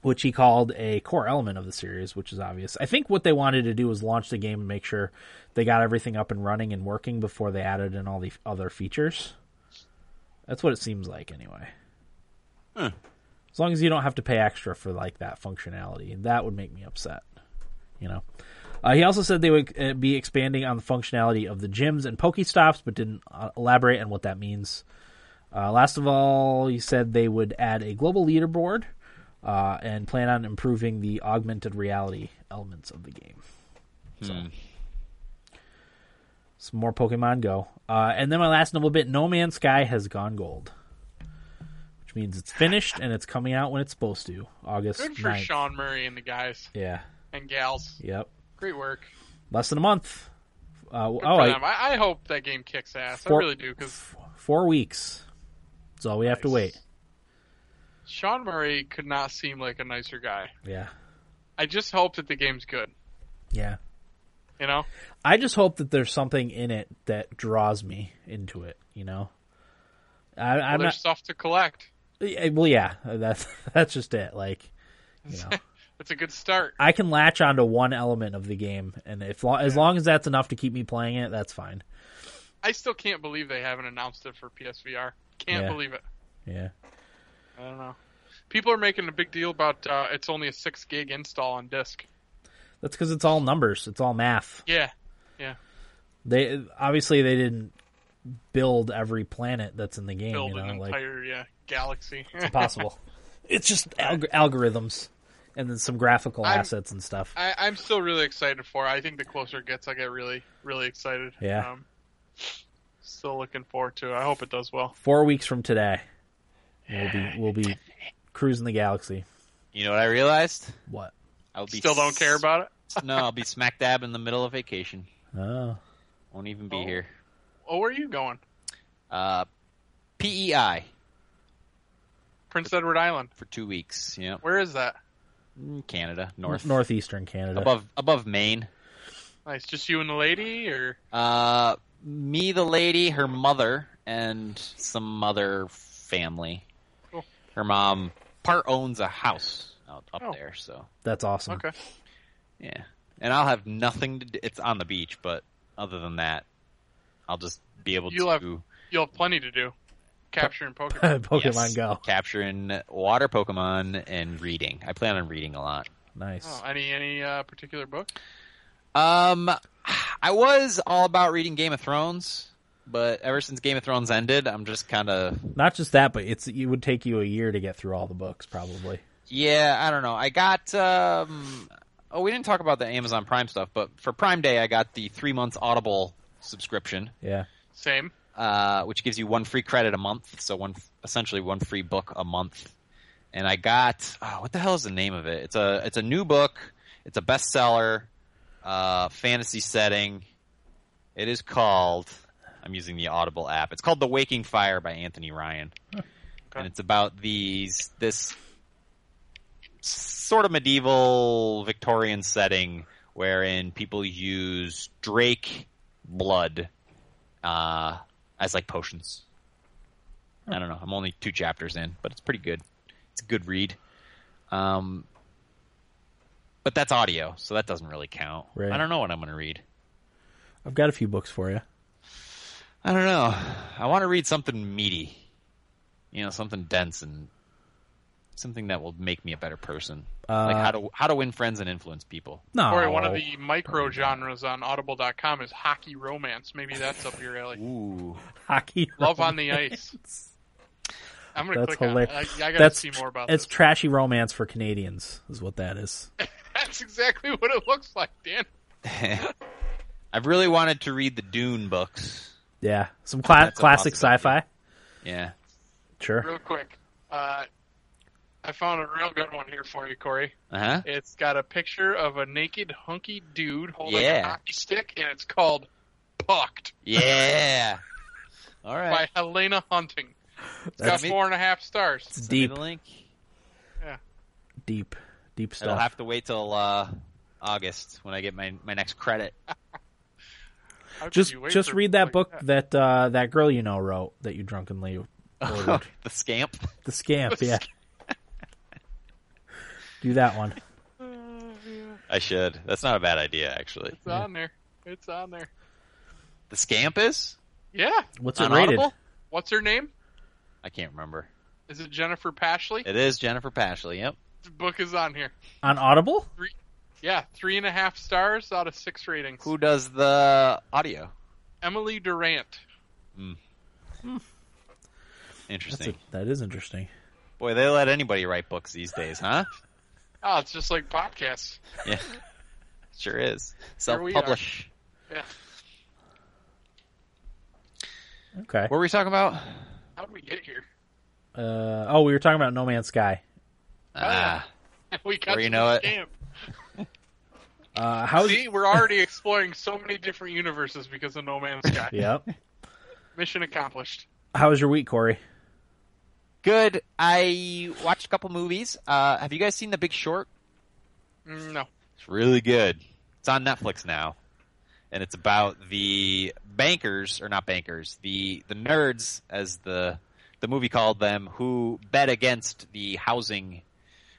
[SPEAKER 1] which he called a core element of the series, which is obvious. I think what they wanted to do was launch the game and make sure they got everything up and running and working before they added in all the other features. That's what it seems like, anyway. As long as you don't have to pay extra for like that functionality, that would make me upset. You know. Uh, he also said they would uh, be expanding on the functionality of the gyms and Pokestops, but didn't uh, elaborate on what that means. Uh, last of all, he said they would add a global leaderboard uh, and plan on improving the augmented reality elements of the game. So, some more Pokemon Go, uh, and then my last nibble bit: No Man's Sky has gone gold, which means it's finished and it's coming out when it's supposed to, August
[SPEAKER 2] Good for
[SPEAKER 1] 9th.
[SPEAKER 2] Sean Murray and the guys
[SPEAKER 1] Yeah,
[SPEAKER 2] and gals.
[SPEAKER 1] yep,
[SPEAKER 2] Great work.
[SPEAKER 1] less than a month. Uh,
[SPEAKER 2] Good
[SPEAKER 1] oh,
[SPEAKER 2] for
[SPEAKER 1] I-
[SPEAKER 2] them. um, I, I hope that game kicks ass.
[SPEAKER 1] Four-
[SPEAKER 2] I really do because
[SPEAKER 1] four weeks. That's all we have to wait.
[SPEAKER 2] Sean Murray could not seem like a nicer guy.
[SPEAKER 1] Yeah,
[SPEAKER 2] I just hope that the game's good.
[SPEAKER 1] yeah.
[SPEAKER 2] You know,
[SPEAKER 1] I just hope that there's something in it that draws me into it. You know, I,
[SPEAKER 2] well,
[SPEAKER 1] I'm
[SPEAKER 2] there's
[SPEAKER 1] not.
[SPEAKER 2] stuff to collect.
[SPEAKER 1] eh, Well, yeah, that's that's just it. Like, you know,
[SPEAKER 2] It's a good start.
[SPEAKER 1] I can latch onto one element of the game, and if lo- as long as that's enough to keep me playing it, that's fine.
[SPEAKER 2] I still can't believe they haven't announced it for PSVR. Can't
[SPEAKER 1] Yeah.
[SPEAKER 2] believe it.
[SPEAKER 1] Yeah.
[SPEAKER 2] I don't know. People are making a big deal about uh, it's only a six gig install on disk.
[SPEAKER 1] That's because it's all numbers. It's all math.
[SPEAKER 2] Yeah,
[SPEAKER 1] They obviously they didn't build every planet that's in the game.
[SPEAKER 2] build
[SPEAKER 1] you know,
[SPEAKER 2] an
[SPEAKER 1] like
[SPEAKER 2] entire yeah galaxy.
[SPEAKER 1] possible. it's just alg- algorithms and then some graphical
[SPEAKER 2] I'm-
[SPEAKER 1] assets and stuff.
[SPEAKER 2] I, I'm still really excited for. it. I think the closer it gets, I get really, really excited.
[SPEAKER 1] Yeah.
[SPEAKER 2] Um, still looking forward to. it. I hope it does well.
[SPEAKER 1] Four weeks from today, we'll be we'll be cruising the galaxy.
[SPEAKER 3] You know what I realized?
[SPEAKER 1] What?
[SPEAKER 3] I will be
[SPEAKER 2] Still don't care about it.
[SPEAKER 3] no, I'll be smack dab in the middle of vacation.
[SPEAKER 1] Oh,
[SPEAKER 3] Won't even be
[SPEAKER 2] Oh.
[SPEAKER 3] here.
[SPEAKER 2] Oh, where are you going?
[SPEAKER 3] Uh, PEI
[SPEAKER 2] Prince Edward Island.
[SPEAKER 3] for two weeks. Yep,
[SPEAKER 2] Where is that?
[SPEAKER 3] Mm, Canada, north,
[SPEAKER 1] northeastern Canada.
[SPEAKER 3] above, above Maine.
[SPEAKER 2] Nice. Just you and the lady, or
[SPEAKER 3] Uh, me, the lady, her mother, and some other family.
[SPEAKER 2] Cool.
[SPEAKER 3] Her mom part owns a house out up
[SPEAKER 2] Oh.
[SPEAKER 3] there, so
[SPEAKER 1] That's awesome.
[SPEAKER 2] okay.
[SPEAKER 3] yeah. And I'll have nothing to. do. It's on the beach, but other than that, I'll just be able
[SPEAKER 2] You'll
[SPEAKER 3] to
[SPEAKER 2] have You'll have plenty to do. Capturing Pokemon.
[SPEAKER 1] Pokemon
[SPEAKER 3] yes,
[SPEAKER 1] Go.
[SPEAKER 3] capturing water Pokemon and reading. I plan on reading a lot.
[SPEAKER 1] Nice.
[SPEAKER 2] Oh, any any uh, particular book?
[SPEAKER 3] Um, I was all about reading Game of Thrones, but ever since Game of Thrones ended, I'm just kind of
[SPEAKER 1] Not just that, but it's it would take you a year to get through all the books probably.
[SPEAKER 3] yeah. I don't know. I got um. Oh, we didn't talk about the Amazon Prime stuff, but for Prime Day, I got the three months Audible subscription,
[SPEAKER 1] Yeah.
[SPEAKER 2] Same.
[SPEAKER 3] uh, which gives you one free credit a month, so one essentially one free book a month. And I got oh, what the hell is the name of it? It's a it's a new book. It's a bestseller, uh, fantasy setting. It is called. I'm using the Audible app. It's called The Waking Fire by Anthony Ryan, and it's about these this sort of medieval Victorian setting wherein people use drake blood uh, as like potions. I don't know. I'm only two chapters in, but it's pretty good. It's a good read. Um, but that's audio, so that doesn't really count.
[SPEAKER 1] Right.
[SPEAKER 3] I don't know what I'm going to read.
[SPEAKER 1] I've got a few books for you.
[SPEAKER 3] I don't know. I want to read something meaty, you know, something dense and something that will make me a better person.
[SPEAKER 1] Uh,
[SPEAKER 3] like how to how to win friends and influence people.
[SPEAKER 1] No.
[SPEAKER 2] Corey, one of the micro genres on Audible.com is hockey romance. Maybe that's up your alley.
[SPEAKER 3] Ooh,
[SPEAKER 1] hockey.
[SPEAKER 2] Love on the ice. I'm gonna
[SPEAKER 1] That's
[SPEAKER 2] click
[SPEAKER 1] hilarious.
[SPEAKER 2] on. It. I, I gotta
[SPEAKER 1] That's
[SPEAKER 2] see more about
[SPEAKER 1] it's
[SPEAKER 2] this.
[SPEAKER 1] trashy romance for Canadians, is what that is.
[SPEAKER 2] That's exactly what it looks like, Dan.
[SPEAKER 3] I've really wanted to read the Dune books.
[SPEAKER 1] Yeah, some cla-
[SPEAKER 3] That's a
[SPEAKER 1] classic
[SPEAKER 3] possibility.
[SPEAKER 1] sci-fi.
[SPEAKER 3] Yeah.
[SPEAKER 1] Sure.
[SPEAKER 2] Real quick, uh, I found a real good one here for you, Corey.
[SPEAKER 3] Uh huh.
[SPEAKER 2] It's got a picture of a naked, hunky dude holding
[SPEAKER 3] Yeah.
[SPEAKER 2] a hockey stick, and it's called "Pucked"
[SPEAKER 3] Yeah. All right.
[SPEAKER 2] by Helena Hunting. It's
[SPEAKER 1] That's
[SPEAKER 2] got four and a half stars.
[SPEAKER 1] It's
[SPEAKER 3] Send me
[SPEAKER 1] deep,
[SPEAKER 3] the link.
[SPEAKER 1] deep, deep
[SPEAKER 3] I'll
[SPEAKER 1] stuff.
[SPEAKER 3] have to wait till uh, August when I get my, my next credit.
[SPEAKER 2] How could
[SPEAKER 1] just
[SPEAKER 2] you wait
[SPEAKER 1] just
[SPEAKER 2] for
[SPEAKER 1] read that
[SPEAKER 2] like
[SPEAKER 1] book that uh, that girl you know wrote that you drunkenly
[SPEAKER 3] the
[SPEAKER 1] ordered.
[SPEAKER 3] scamp.
[SPEAKER 1] the scamp, yeah. Do that one.
[SPEAKER 3] I should. That's not a bad idea, actually.
[SPEAKER 2] It's on there. It's on there.
[SPEAKER 3] The scamp is
[SPEAKER 2] Yeah.
[SPEAKER 1] What's it
[SPEAKER 3] on
[SPEAKER 1] rated?
[SPEAKER 3] Audible?
[SPEAKER 2] What's her name?
[SPEAKER 3] I can't remember.
[SPEAKER 2] Is it Jennifer Pashley?
[SPEAKER 3] It is Jennifer Pashley. Yep.
[SPEAKER 2] The book is on here.
[SPEAKER 1] On Audible?
[SPEAKER 2] Yeah, three and a half stars out of six ratings.
[SPEAKER 3] Who does the audio?
[SPEAKER 2] Emily Durant.
[SPEAKER 1] That's a,
[SPEAKER 3] Interesting.
[SPEAKER 1] that is interesting.
[SPEAKER 3] Boy, they let anybody write books these days, huh?
[SPEAKER 2] Oh, it's just like podcasts.
[SPEAKER 3] yeah. Sure is.
[SPEAKER 2] Here
[SPEAKER 3] Self
[SPEAKER 2] we are.
[SPEAKER 3] publish.
[SPEAKER 2] Yeah.
[SPEAKER 1] Okay.
[SPEAKER 3] What were we talking about?
[SPEAKER 2] How did we get here?
[SPEAKER 1] Uh, oh, we were talking about No Man's Sky.
[SPEAKER 3] Ah.
[SPEAKER 2] We got
[SPEAKER 3] Or you
[SPEAKER 2] to
[SPEAKER 3] know
[SPEAKER 2] the
[SPEAKER 3] it.
[SPEAKER 2] Camp.
[SPEAKER 1] Uh, how?
[SPEAKER 2] See, we're already exploring so many different universes because of No Man's Sky.
[SPEAKER 1] Yep.
[SPEAKER 2] Mission accomplished.
[SPEAKER 1] How was your week, Corey?
[SPEAKER 3] Good. I watched a couple movies. Uh, have you guys seen The Big Short?
[SPEAKER 2] Mm, No.
[SPEAKER 3] It's really good. It's on Netflix now, and it's about the bankers or not bankers, the the nerds as the the movie called them, who bet against the housing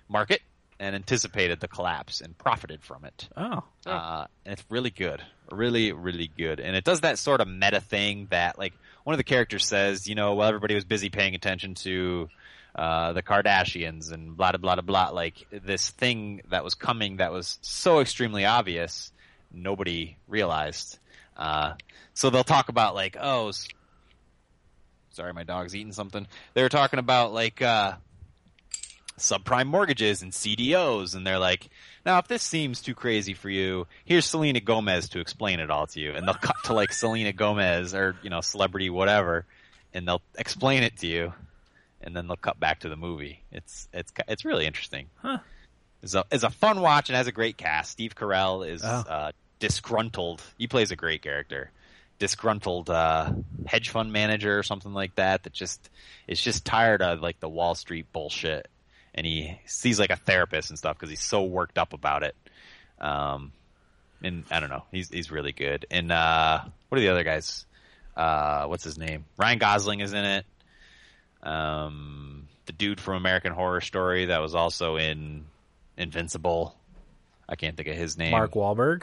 [SPEAKER 3] market and anticipated the collapse and profited from it.
[SPEAKER 1] Oh,
[SPEAKER 3] Uh, and it's really good, really, really good. And it does that sort of meta thing that, like, one of the characters says, you know, well, everybody was busy paying attention to uh, the Kardashians and blah, blah, blah, blah, blah. Like, this thing that was coming that was so extremely obvious, nobody realized. Uh, so they'll talk about, like, oh, s- sorry, my dog's eating something. They were talking about, like, uh, subprime mortgages and CDOs, and they're like, "Now, if this seems too crazy for you, here's Selena Gomez to explain it all to you." And they'll cut to like Selena Gomez or you know celebrity whatever, and they'll explain it to you, and then they'll cut back to the movie. It's it's it's really interesting.
[SPEAKER 1] Huh.
[SPEAKER 3] It's a it's a fun watch and has a great cast. Steve Carell is
[SPEAKER 1] Oh.
[SPEAKER 3] uh, disgruntled. He plays a great character. Disgruntled uh, hedge fund manager or something like that that just is just tired of like the Wall Street bullshit and he sees like a therapist and stuff because he's so worked up about it. Um, and I don't know, he's he's really good. And uh, what are the other guys? Uh, what's his name? Ryan Gosling is in it. Um, the dude from American Horror Story that was also in Invincible. I can't think of his name.
[SPEAKER 1] Mark Wahlberg.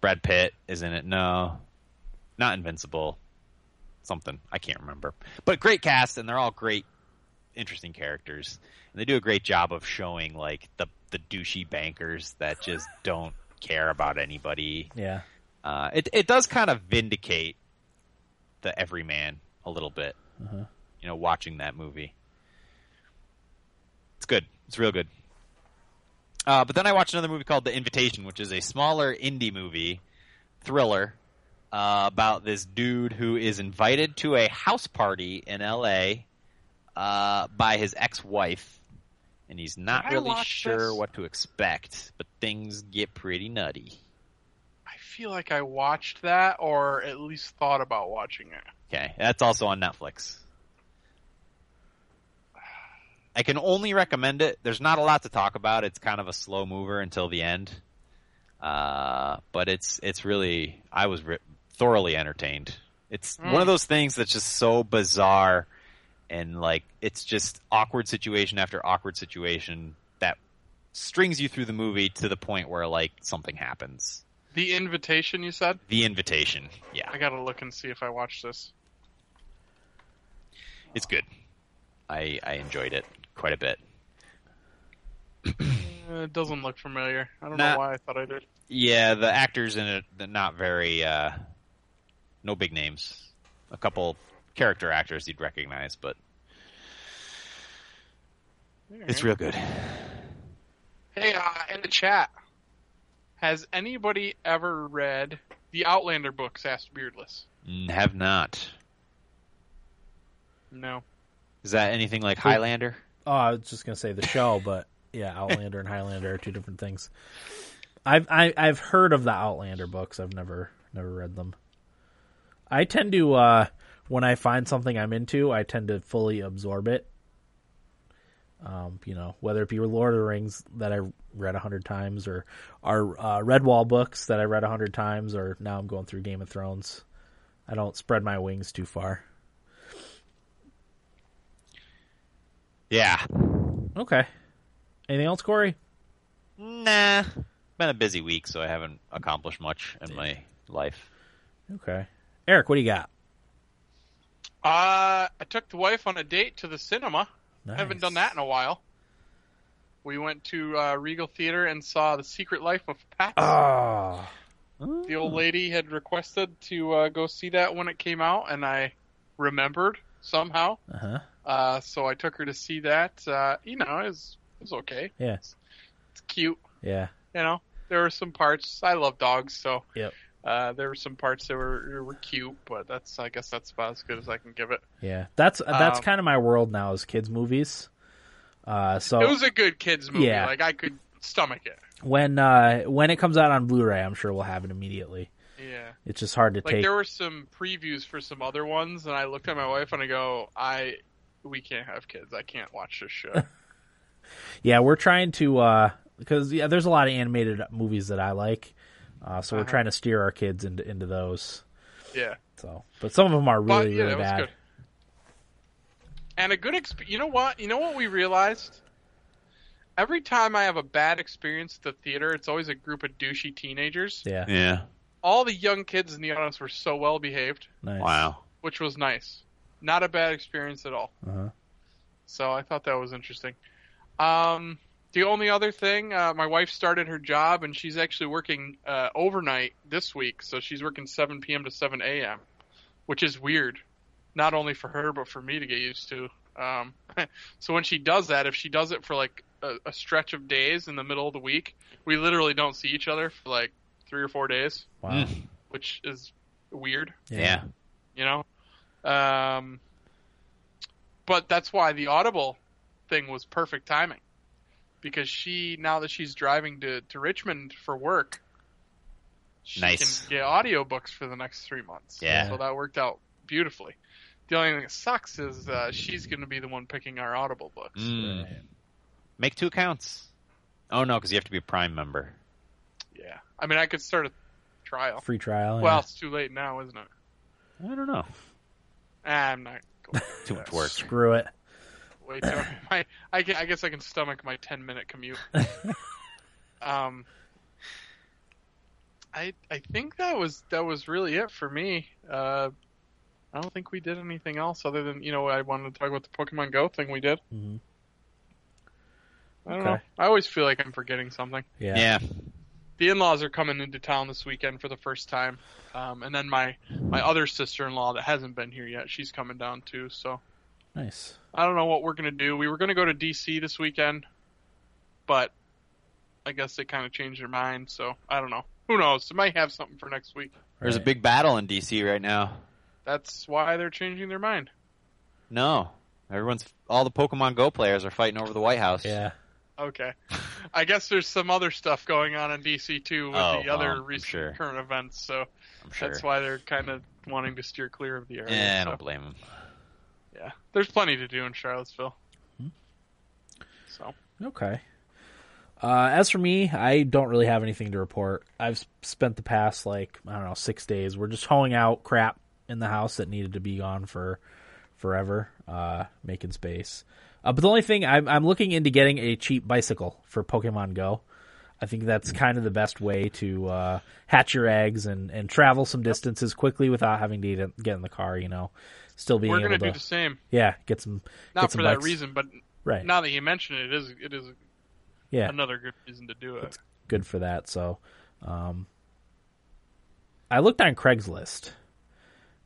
[SPEAKER 3] Brad Pitt is in it. No, not Invincible. Something I can't remember. But great cast, and they're all great interesting characters. And they do a great job of showing like the the douchey bankers that just don't care about anybody.
[SPEAKER 1] Yeah.
[SPEAKER 3] Uh, it it does kind of vindicate the everyman a little bit. You know, watching that movie, it's good. It's real good. Uh, but then I watched another movie called The Invitation, which is a smaller indie movie thriller uh, about this dude who is invited to a house party in L.A. Uh, by his ex-wife, and he's not
[SPEAKER 2] Did I
[SPEAKER 3] really
[SPEAKER 2] watch
[SPEAKER 3] sure
[SPEAKER 2] this?
[SPEAKER 3] what to expect. But things get pretty nutty.
[SPEAKER 2] I feel like I watched that, or at least thought about watching it.
[SPEAKER 3] Okay, that's also on Netflix. I can only recommend it. There's not a lot to talk about. It's kind of a slow mover until the end, uh, but it's it's really I was re- thoroughly entertained. It's
[SPEAKER 2] Mm.
[SPEAKER 3] one of those things that's just so bizarre and like it's just awkward situation after awkward situation that strings you through the movie to the point where like something happens.
[SPEAKER 2] The Invitation, you said?
[SPEAKER 3] The invitation, yeah.
[SPEAKER 2] I gotta look and see if I watched this.
[SPEAKER 3] It's good. I I enjoyed it quite a bit.
[SPEAKER 2] Uh, it doesn't look familiar. I don't
[SPEAKER 3] Nah.
[SPEAKER 2] know why I thought I did.
[SPEAKER 3] Yeah, the actors in it they're not very uh no big names. A couple character actors you'd recognize, but it's real good.
[SPEAKER 2] Hey, uh, in the chat, has anybody ever read the Outlander books? Asked Beardless.
[SPEAKER 3] Mm, Have not.
[SPEAKER 2] No.
[SPEAKER 3] Is that anything like Highlander?
[SPEAKER 1] Oh, I was just gonna say the show, but yeah, Outlander and Highlander are two different things. I've I, I've heard of the Outlander books. I've never never read them. I tend to uh, when I find something I'm into, I tend to fully absorb it. Um, you know, whether it be Lord of the Rings that I read a hundred times, or our uh, Redwall books that I read a hundred times, or now I'm going through Game of Thrones. I don't spread my wings too far.
[SPEAKER 3] Yeah.
[SPEAKER 1] Okay. Anything else, Corey?
[SPEAKER 3] Nah. Been a busy week, so I haven't accomplished much in my life.
[SPEAKER 1] Okay. Eric, what do you got?
[SPEAKER 2] Uh, I took the wife on a date to the cinema. I haven't
[SPEAKER 1] Nice.
[SPEAKER 2] done that in a while. We went to uh, Regal Theater and saw The Secret Life of Pets.
[SPEAKER 1] Oh,
[SPEAKER 2] the old lady had requested to uh, go see that when it came out, and I remembered somehow.
[SPEAKER 1] uh-huh.
[SPEAKER 2] Uh, so I took her to see that. Uh, you know, it was, it was okay.
[SPEAKER 1] Yeah.
[SPEAKER 2] It's cute.
[SPEAKER 1] Yeah.
[SPEAKER 2] You know, there were some parts. I love dogs, so
[SPEAKER 1] Yep.
[SPEAKER 2] uh, there were some parts that were, were cute, but that's I guess that's about as good as I can give it.
[SPEAKER 1] Yeah. That's uh, that's
[SPEAKER 2] Um,
[SPEAKER 1] kind of my world now is kids movies. Uh, so
[SPEAKER 2] It was a good kids movie.
[SPEAKER 1] Yeah.
[SPEAKER 2] Like I could stomach it.
[SPEAKER 1] when uh, when it comes out on Blu-ray, I'm sure we'll have it immediately.
[SPEAKER 2] Yeah.
[SPEAKER 1] It's just hard to
[SPEAKER 2] Like
[SPEAKER 1] take.
[SPEAKER 2] there were some previews for some other ones, and I looked at my wife and I go, I. We can't have kids. I can't watch this show.
[SPEAKER 1] Yeah, we're trying to uh, because yeah, there's a lot of animated movies that I like, uh, so we're
[SPEAKER 2] Uh-huh.
[SPEAKER 1] trying to steer our kids into into those.
[SPEAKER 2] yeah.
[SPEAKER 1] So, but some of them are
[SPEAKER 2] But
[SPEAKER 1] really
[SPEAKER 2] yeah,
[SPEAKER 1] really
[SPEAKER 2] that was
[SPEAKER 1] bad.
[SPEAKER 2] good. And a good experience. You know what? You know what we realized. Every time I have a bad experience at the theater, it's always a group of douchey teenagers.
[SPEAKER 1] Yeah.
[SPEAKER 3] Yeah.
[SPEAKER 2] All the young kids in the audience were so well behaved,
[SPEAKER 1] Nice.
[SPEAKER 3] Wow.
[SPEAKER 2] which was nice. Not a bad experience at all.
[SPEAKER 1] Uh-huh.
[SPEAKER 2] So I thought that was interesting. Um, the only other thing, uh, my wife started her job and she's actually working uh, overnight this week. So she's working 7 p.m. to 7 a.m., which is weird, not only for her, but for me to get used to. Um, so when she does that, if she does it for like a, a stretch of days in the middle of the week, we literally don't see each other for like three or four days,
[SPEAKER 1] Wow.
[SPEAKER 3] Mm.
[SPEAKER 2] which is weird
[SPEAKER 3] Yeah.
[SPEAKER 2] you know um, but that's why the audible thing was perfect timing because she now that she's driving to, to richmond for work she
[SPEAKER 3] Nice.
[SPEAKER 2] can get audiobooks for the next three months
[SPEAKER 3] Yeah.
[SPEAKER 2] so that worked out beautifully the only thing that sucks is uh, she's going to be the one picking our audible books
[SPEAKER 3] Mm.
[SPEAKER 1] Right.
[SPEAKER 3] Make two accounts. Oh no, because you have to be a Prime member.
[SPEAKER 2] yeah i mean i could start a trial
[SPEAKER 1] Free trial.
[SPEAKER 2] well it's too late now isn't it
[SPEAKER 3] I don't know.
[SPEAKER 2] Ah, i'm not going
[SPEAKER 3] Too much
[SPEAKER 1] yeah.
[SPEAKER 3] work.
[SPEAKER 1] Screw it.
[SPEAKER 2] Wait, till my, I, can, I guess I can stomach my 10 minute commute. um, I I think that was that was really it for me. Uh, I don't think we did anything else other than you know I wanted to talk about the Pokemon Go thing we did.
[SPEAKER 1] Mhm.
[SPEAKER 2] I don't
[SPEAKER 1] Okay.
[SPEAKER 2] know. I always feel like I'm forgetting something.
[SPEAKER 1] Yeah.
[SPEAKER 3] Yeah.
[SPEAKER 2] the in-laws are coming into town this weekend for the first time, um, and then my my other sister-in-law that hasn't been here yet, she's coming down too. So
[SPEAKER 1] Nice.
[SPEAKER 2] I don't know what we're gonna do. We were gonna go to DC this weekend, but I guess they kind of changed their mind. So I don't know. Who knows? They might have something for next week.
[SPEAKER 3] There's a
[SPEAKER 1] Right.
[SPEAKER 3] big battle in DC right now.
[SPEAKER 2] That's why they're changing their mind.
[SPEAKER 3] No. Everyone's all the Pokemon Go players are fighting over the White House.
[SPEAKER 1] Yeah.
[SPEAKER 2] Okay, I guess there's some other stuff going on in DC too with
[SPEAKER 3] Oh,
[SPEAKER 2] the other
[SPEAKER 3] well, I'm
[SPEAKER 2] recent
[SPEAKER 3] sure.
[SPEAKER 2] current events. So
[SPEAKER 3] I'm sure.
[SPEAKER 2] that's why they're kind of wanting to steer clear of the area.
[SPEAKER 3] Eh, I
[SPEAKER 2] so.
[SPEAKER 3] don't blame him.
[SPEAKER 2] Yeah, there's plenty to do in Charlottesville.
[SPEAKER 3] Hmm?
[SPEAKER 2] So
[SPEAKER 1] Okay. Uh, as for me, I don't really have anything to report. I've s- spent the past like I don't know six days. We're just hauling out crap in the house that needed to be gone for forever, uh, making space. Uh, but the only thing I'm, I'm looking into getting a cheap bicycle for Pokemon Go. I think that's kind of the best way to uh, hatch your eggs and, and travel some distances quickly without having to get- get in the car. You know, still being
[SPEAKER 2] we're
[SPEAKER 1] able
[SPEAKER 2] gonna
[SPEAKER 1] to
[SPEAKER 2] do the same.
[SPEAKER 1] yeah get some
[SPEAKER 2] Not
[SPEAKER 1] get
[SPEAKER 2] for
[SPEAKER 1] some
[SPEAKER 2] that
[SPEAKER 1] bikes.
[SPEAKER 2] reason, but
[SPEAKER 1] right
[SPEAKER 2] now that you mention it, it is it is
[SPEAKER 1] yeah
[SPEAKER 2] another good reason to do it.
[SPEAKER 1] good for that. So, um, I looked on Craigslist,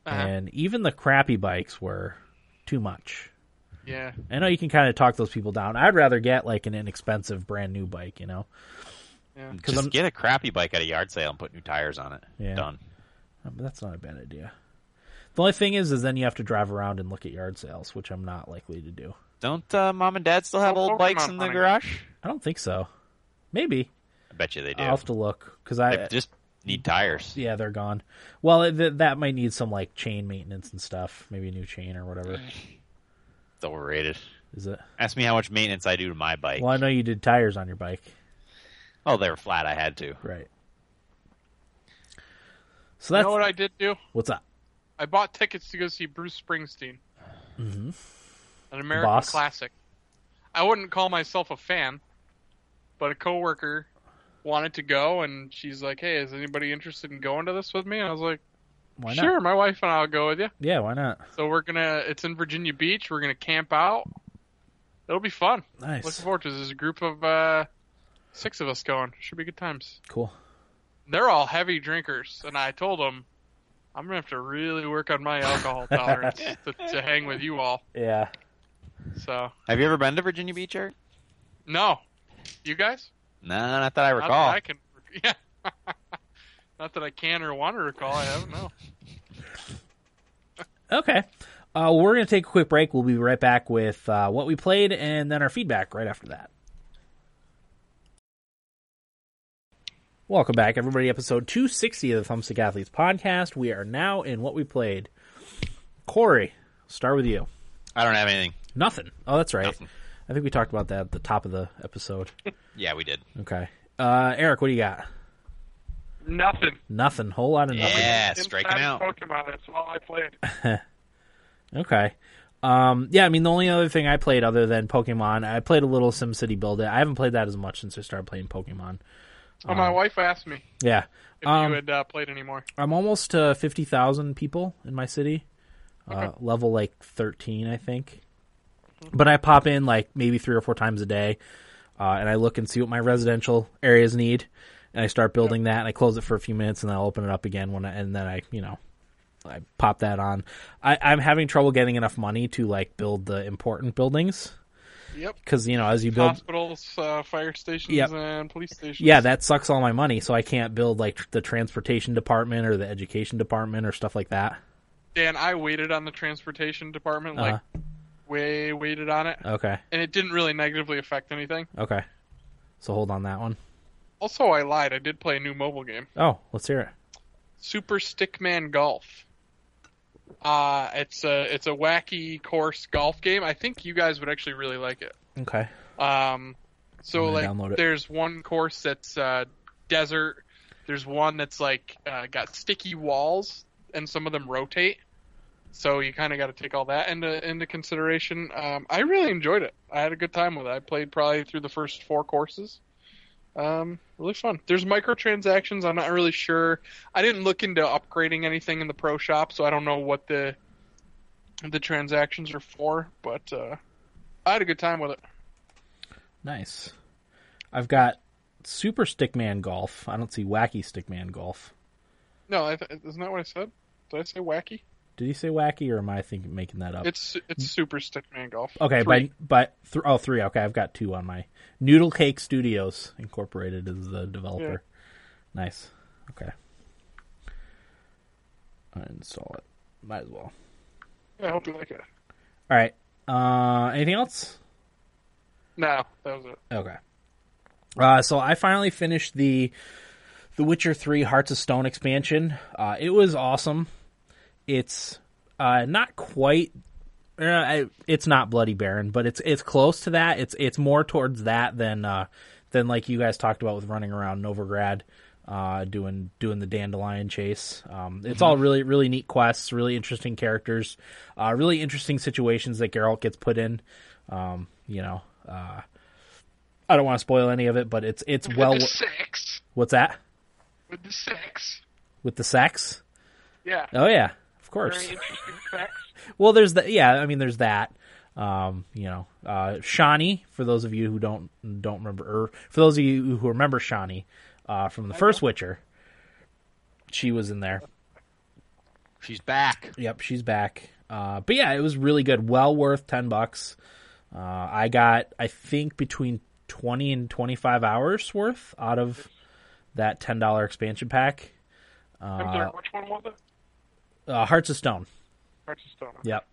[SPEAKER 2] Uh-huh.
[SPEAKER 1] and even the crappy bikes were too much.
[SPEAKER 2] Yeah,
[SPEAKER 1] I know you can kind of talk those people down. I'd rather get like an inexpensive brand new bike, you know.
[SPEAKER 2] yeah.
[SPEAKER 1] Because
[SPEAKER 3] Just
[SPEAKER 1] I'm-
[SPEAKER 3] get a crappy bike at a yard sale and put new tires on it.
[SPEAKER 1] Yeah.
[SPEAKER 3] Done.
[SPEAKER 1] Um, That's not a bad idea. The only thing is, is then you have to drive around and look at yard sales, which I'm not likely to do.
[SPEAKER 3] Don't uh, mom and dad still have
[SPEAKER 2] Oh,
[SPEAKER 3] old bikes
[SPEAKER 2] Pokemon
[SPEAKER 3] in the
[SPEAKER 2] running.
[SPEAKER 3] garage?
[SPEAKER 1] I don't think so. Maybe
[SPEAKER 3] I bet you they do.
[SPEAKER 1] I'll have to look because I
[SPEAKER 3] They just need tires.
[SPEAKER 1] yeah they're gone. Well, th- that might need some like chain maintenance and stuff, maybe a new chain or whatever.
[SPEAKER 3] It's overrated.
[SPEAKER 1] Is it?
[SPEAKER 3] Ask me how much maintenance I do to my bike.
[SPEAKER 1] Well, I know you did tires on your bike.
[SPEAKER 3] Oh, they were flat. I had to.
[SPEAKER 1] Right. So
[SPEAKER 2] You
[SPEAKER 1] that's
[SPEAKER 2] know what I did do?
[SPEAKER 1] what's up.
[SPEAKER 2] I bought tickets to go see Bruce Springsteen,
[SPEAKER 1] Mm-hmm.
[SPEAKER 2] an American
[SPEAKER 1] Boss.
[SPEAKER 2] classic. I wouldn't call myself a fan, but a coworker wanted to go, and she's like, "Hey, is anybody interested in going to this with me?" And I was like,
[SPEAKER 1] Why not?
[SPEAKER 2] "Sure, my wife and I'll go with you."
[SPEAKER 1] Yeah, why not?
[SPEAKER 2] So we're gonna. It's in Virginia Beach. We're gonna camp out. It'll be fun. Looking
[SPEAKER 1] Nice,
[SPEAKER 2] forward to this. There's a group of uh, six of us going. Should be good times.
[SPEAKER 1] cool.
[SPEAKER 2] They're all heavy drinkers, and I told them I'm gonna have to really work on my alcohol tolerance to, to hang with you all.
[SPEAKER 1] Yeah,
[SPEAKER 2] So
[SPEAKER 3] Have you ever been to Virginia Beach, Eric?
[SPEAKER 2] no, you guys.
[SPEAKER 3] No, not that I
[SPEAKER 2] Not that
[SPEAKER 3] recall.
[SPEAKER 2] I can. Yeah. Not that I can or want to recall. I don't know.
[SPEAKER 1] okay. Uh, we're gonna take a quick break. We'll be right back with uh, what we played and then our feedback right after that. Welcome back, everybody. Episode two sixty of the Thumbstick Athletes podcast. We are now in what we played. Corey, start with you.
[SPEAKER 3] I don't have anything.
[SPEAKER 1] Nothing. Oh, that's right.
[SPEAKER 3] Nothing.
[SPEAKER 1] I think we talked about that at the top of the episode.
[SPEAKER 3] Yeah, we did.
[SPEAKER 1] Okay. Uh, Eric, what do you got?
[SPEAKER 2] Nothing.
[SPEAKER 1] Nothing. Whole lot of nothing.
[SPEAKER 3] Yeah, striking out.
[SPEAKER 2] Pokemon. That's all I played.
[SPEAKER 1] Okay. Um, yeah, I mean, the only other thing I played other than Pokemon, I played a little SimCity Build It. I haven't played that as much since I started playing Pokemon.
[SPEAKER 2] Oh, my wife asked me
[SPEAKER 1] Yeah.
[SPEAKER 2] if
[SPEAKER 1] Uh-huh. Um,
[SPEAKER 2] you had uh, played anymore.
[SPEAKER 1] I'm almost to 50,000 people in my city. Uh, level like 13, I think. But I pop in like maybe three or four times a day, uh, and I look and see what my residential areas need, and I start building that, and I close it for a few minutes, and I open it up again when, I, and then I, you know, I pop that on. I, I'm having trouble getting enough money to like build the important buildings
[SPEAKER 2] Yep.
[SPEAKER 1] because you know as you build,
[SPEAKER 2] hospitals, uh, fire stations,
[SPEAKER 1] Yep.
[SPEAKER 2] and police stations.
[SPEAKER 1] yeah, that sucks all my money, so I can't build like tr- the transportation department or the education department or stuff like that.
[SPEAKER 2] Dan, I waited on the transportation department, like
[SPEAKER 1] Uh-huh.
[SPEAKER 2] way waited on it,
[SPEAKER 1] Okay,
[SPEAKER 2] and it didn't really negatively affect anything.
[SPEAKER 1] okay, so hold on that one.
[SPEAKER 2] Also, I lied. I did play a new mobile game,
[SPEAKER 1] Oh, let's hear it.
[SPEAKER 2] Super Stickman Golf. Uh, it's a it's a wacky course golf game. I think you guys would actually really like it.
[SPEAKER 1] Okay.
[SPEAKER 2] Um, so
[SPEAKER 1] I'm
[SPEAKER 2] like,
[SPEAKER 1] gonna download it.
[SPEAKER 2] there's one course that's uh, desert. There's one that's like uh, got sticky walls, and some of them rotate. So you kind of got to take all that into into consideration. Um, I really enjoyed it. I had a good time with it. I played probably through the first four courses. Um, really fun. There's microtransactions. I'm not really sure. I didn't look into upgrading anything in the pro shop, so I don't know what the The transactions are four, but uh, I had a good time with it.
[SPEAKER 1] Nice. I've got Super Stickman Golf. I don't see Wacky Stickman Golf.
[SPEAKER 2] No, I th- isn't that what I said? Did I say wacky?
[SPEAKER 1] Did he say wacky, or am I think making that up?
[SPEAKER 2] It's it's super Stickman golf.
[SPEAKER 1] Uh, mm. okay,
[SPEAKER 2] Three.
[SPEAKER 1] but but th- oh three. Okay, I've got two on my Noodle Cake Studios Incorporated is the developer. Nice. Okay. I install it. Might as well.
[SPEAKER 2] Yeah, I hope you like it.
[SPEAKER 1] All right. Uh, anything else?
[SPEAKER 2] No, that was it.
[SPEAKER 1] Okay. Uh, so I finally finished the The Witcher Three Hearts of Stone expansion. Uh, it was awesome. It's uh, not quite. Uh, I- it's not Bloody Baron, but it's it's close to that. It's it's more towards that than uh, than like you guys talked about with running around Novigrad, uh, doing doing the dandelion chase. Um, it's all really really neat quests, really interesting characters, uh, really interesting situations that Geralt gets put in. Um, you know, uh, I don't want to spoil any of it, but it's it's well.
[SPEAKER 2] with the six.
[SPEAKER 1] What's that
[SPEAKER 2] With the six.
[SPEAKER 1] with the sex?
[SPEAKER 2] Yeah.
[SPEAKER 1] Oh yeah, of course.
[SPEAKER 2] Very interesting facts.
[SPEAKER 1] Well, there's that. Yeah, I mean, there's that. Um, you know, uh, Shawnee. For those of you who don't don't remember, or for those of you who remember Shawnee uh, from the first Witcher, she was in there.
[SPEAKER 3] She's back.
[SPEAKER 1] Yep, she's back. Uh, but yeah, it was really good. Well worth ten bucks. Uh, I got, I think, between twenty and twenty five hours worth out of that ten dollar expansion pack.
[SPEAKER 2] I'm sorry, which one was it?
[SPEAKER 1] Uh, Hearts of Stone.
[SPEAKER 2] Hearts of Stone.
[SPEAKER 1] Yep.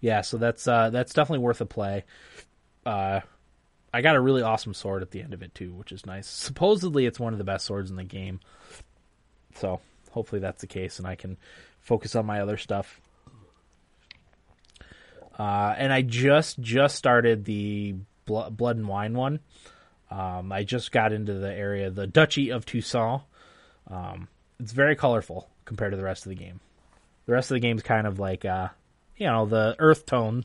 [SPEAKER 1] Yeah, so that's uh that's definitely worth a play. Uh I got a really awesome sword at the end of it too, which is nice. Supposedly it's one of the best swords in the game. So, hopefully that's the case and I can focus on my other stuff. Uh and I just just started the Blo- Blood and Wine one. Um I just got into the area the Duchy of Toussaint. Um it's very colorful compared to the rest of the game. The rest of the game's kind of like uh you know, the earth tone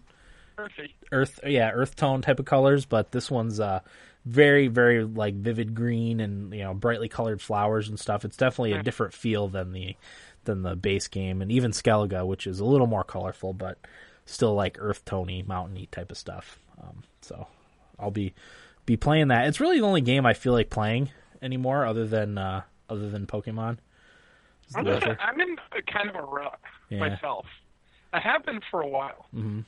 [SPEAKER 2] Earthy.
[SPEAKER 1] earth yeah, earth tone type of colors, but this one's uh very, very like vivid green and you know, brightly colored flowers and stuff. It's definitely a different feel than the than the base game and even Skellige, which is a little more colorful but still like earth tony, mountainy type of stuff. Um so I'll be be playing that. It's really the only game I feel like playing anymore other than uh other than Pokemon. Is The
[SPEAKER 2] I'm,
[SPEAKER 1] Witcher.
[SPEAKER 2] in- I'm in a kind of a rut
[SPEAKER 1] Yeah.
[SPEAKER 2] myself. I have been for a while. Mm-hmm.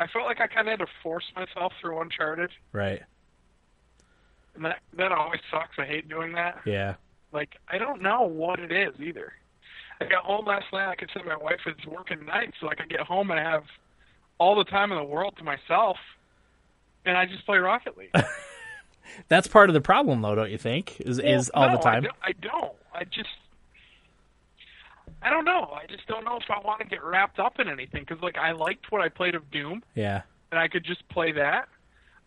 [SPEAKER 2] I felt like I kind of had to force myself through Uncharted,
[SPEAKER 1] Right.
[SPEAKER 2] and that that always sucks. I hate doing that.
[SPEAKER 1] Yeah.
[SPEAKER 2] Like I don't know what it is either. I got home last night. Like I said, my wife is working nights, so like I get home and I have all the time in the world to myself, and I just play Rocket League
[SPEAKER 1] That's part of the problem, though, don't you think? Is is all
[SPEAKER 2] no,
[SPEAKER 1] the time?
[SPEAKER 2] I don't, I don't. I just. I don't know. I just don't know if I want to get wrapped up in anything because, like, I liked what I played of Doom,
[SPEAKER 1] Yeah,
[SPEAKER 2] and I could just play that.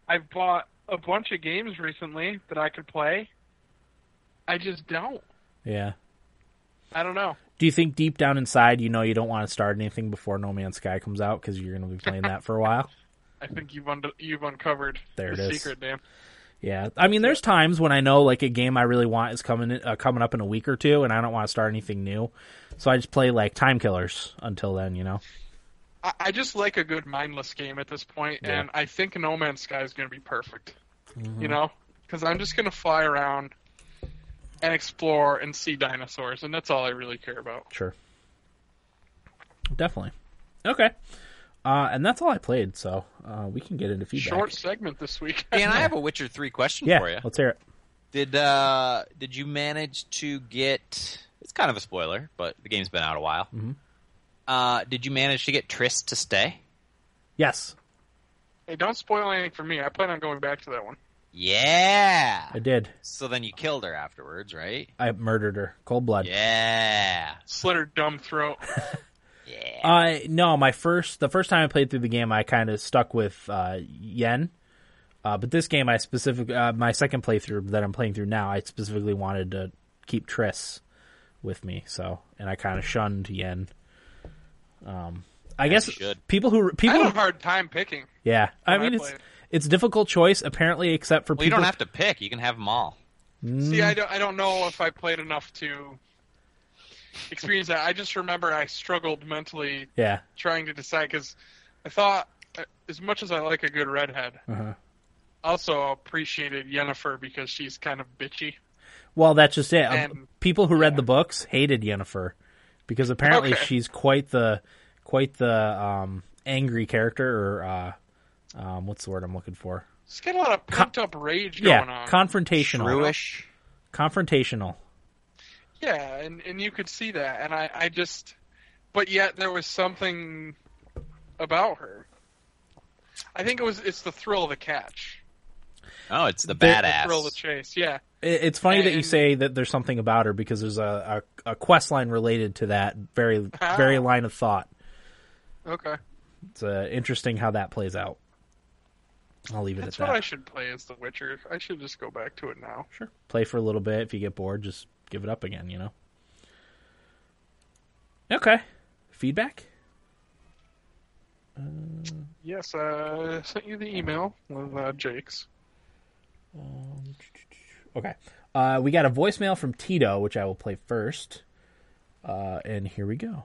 [SPEAKER 2] I've bought a bunch of games recently that I could play. I just don't.
[SPEAKER 1] yeah.
[SPEAKER 2] I don't know.
[SPEAKER 1] Do you think deep down inside you know you don't want to start anything before No Man's Sky comes out because you're going to be playing that for a while?
[SPEAKER 2] I think you've und- you've uncovered
[SPEAKER 1] There
[SPEAKER 2] the
[SPEAKER 1] it is.
[SPEAKER 2] secret, Dan.
[SPEAKER 1] Yeah, I mean, there's times when I know like a game I really want is coming uh, coming up in a week or two, and I don't want to start anything new, so I just play like time killers until then, you know.
[SPEAKER 2] I, I just like a good mindless game at this point,
[SPEAKER 1] Yeah. Mm-hmm.
[SPEAKER 2] and I think No Man's Sky is going to be perfect. You know, because I'm just going to fly around and explore and see dinosaurs, and that's all I really care about.
[SPEAKER 1] Sure. Definitely. Okay. Uh, and that's all I played, so uh, we can get into feedback.
[SPEAKER 2] Short segment this week.
[SPEAKER 3] Dan, I have a Witcher three question
[SPEAKER 1] yeah,
[SPEAKER 3] for you.
[SPEAKER 1] let's hear it.
[SPEAKER 3] Did uh did you manage to get? It's kind of a spoiler, but the game's been out a while.
[SPEAKER 1] Mm-hmm.
[SPEAKER 3] Uh, did you manage to get Triss to stay?
[SPEAKER 1] Yes,
[SPEAKER 2] hey, don't spoil anything for me. I plan on going back to that one.
[SPEAKER 3] Yeah.
[SPEAKER 1] I did.
[SPEAKER 3] So then you killed her afterwards, right?
[SPEAKER 1] I murdered her, cold blood.
[SPEAKER 3] Yeah.
[SPEAKER 2] Slit her dumb throat.
[SPEAKER 3] Yeah.
[SPEAKER 1] Uh, no, my first the first time I played through the game, I kind of stuck with uh, Yen. Uh, but this game, I specific uh, my second playthrough that I'm playing through now, I specifically wanted to keep Triss with me. So, and I kind of shunned Yen. Um, I guess
[SPEAKER 3] you should.
[SPEAKER 1] people who
[SPEAKER 2] I
[SPEAKER 1] people,
[SPEAKER 2] had a hard time picking.
[SPEAKER 1] yeah, I
[SPEAKER 2] when I
[SPEAKER 1] mean it's
[SPEAKER 2] played.
[SPEAKER 1] it's difficult choice apparently, except for
[SPEAKER 3] well, you
[SPEAKER 1] people.
[SPEAKER 3] don't have to
[SPEAKER 1] Mm.
[SPEAKER 3] pick. You can have them all.
[SPEAKER 2] See, I don't, I don't know if I played enough to experience that. I just remember I struggled mentally
[SPEAKER 1] Yeah.
[SPEAKER 2] trying to decide because I thought, uh, as much as I like a good redhead,
[SPEAKER 1] Uh-huh.
[SPEAKER 2] also appreciated Yennefer because she's kind of bitchy.
[SPEAKER 1] Well, that's just it. Um,
[SPEAKER 2] And-
[SPEAKER 1] People who read the books hated Yennefer because apparently
[SPEAKER 2] Okay.
[SPEAKER 1] she's quite the quite the um, angry character or uh, um, what's the word I'm looking for?
[SPEAKER 2] She's got a lot of pumped up rage going
[SPEAKER 1] Yeah,
[SPEAKER 2] on.
[SPEAKER 1] confrontational.
[SPEAKER 3] Shrewish.
[SPEAKER 1] Confrontational.
[SPEAKER 2] Yeah, and, and you could see that, and I, I just, but yet there was something about her. I think it was it's the thrill of the catch,
[SPEAKER 3] Oh, it's the
[SPEAKER 1] The- the
[SPEAKER 2] the thrill of the
[SPEAKER 3] badass.
[SPEAKER 2] chase. Yeah,
[SPEAKER 1] It- It's funny that you
[SPEAKER 2] And-
[SPEAKER 1] say that there's something about her because there's a, a, a quest line related to that very
[SPEAKER 2] Ah.
[SPEAKER 1] very line of thought.
[SPEAKER 2] okay,
[SPEAKER 1] It's uh, interesting how that plays out. I'll leave it
[SPEAKER 2] that's
[SPEAKER 1] at
[SPEAKER 2] what
[SPEAKER 1] that.
[SPEAKER 2] I should play as the Witcher. I should just go back to it now.
[SPEAKER 1] Sure. Play for a little bit. If you get bored, just give it up again, you know? Okay. Feedback?
[SPEAKER 2] Yes, uh, sent you the email with uh, Jake's.
[SPEAKER 1] Okay. Uh, we got a voicemail from Tito, which I will play first. Uh, and here we go.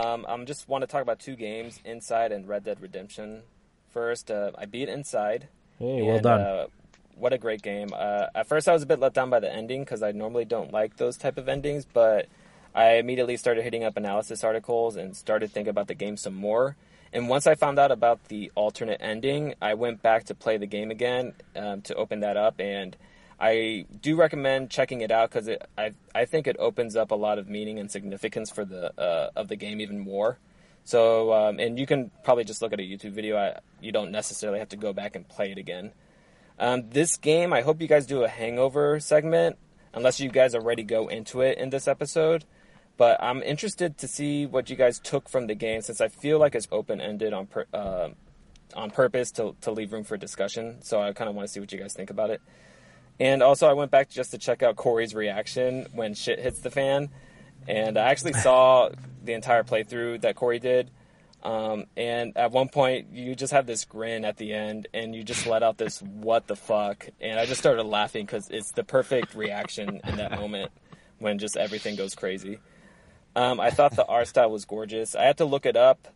[SPEAKER 4] Um, I'm just want to talk about two games, Inside and Red Dead Redemption. First, uh, I beat Inside.
[SPEAKER 1] Hey, well
[SPEAKER 4] and,
[SPEAKER 1] done.
[SPEAKER 4] Uh, what a great game. Uh, at first, I was a bit let down by the ending because I normally don't like those type of endings, but I immediately started hitting up analysis articles and started thinking about the game some more. And once I found out about the alternate ending, I went back to play the game again um, to open that up, and I do recommend checking it out because I I think it opens up a lot of meaning and significance for the uh, of the game even more. So, um, and you can probably just look at a YouTube video. I, you don't necessarily have to go back and play it again. Um, this game, I hope you guys do a hangover segment, unless you guys already go into it in this episode. But I'm interested to see what you guys took from the game, since I feel like it's open ended on per, uh, on purpose to to leave room for discussion. So I kind of want to see what you guys think about it. And also, I went back just to check out Corey's reaction when shit hits the fan. And I actually saw the entire playthrough that Corey did. Um, and at one point, you just have this grin at the end, and you just let out this "what the fuck," and I just started laughing because it's the perfect reaction in that moment when just everything goes crazy. Um, I thought the art style was gorgeous. I had to look it up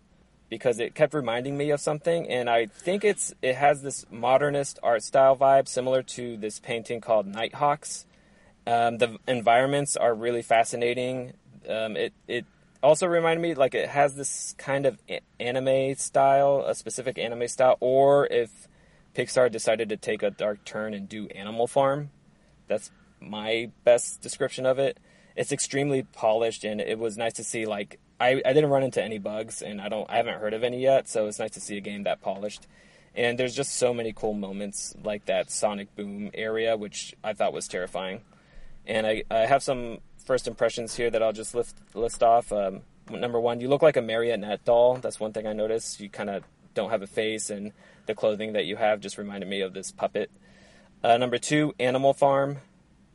[SPEAKER 4] because it kept reminding me of something, and I think it's it has this modernist art style vibe similar to this painting called Nighthawks. Um, the environments are really fascinating. Um, it it also reminded me like it has this kind of a- anime style, a specific anime style, or if Pixar decided to take a dark turn and do Animal Farm. That's my best description of it. It's extremely polished, and it was nice to see. Like I, I didn't run into any bugs, and I don't I haven't heard of any yet. So it's nice to see a game that polished. And there's just so many cool moments like that Sonic Boom area, which I thought was terrifying. And I, I have some first impressions here that I'll just list, list off. Um, number one, you look like a marionette doll. That's one thing I noticed. You kind of don't have a face, and the clothing that you have just reminded me of this puppet. Uh, number two, Animal Farm.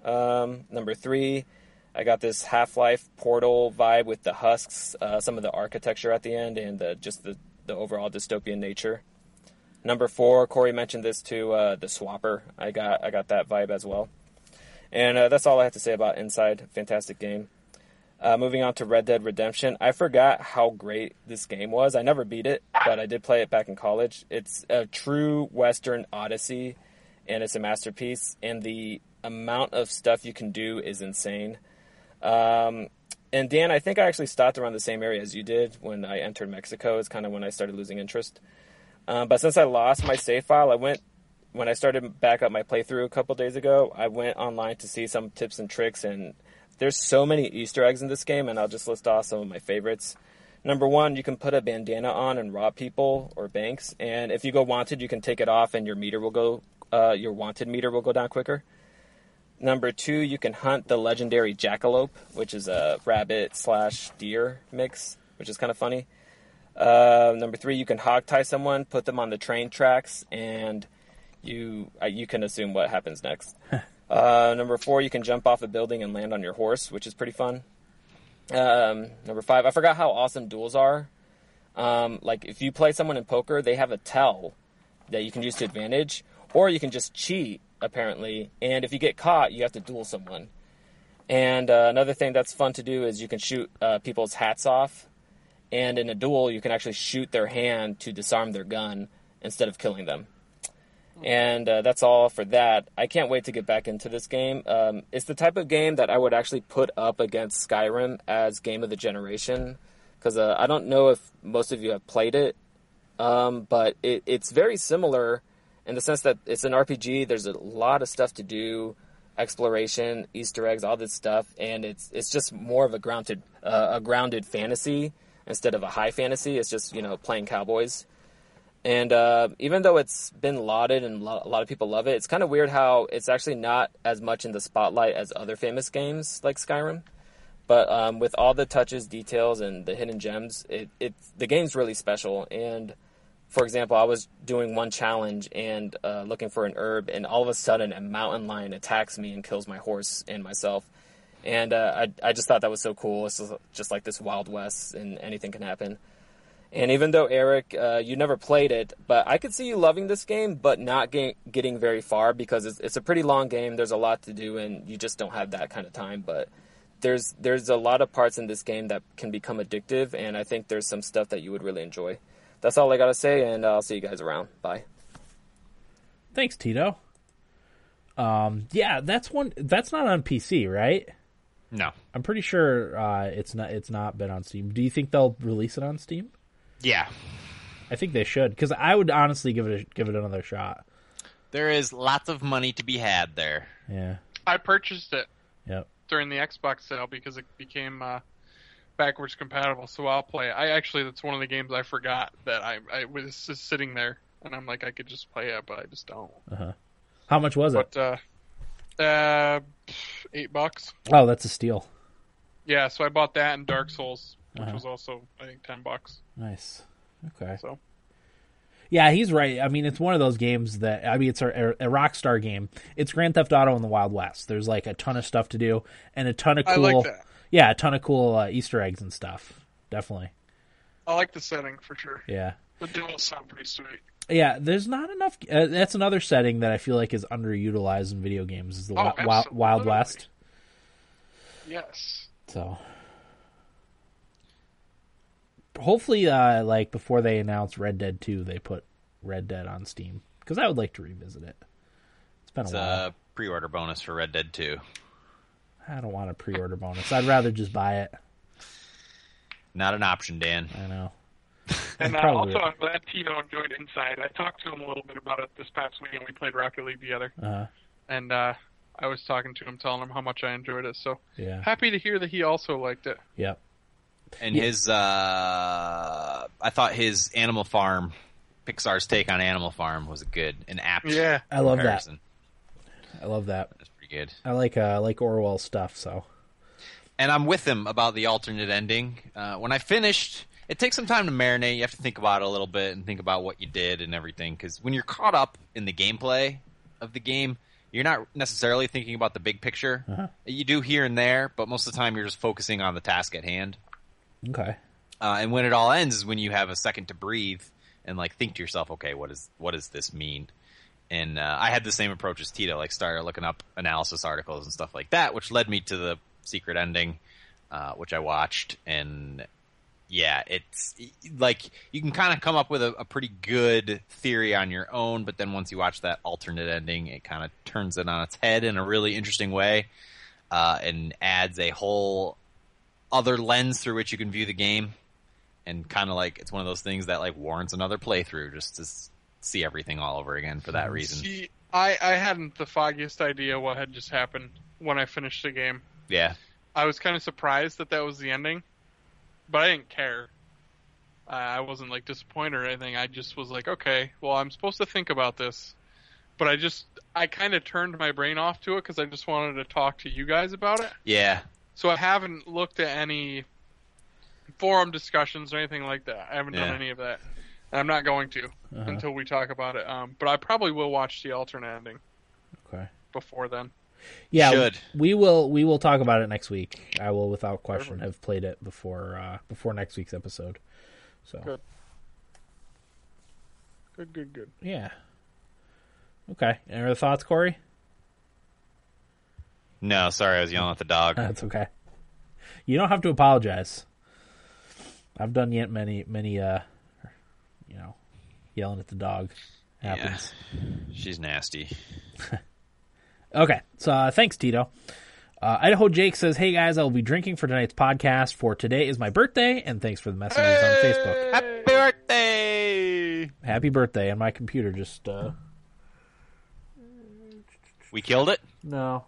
[SPEAKER 4] Um, number three, I got this Half Life Portal vibe with the husks, uh, some of the architecture at the end, and the, just the, the overall dystopian nature. Number four, Corey mentioned this too. Uh, the Swapper, I got I got that vibe as well. And uh, that's all I have to say about Inside. Fantastic game. Uh, moving on to Red Dead Redemption, I forgot how great this game was. I never beat it, but I did play it back in college. It's a true Western Odyssey, and it's a masterpiece. And the amount of stuff you can do is insane. Um, and Dan, I think I actually stopped around the same area as you did when I entered Mexico. It's kind of when I started losing interest. Um, but since I lost my save file, I went when I started back up my playthrough a couple days ago. I went online to see some tips and tricks, and there's so many Easter eggs in this game, and I'll just list off some of my favorites. Number one, you can put a bandana on and rob people or banks, and if you go wanted, you can take it off, and your meter will go, uh, your wanted meter will go down quicker. Number two, you can hunt the legendary jackalope, which is a rabbit slash deer mix, which is kind of funny. Uh, number three, you can hog tie someone, put them on the train tracks, and you uh, you can assume what happens next. uh, number four, you can jump off a building and land on your horse, which is pretty fun. Um, number five, I forgot how awesome duels are. Um, like if you play someone in poker, they have a tell that you can use to advantage, or you can just cheat apparently. And if you get caught, you have to duel someone. And uh, another thing that's fun to do is you can shoot uh, people's hats off, and in a duel, you can actually shoot their hand to disarm their gun instead of killing them. And uh, that's all for that. I can't wait to get back into this game. Um, it's the type of game that I would actually put up against Skyrim as game of the generation, because uh, I don't know if most of you have played it, um, but it, it's very similar in the sense that it's an RPG. There's a lot of stuff to do, exploration, Easter eggs, all this stuff, and it's it's just more of a grounded uh, a grounded fantasy instead of a high fantasy. It's just you know playing cowboys, and uh, even though it's been lauded and lo- a lot of people love it, it's kind of weird how it's actually not as much in the spotlight as other famous games like Skyrim. But um, with all the touches, details, and the hidden gems, it, it the game's really special. And for example, I was doing one challenge and uh, looking for an herb, and all of a sudden, a mountain lion attacks me and kills my horse and myself. And uh, I, I just thought that was so cool. It's just, just like this Wild West, and anything can happen. And even though Eric, uh, you never played it, but I could see you loving this game, but not ga- getting very far because it's, it's a pretty long game. There's a lot to do, and you just don't have that kind of time. But there's there's a lot of parts in this game that can become addictive, and I think there's some stuff that you would really enjoy. That's all I gotta say, and I'll see you guys around. Bye.
[SPEAKER 1] Thanks, Tito. Um, yeah, that's one. That's not on PC, right?
[SPEAKER 3] No.
[SPEAKER 1] I'm pretty sure uh, it's not. It's not been on Steam. Do you think they'll release it on Steam?
[SPEAKER 3] Yeah.
[SPEAKER 1] I think they should because I would honestly give it a, give it another shot.
[SPEAKER 3] There is lots of money to be had there.
[SPEAKER 1] Yeah.
[SPEAKER 2] I purchased it
[SPEAKER 1] Yep.
[SPEAKER 2] during the Xbox sale because it became uh, backwards compatible, so I'll play it. I actually, that's one of the games I forgot that I, I was just sitting there, and I'm like, I could just play it, but I just don't.
[SPEAKER 1] How much was it?
[SPEAKER 2] But, uh, uh, pff, eight bucks.
[SPEAKER 1] Oh, that's a steal.
[SPEAKER 2] Yeah, so I bought that and Dark Souls, which was also, I think, ten bucks.
[SPEAKER 1] Nice. Okay.
[SPEAKER 2] So,
[SPEAKER 1] Yeah, he's right. I mean, it's one of those games that I mean, it's a, a Rockstar game. It's Grand Theft Auto in the Wild West. There's like a ton of stuff to do and a ton of
[SPEAKER 2] I
[SPEAKER 1] cool.
[SPEAKER 2] like that.
[SPEAKER 1] Yeah, a ton of cool uh, Easter eggs and stuff. Definitely.
[SPEAKER 2] I like the setting for sure.
[SPEAKER 1] Yeah.
[SPEAKER 2] The duels sound pretty sweet.
[SPEAKER 1] Yeah, there's not enough. Uh, that's another setting that I feel like is underutilized in video games is the
[SPEAKER 2] Oh,
[SPEAKER 1] wi- wi- Wild
[SPEAKER 2] absolutely.
[SPEAKER 1] West.
[SPEAKER 2] Yes.
[SPEAKER 1] So hopefully, uh, like before they announce Red Dead Two, they put Red Dead on Steam because I would like to revisit it. It's been
[SPEAKER 3] It's
[SPEAKER 1] a
[SPEAKER 2] uh,
[SPEAKER 1] while.
[SPEAKER 3] a pre-order bonus for Red Dead 2.
[SPEAKER 1] I don't want a pre-order bonus. I'd rather just buy it.
[SPEAKER 3] Not an option, Dan.
[SPEAKER 1] I know.
[SPEAKER 2] And uh,
[SPEAKER 1] Probably.
[SPEAKER 2] also, I'm glad Tito enjoyed Inside. I talked to him a little bit about it this past weekend. We played Rocket League together,
[SPEAKER 1] Uh,
[SPEAKER 2] and uh, I was talking to him, telling him how much I enjoyed it. So
[SPEAKER 1] yeah.
[SPEAKER 2] happy to hear that he also liked it.
[SPEAKER 1] Yep.
[SPEAKER 3] And his, uh, I thought his Animal Farm, Pixar's take on Animal Farm was good and apt.
[SPEAKER 2] Yeah.
[SPEAKER 1] I love that.
[SPEAKER 3] comparison.
[SPEAKER 1] I love that.
[SPEAKER 3] That's pretty good.
[SPEAKER 1] I like uh, I like Orwell stuff. So
[SPEAKER 3] and I'm with him about the alternate ending. Uh, when I finished, it takes some time to marinate. You have to think about it a little bit and think about what you did and everything. Because when you're caught up in the gameplay of the game, you're not necessarily thinking about the big picture. You do here and there, but most of the time you're just focusing on the task at hand.
[SPEAKER 1] okay.
[SPEAKER 3] Uh, and when it all ends is when you have a second to breathe and like think to yourself, okay, what is what does this mean? And uh, I had the same approach as Tito, like started looking up analysis articles and stuff like that, which led me to the secret ending, uh, which I watched. And yeah, it's like you can kind of come up with a, a pretty good theory on your own, but then once you watch that alternate ending, it kind of turns it on its head in a really interesting way uh, and adds a whole other lens through which you can view the game and kind of like it's one of those things that like warrants another playthrough just to s- see everything all over again for that reason.
[SPEAKER 2] See, I, I hadn't the foggiest idea what had just happened when I finished the game.
[SPEAKER 3] Yeah,
[SPEAKER 2] I was kind of surprised that that was the ending, but I didn't care. Uh, I wasn't like disappointed or anything. I just was like, okay, well, I'm supposed to think about this, but I just I kind of turned my brain off to it because I just wanted to talk to you guys about it.
[SPEAKER 3] yeah,
[SPEAKER 2] So I haven't looked at any forum discussions or anything like that. I haven't
[SPEAKER 3] Yeah.
[SPEAKER 2] done any of that. And I'm not going to until we talk about it. Um, but I probably will watch the alternate ending
[SPEAKER 1] Okay.
[SPEAKER 2] before then.
[SPEAKER 1] Yeah.
[SPEAKER 3] Should.
[SPEAKER 1] We will we will talk about it next week. I will without question have played it before uh, before next week's episode. So
[SPEAKER 2] Good. Good, good, good.
[SPEAKER 1] yeah. Okay. Any other thoughts, Corey?
[SPEAKER 3] No, sorry, I was yelling at the dog.
[SPEAKER 1] That's okay. You don't have to apologize. I've done yet many many uh you know yelling at the dog
[SPEAKER 3] Yeah.
[SPEAKER 1] happens.
[SPEAKER 3] She's nasty.
[SPEAKER 1] Okay. So uh, thanks Tito. Uh, Idaho Jake says, "Hey guys, I'll be drinking for tonight's podcast. For today is my birthday, and thanks for the messages on Facebook.
[SPEAKER 3] Happy birthday!
[SPEAKER 1] Happy birthday!" And my computer just uh,
[SPEAKER 3] We killed it.
[SPEAKER 1] no,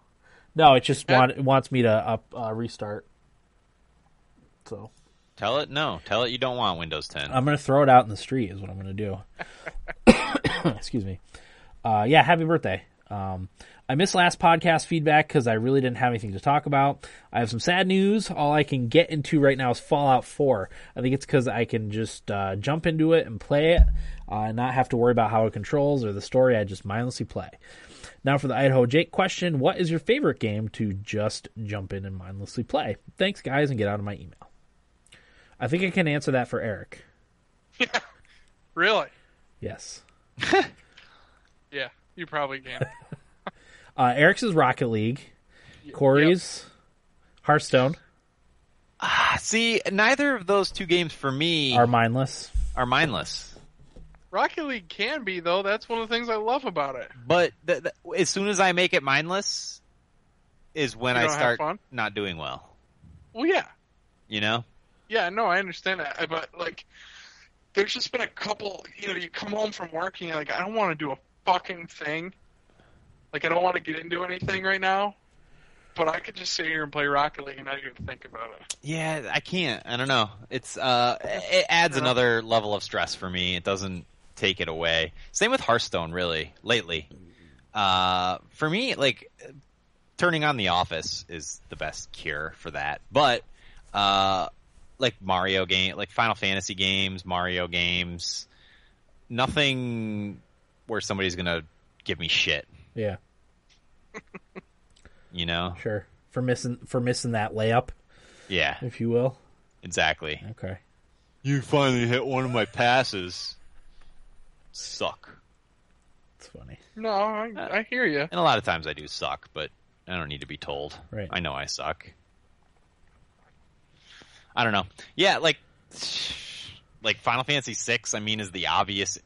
[SPEAKER 1] no, it just want, it wants me to up uh, restart. So
[SPEAKER 3] Tell it no. Tell it you don't want Windows 10.
[SPEAKER 1] I'm gonna throw it out in the street. Is what I'm gonna do. Excuse me. Uh, yeah, happy birthday. Um, I missed last podcast feedback because I really didn't have anything to talk about. I have some sad news. All I can get into right now is Fallout 4. I think it's because I can just uh, jump into it and play it, uh, and not have to worry about how it controls or the story. I just mindlessly play. Now for the Idaho Jake question: What is your favorite game to just jump in and mindlessly play? Thanks, guys, and get out of my email. I think I can answer that for Eric.
[SPEAKER 2] Really?
[SPEAKER 1] Yes.
[SPEAKER 2] Yeah, you probably can.
[SPEAKER 1] Uh, Eric's is Rocket League. Corey's Hearthstone
[SPEAKER 3] Ah, See, neither of those two games for me
[SPEAKER 1] are
[SPEAKER 3] are,
[SPEAKER 1] mindless.
[SPEAKER 3] mindless.
[SPEAKER 2] Rocket League can be though. That's one of the things I love about it.
[SPEAKER 3] But th- th- as soon as I make it mindless, is when
[SPEAKER 2] You
[SPEAKER 3] I
[SPEAKER 2] don't have
[SPEAKER 3] start
[SPEAKER 2] fun?
[SPEAKER 3] not doing well.
[SPEAKER 2] Well, yeah,
[SPEAKER 3] You know?
[SPEAKER 2] yeah. No, I understand that, I- but like, there's just been a couple. You know, you come home from work and you're like, I don't want to do a fucking thing. Like, I don't want to get into anything right now. But I could just sit here and play Rocket League and not even think about it.
[SPEAKER 3] Yeah, I can't. I don't know. It's uh, it adds another level of stress for me. It doesn't take it away. Same with Hearthstone, really. Lately, uh, for me, like turning on The Office is the best cure for that. But uh, like Mario game, like Final Fantasy games, Mario games, nothing where somebody's gonna give me shit.
[SPEAKER 1] Yeah,
[SPEAKER 3] You know?
[SPEAKER 1] sure. For missing for missing that layup,
[SPEAKER 3] Yeah,
[SPEAKER 1] if you will.
[SPEAKER 3] exactly.
[SPEAKER 1] Okay.
[SPEAKER 3] You finally hit one of my passes. Suck.
[SPEAKER 1] It's funny.
[SPEAKER 2] No, I, I hear you.
[SPEAKER 3] And a lot of times I do suck, but I don't need to be told.
[SPEAKER 1] Right.
[SPEAKER 3] I know I suck. I don't know. Yeah, like like Final Fantasy 6 I mean is the obvious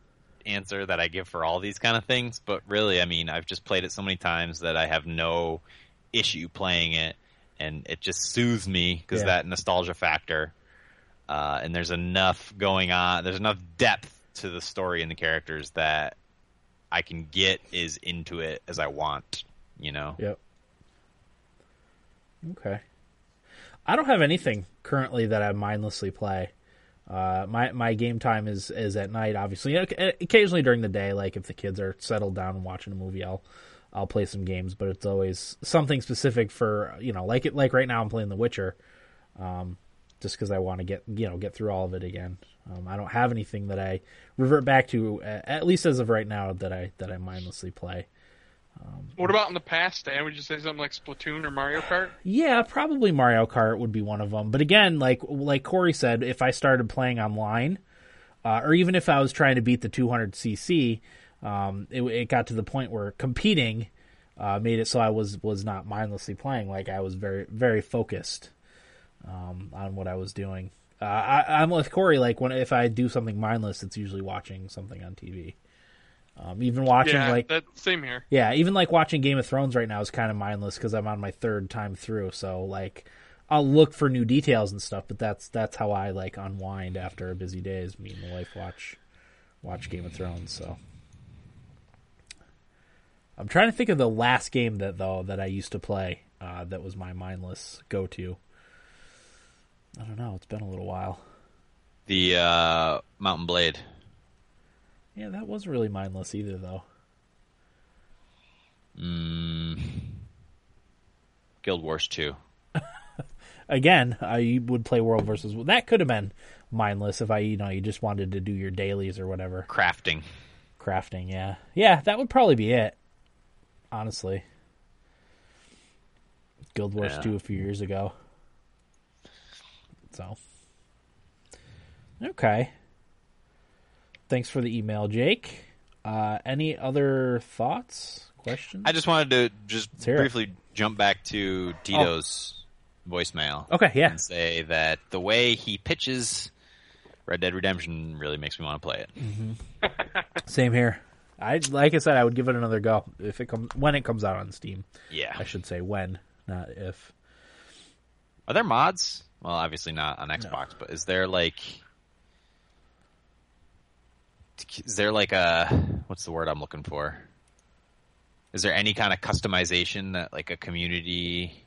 [SPEAKER 3] answer that I give for all these kind of things, but really I mean I've just played it so many times that I have no issue playing it and it just soothes me cuz
[SPEAKER 1] Yeah.
[SPEAKER 3] that nostalgia factor. Uh, and there's enough going on. There's enough depth to the story and the characters that I can get as into it as I want. You know,
[SPEAKER 1] Yep. Okay. I don't have anything currently that I mindlessly play. Uh, my my game time is is at night, obviously. Oc- eh, Occasionally during the day, like if the kids are settled down and watching a movie, I'll I'll play some games. But it's always something specific for you know, like it like right now I'm playing The Witcher, um, just because I want to get you know get through all of it again. Um, I don't have anything that I revert back to, a- at least as of right now, that I that I mindlessly play.
[SPEAKER 2] What about in the past, Dan? Would you say something like Splatoon or Mario Kart?
[SPEAKER 1] Yeah, probably Mario Kart would be one of them. But again, like like Corey said, if I started playing online, uh, or even if I was trying to beat the 200cc, um, it, it got to the point where competing uh, made it so I was was not mindlessly playing. Like I was very very focused um, on what I was doing. Uh, I, I'm with Corey. Like when if I do something mindless, it's usually watching something on TV. Um, even watching
[SPEAKER 2] Yeah,
[SPEAKER 1] like
[SPEAKER 2] that same here.
[SPEAKER 1] yeah, even like watching Game of Thrones right now is kind of mindless because I'm on my third time through. So like, I'll look for new details and stuff, but that's that's how I like unwind after a busy day. Is me and my wife watch watch Game of Thrones. So I'm trying to think of the last game that though that I used to play uh, that was my mindless go to. I don't know. It's been a little while.
[SPEAKER 3] the uh, Mountain Blade.
[SPEAKER 1] Yeah, that wasn't really mindless either though.
[SPEAKER 3] Guild Wars 2.
[SPEAKER 1] again, I would play World versus World. That could have been mindless if I, you know, you just wanted to do your dailies or whatever.
[SPEAKER 3] Crafting.
[SPEAKER 1] Crafting, yeah. Yeah, that would probably be it. Honestly. Guild Wars
[SPEAKER 3] Yeah.
[SPEAKER 1] 2 a few years ago. So. Okay. Thanks for the email, Jake. Uh, any other thoughts, questions?
[SPEAKER 3] I just wanted to just
[SPEAKER 1] hear it.
[SPEAKER 3] briefly jump back to Tito's voicemail
[SPEAKER 1] Okay, yeah.
[SPEAKER 3] and say that the way he pitches Red Dead Redemption really makes me want to play it.
[SPEAKER 1] Mm. Same here. I like I said, I would give it another go if it comes when it comes out on Steam. I
[SPEAKER 3] Yeah.
[SPEAKER 1] should say when, not if.
[SPEAKER 3] Are there mods? Well, obviously not on Xbox, but is there like is there like a what's the word I'm looking for? Is there any kind of customization that like a community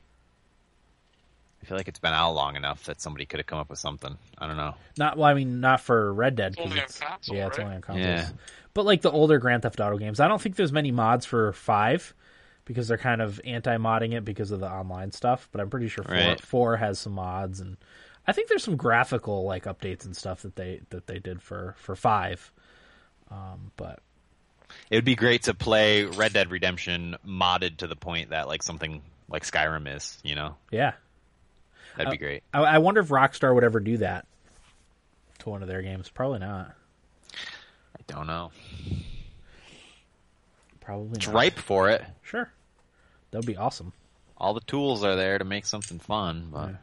[SPEAKER 3] I feel like it's been out long enough that somebody could have come up with something. I don't know.
[SPEAKER 1] Not well, I mean, not for Red Dead. 'cause
[SPEAKER 2] Only on
[SPEAKER 1] it's-
[SPEAKER 2] console,
[SPEAKER 1] yeah, it's
[SPEAKER 2] right?
[SPEAKER 1] only on consoles.
[SPEAKER 3] Yeah.
[SPEAKER 1] But like the older Grand Theft Auto games, I don't think there's many mods for five because they're kind of anti-modding it because of the online stuff. But I'm pretty sure four,
[SPEAKER 3] Right.
[SPEAKER 1] four has some mods, and I think there's some graphical like updates and stuff that they that they did for for five. Um, but
[SPEAKER 3] It would be great to play Red Dead Redemption modded to the point that like something like Skyrim is, you know?
[SPEAKER 1] yeah,
[SPEAKER 3] That'd be great.
[SPEAKER 1] I, I wonder if Rockstar would ever do that to one of their games. Probably not.
[SPEAKER 3] I don't know.
[SPEAKER 1] Probably
[SPEAKER 3] It's
[SPEAKER 1] not.
[SPEAKER 3] ripe for it.
[SPEAKER 1] Sure, that would be awesome.
[SPEAKER 3] All the tools are there to make something fun, but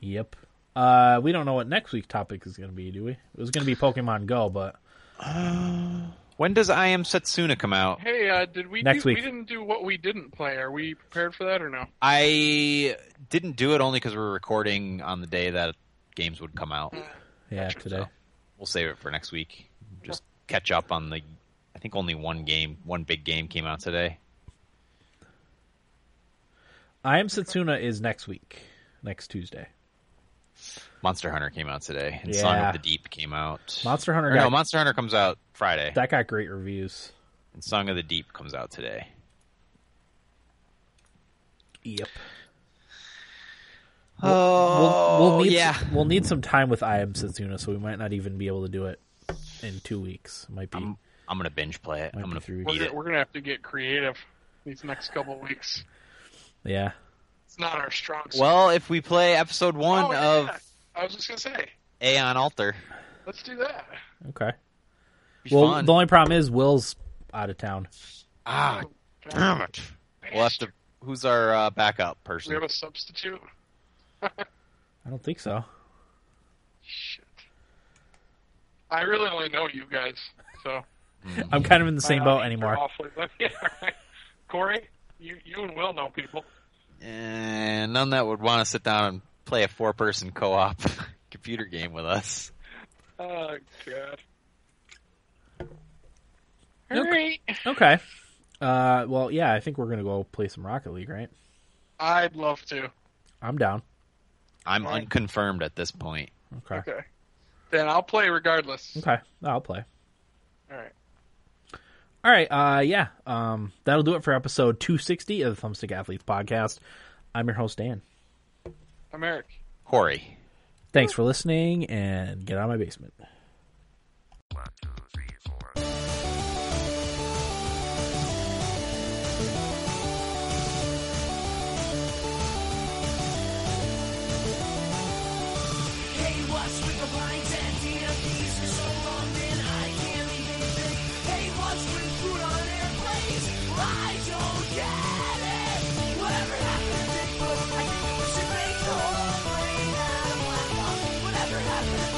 [SPEAKER 1] Yep. Uh, we don't know what next week's topic is going to be, do we? It was going to be Pokemon Go, but
[SPEAKER 3] When does I Am Setsuna come out?
[SPEAKER 2] Hey, uh, did we?
[SPEAKER 1] Next
[SPEAKER 2] do,
[SPEAKER 1] week.
[SPEAKER 2] We didn't do what we didn't play. Are we prepared for that or no?
[SPEAKER 3] I didn't do it only because we were recording on the day that games would come out.
[SPEAKER 1] yeah,
[SPEAKER 3] Sure,
[SPEAKER 1] today.
[SPEAKER 3] so We'll save it for next week. Just catch up on the. I think only one game, one big game came out today.
[SPEAKER 1] I am Setsuna is next week, next Tuesday.
[SPEAKER 3] Monster Hunter came out today, and Song
[SPEAKER 1] Yeah.
[SPEAKER 3] of the Deep came out.
[SPEAKER 1] Monster Hunter
[SPEAKER 3] Or no,
[SPEAKER 1] got-
[SPEAKER 3] Monster Hunter comes out Friday,
[SPEAKER 1] That got great reviews.
[SPEAKER 3] and Song of the Deep comes out today.
[SPEAKER 1] Yep.
[SPEAKER 3] Oh,
[SPEAKER 1] we'll need
[SPEAKER 3] yeah.
[SPEAKER 1] We'll need some time with I am Setsuna, so we might not even be able to do it in two weeks. Might be.
[SPEAKER 3] I'm, I'm gonna binge play it.
[SPEAKER 1] Might
[SPEAKER 3] I'm
[SPEAKER 1] be
[SPEAKER 3] gonna
[SPEAKER 1] three
[SPEAKER 3] beat
[SPEAKER 1] weeks.
[SPEAKER 2] We're,
[SPEAKER 3] it.
[SPEAKER 2] gonna- we're gonna have to get creative these next couple weeks.
[SPEAKER 1] yeah.
[SPEAKER 2] It's not our strong. suit.
[SPEAKER 3] Well, if we play episode one
[SPEAKER 2] Oh, yeah.
[SPEAKER 3] of
[SPEAKER 2] I was just gonna say,
[SPEAKER 3] Aeon Altar,
[SPEAKER 2] let's do that.
[SPEAKER 1] Okay.
[SPEAKER 3] it'd be
[SPEAKER 1] Well,
[SPEAKER 3] fun.
[SPEAKER 1] the only problem is Will's out of town.
[SPEAKER 3] ah, damn it. We'll have to. Who's our uh, backup
[SPEAKER 2] We
[SPEAKER 3] person?
[SPEAKER 2] have a substitute.
[SPEAKER 1] I don't think so.
[SPEAKER 2] Shit. I really only know you guys, so
[SPEAKER 1] I'm kind of in the same
[SPEAKER 2] Uh,
[SPEAKER 1] boat
[SPEAKER 2] you're
[SPEAKER 1] anymore.
[SPEAKER 2] awfully lucky. Yeah, right. Corey, you you and Will know people.
[SPEAKER 3] And Eh, none that would want to sit down and play a four-person co-op computer game with us.
[SPEAKER 2] Oh god.
[SPEAKER 1] Okay.
[SPEAKER 2] Hurry!
[SPEAKER 1] Okay. Uh, well, yeah, I think we're gonna go play some Rocket League, right?
[SPEAKER 2] I'd love to.
[SPEAKER 1] I'm down.
[SPEAKER 3] I'm
[SPEAKER 2] Alright.
[SPEAKER 3] unconfirmed at this point.
[SPEAKER 1] Okay. Okay.
[SPEAKER 2] Okay. Then I'll play regardless.
[SPEAKER 1] I'll play.
[SPEAKER 2] All right.
[SPEAKER 1] All right. Uh, yeah. Um, that'll do it for episode 260 of the Thumbstick Athletes podcast. I'm your host Dan.
[SPEAKER 2] I'm Eric.
[SPEAKER 3] Corey.
[SPEAKER 1] Thanks for listening, and get out of my basement.
[SPEAKER 5] One, two, three, four.
[SPEAKER 6] Hey, what's with the blinds and DMVs for so long that I can't even think? Hey, what's with food on airplanes? I don't get it. Whatever happened to Bigfoot? I think we should make the whole plane out of black box. Whatever happened to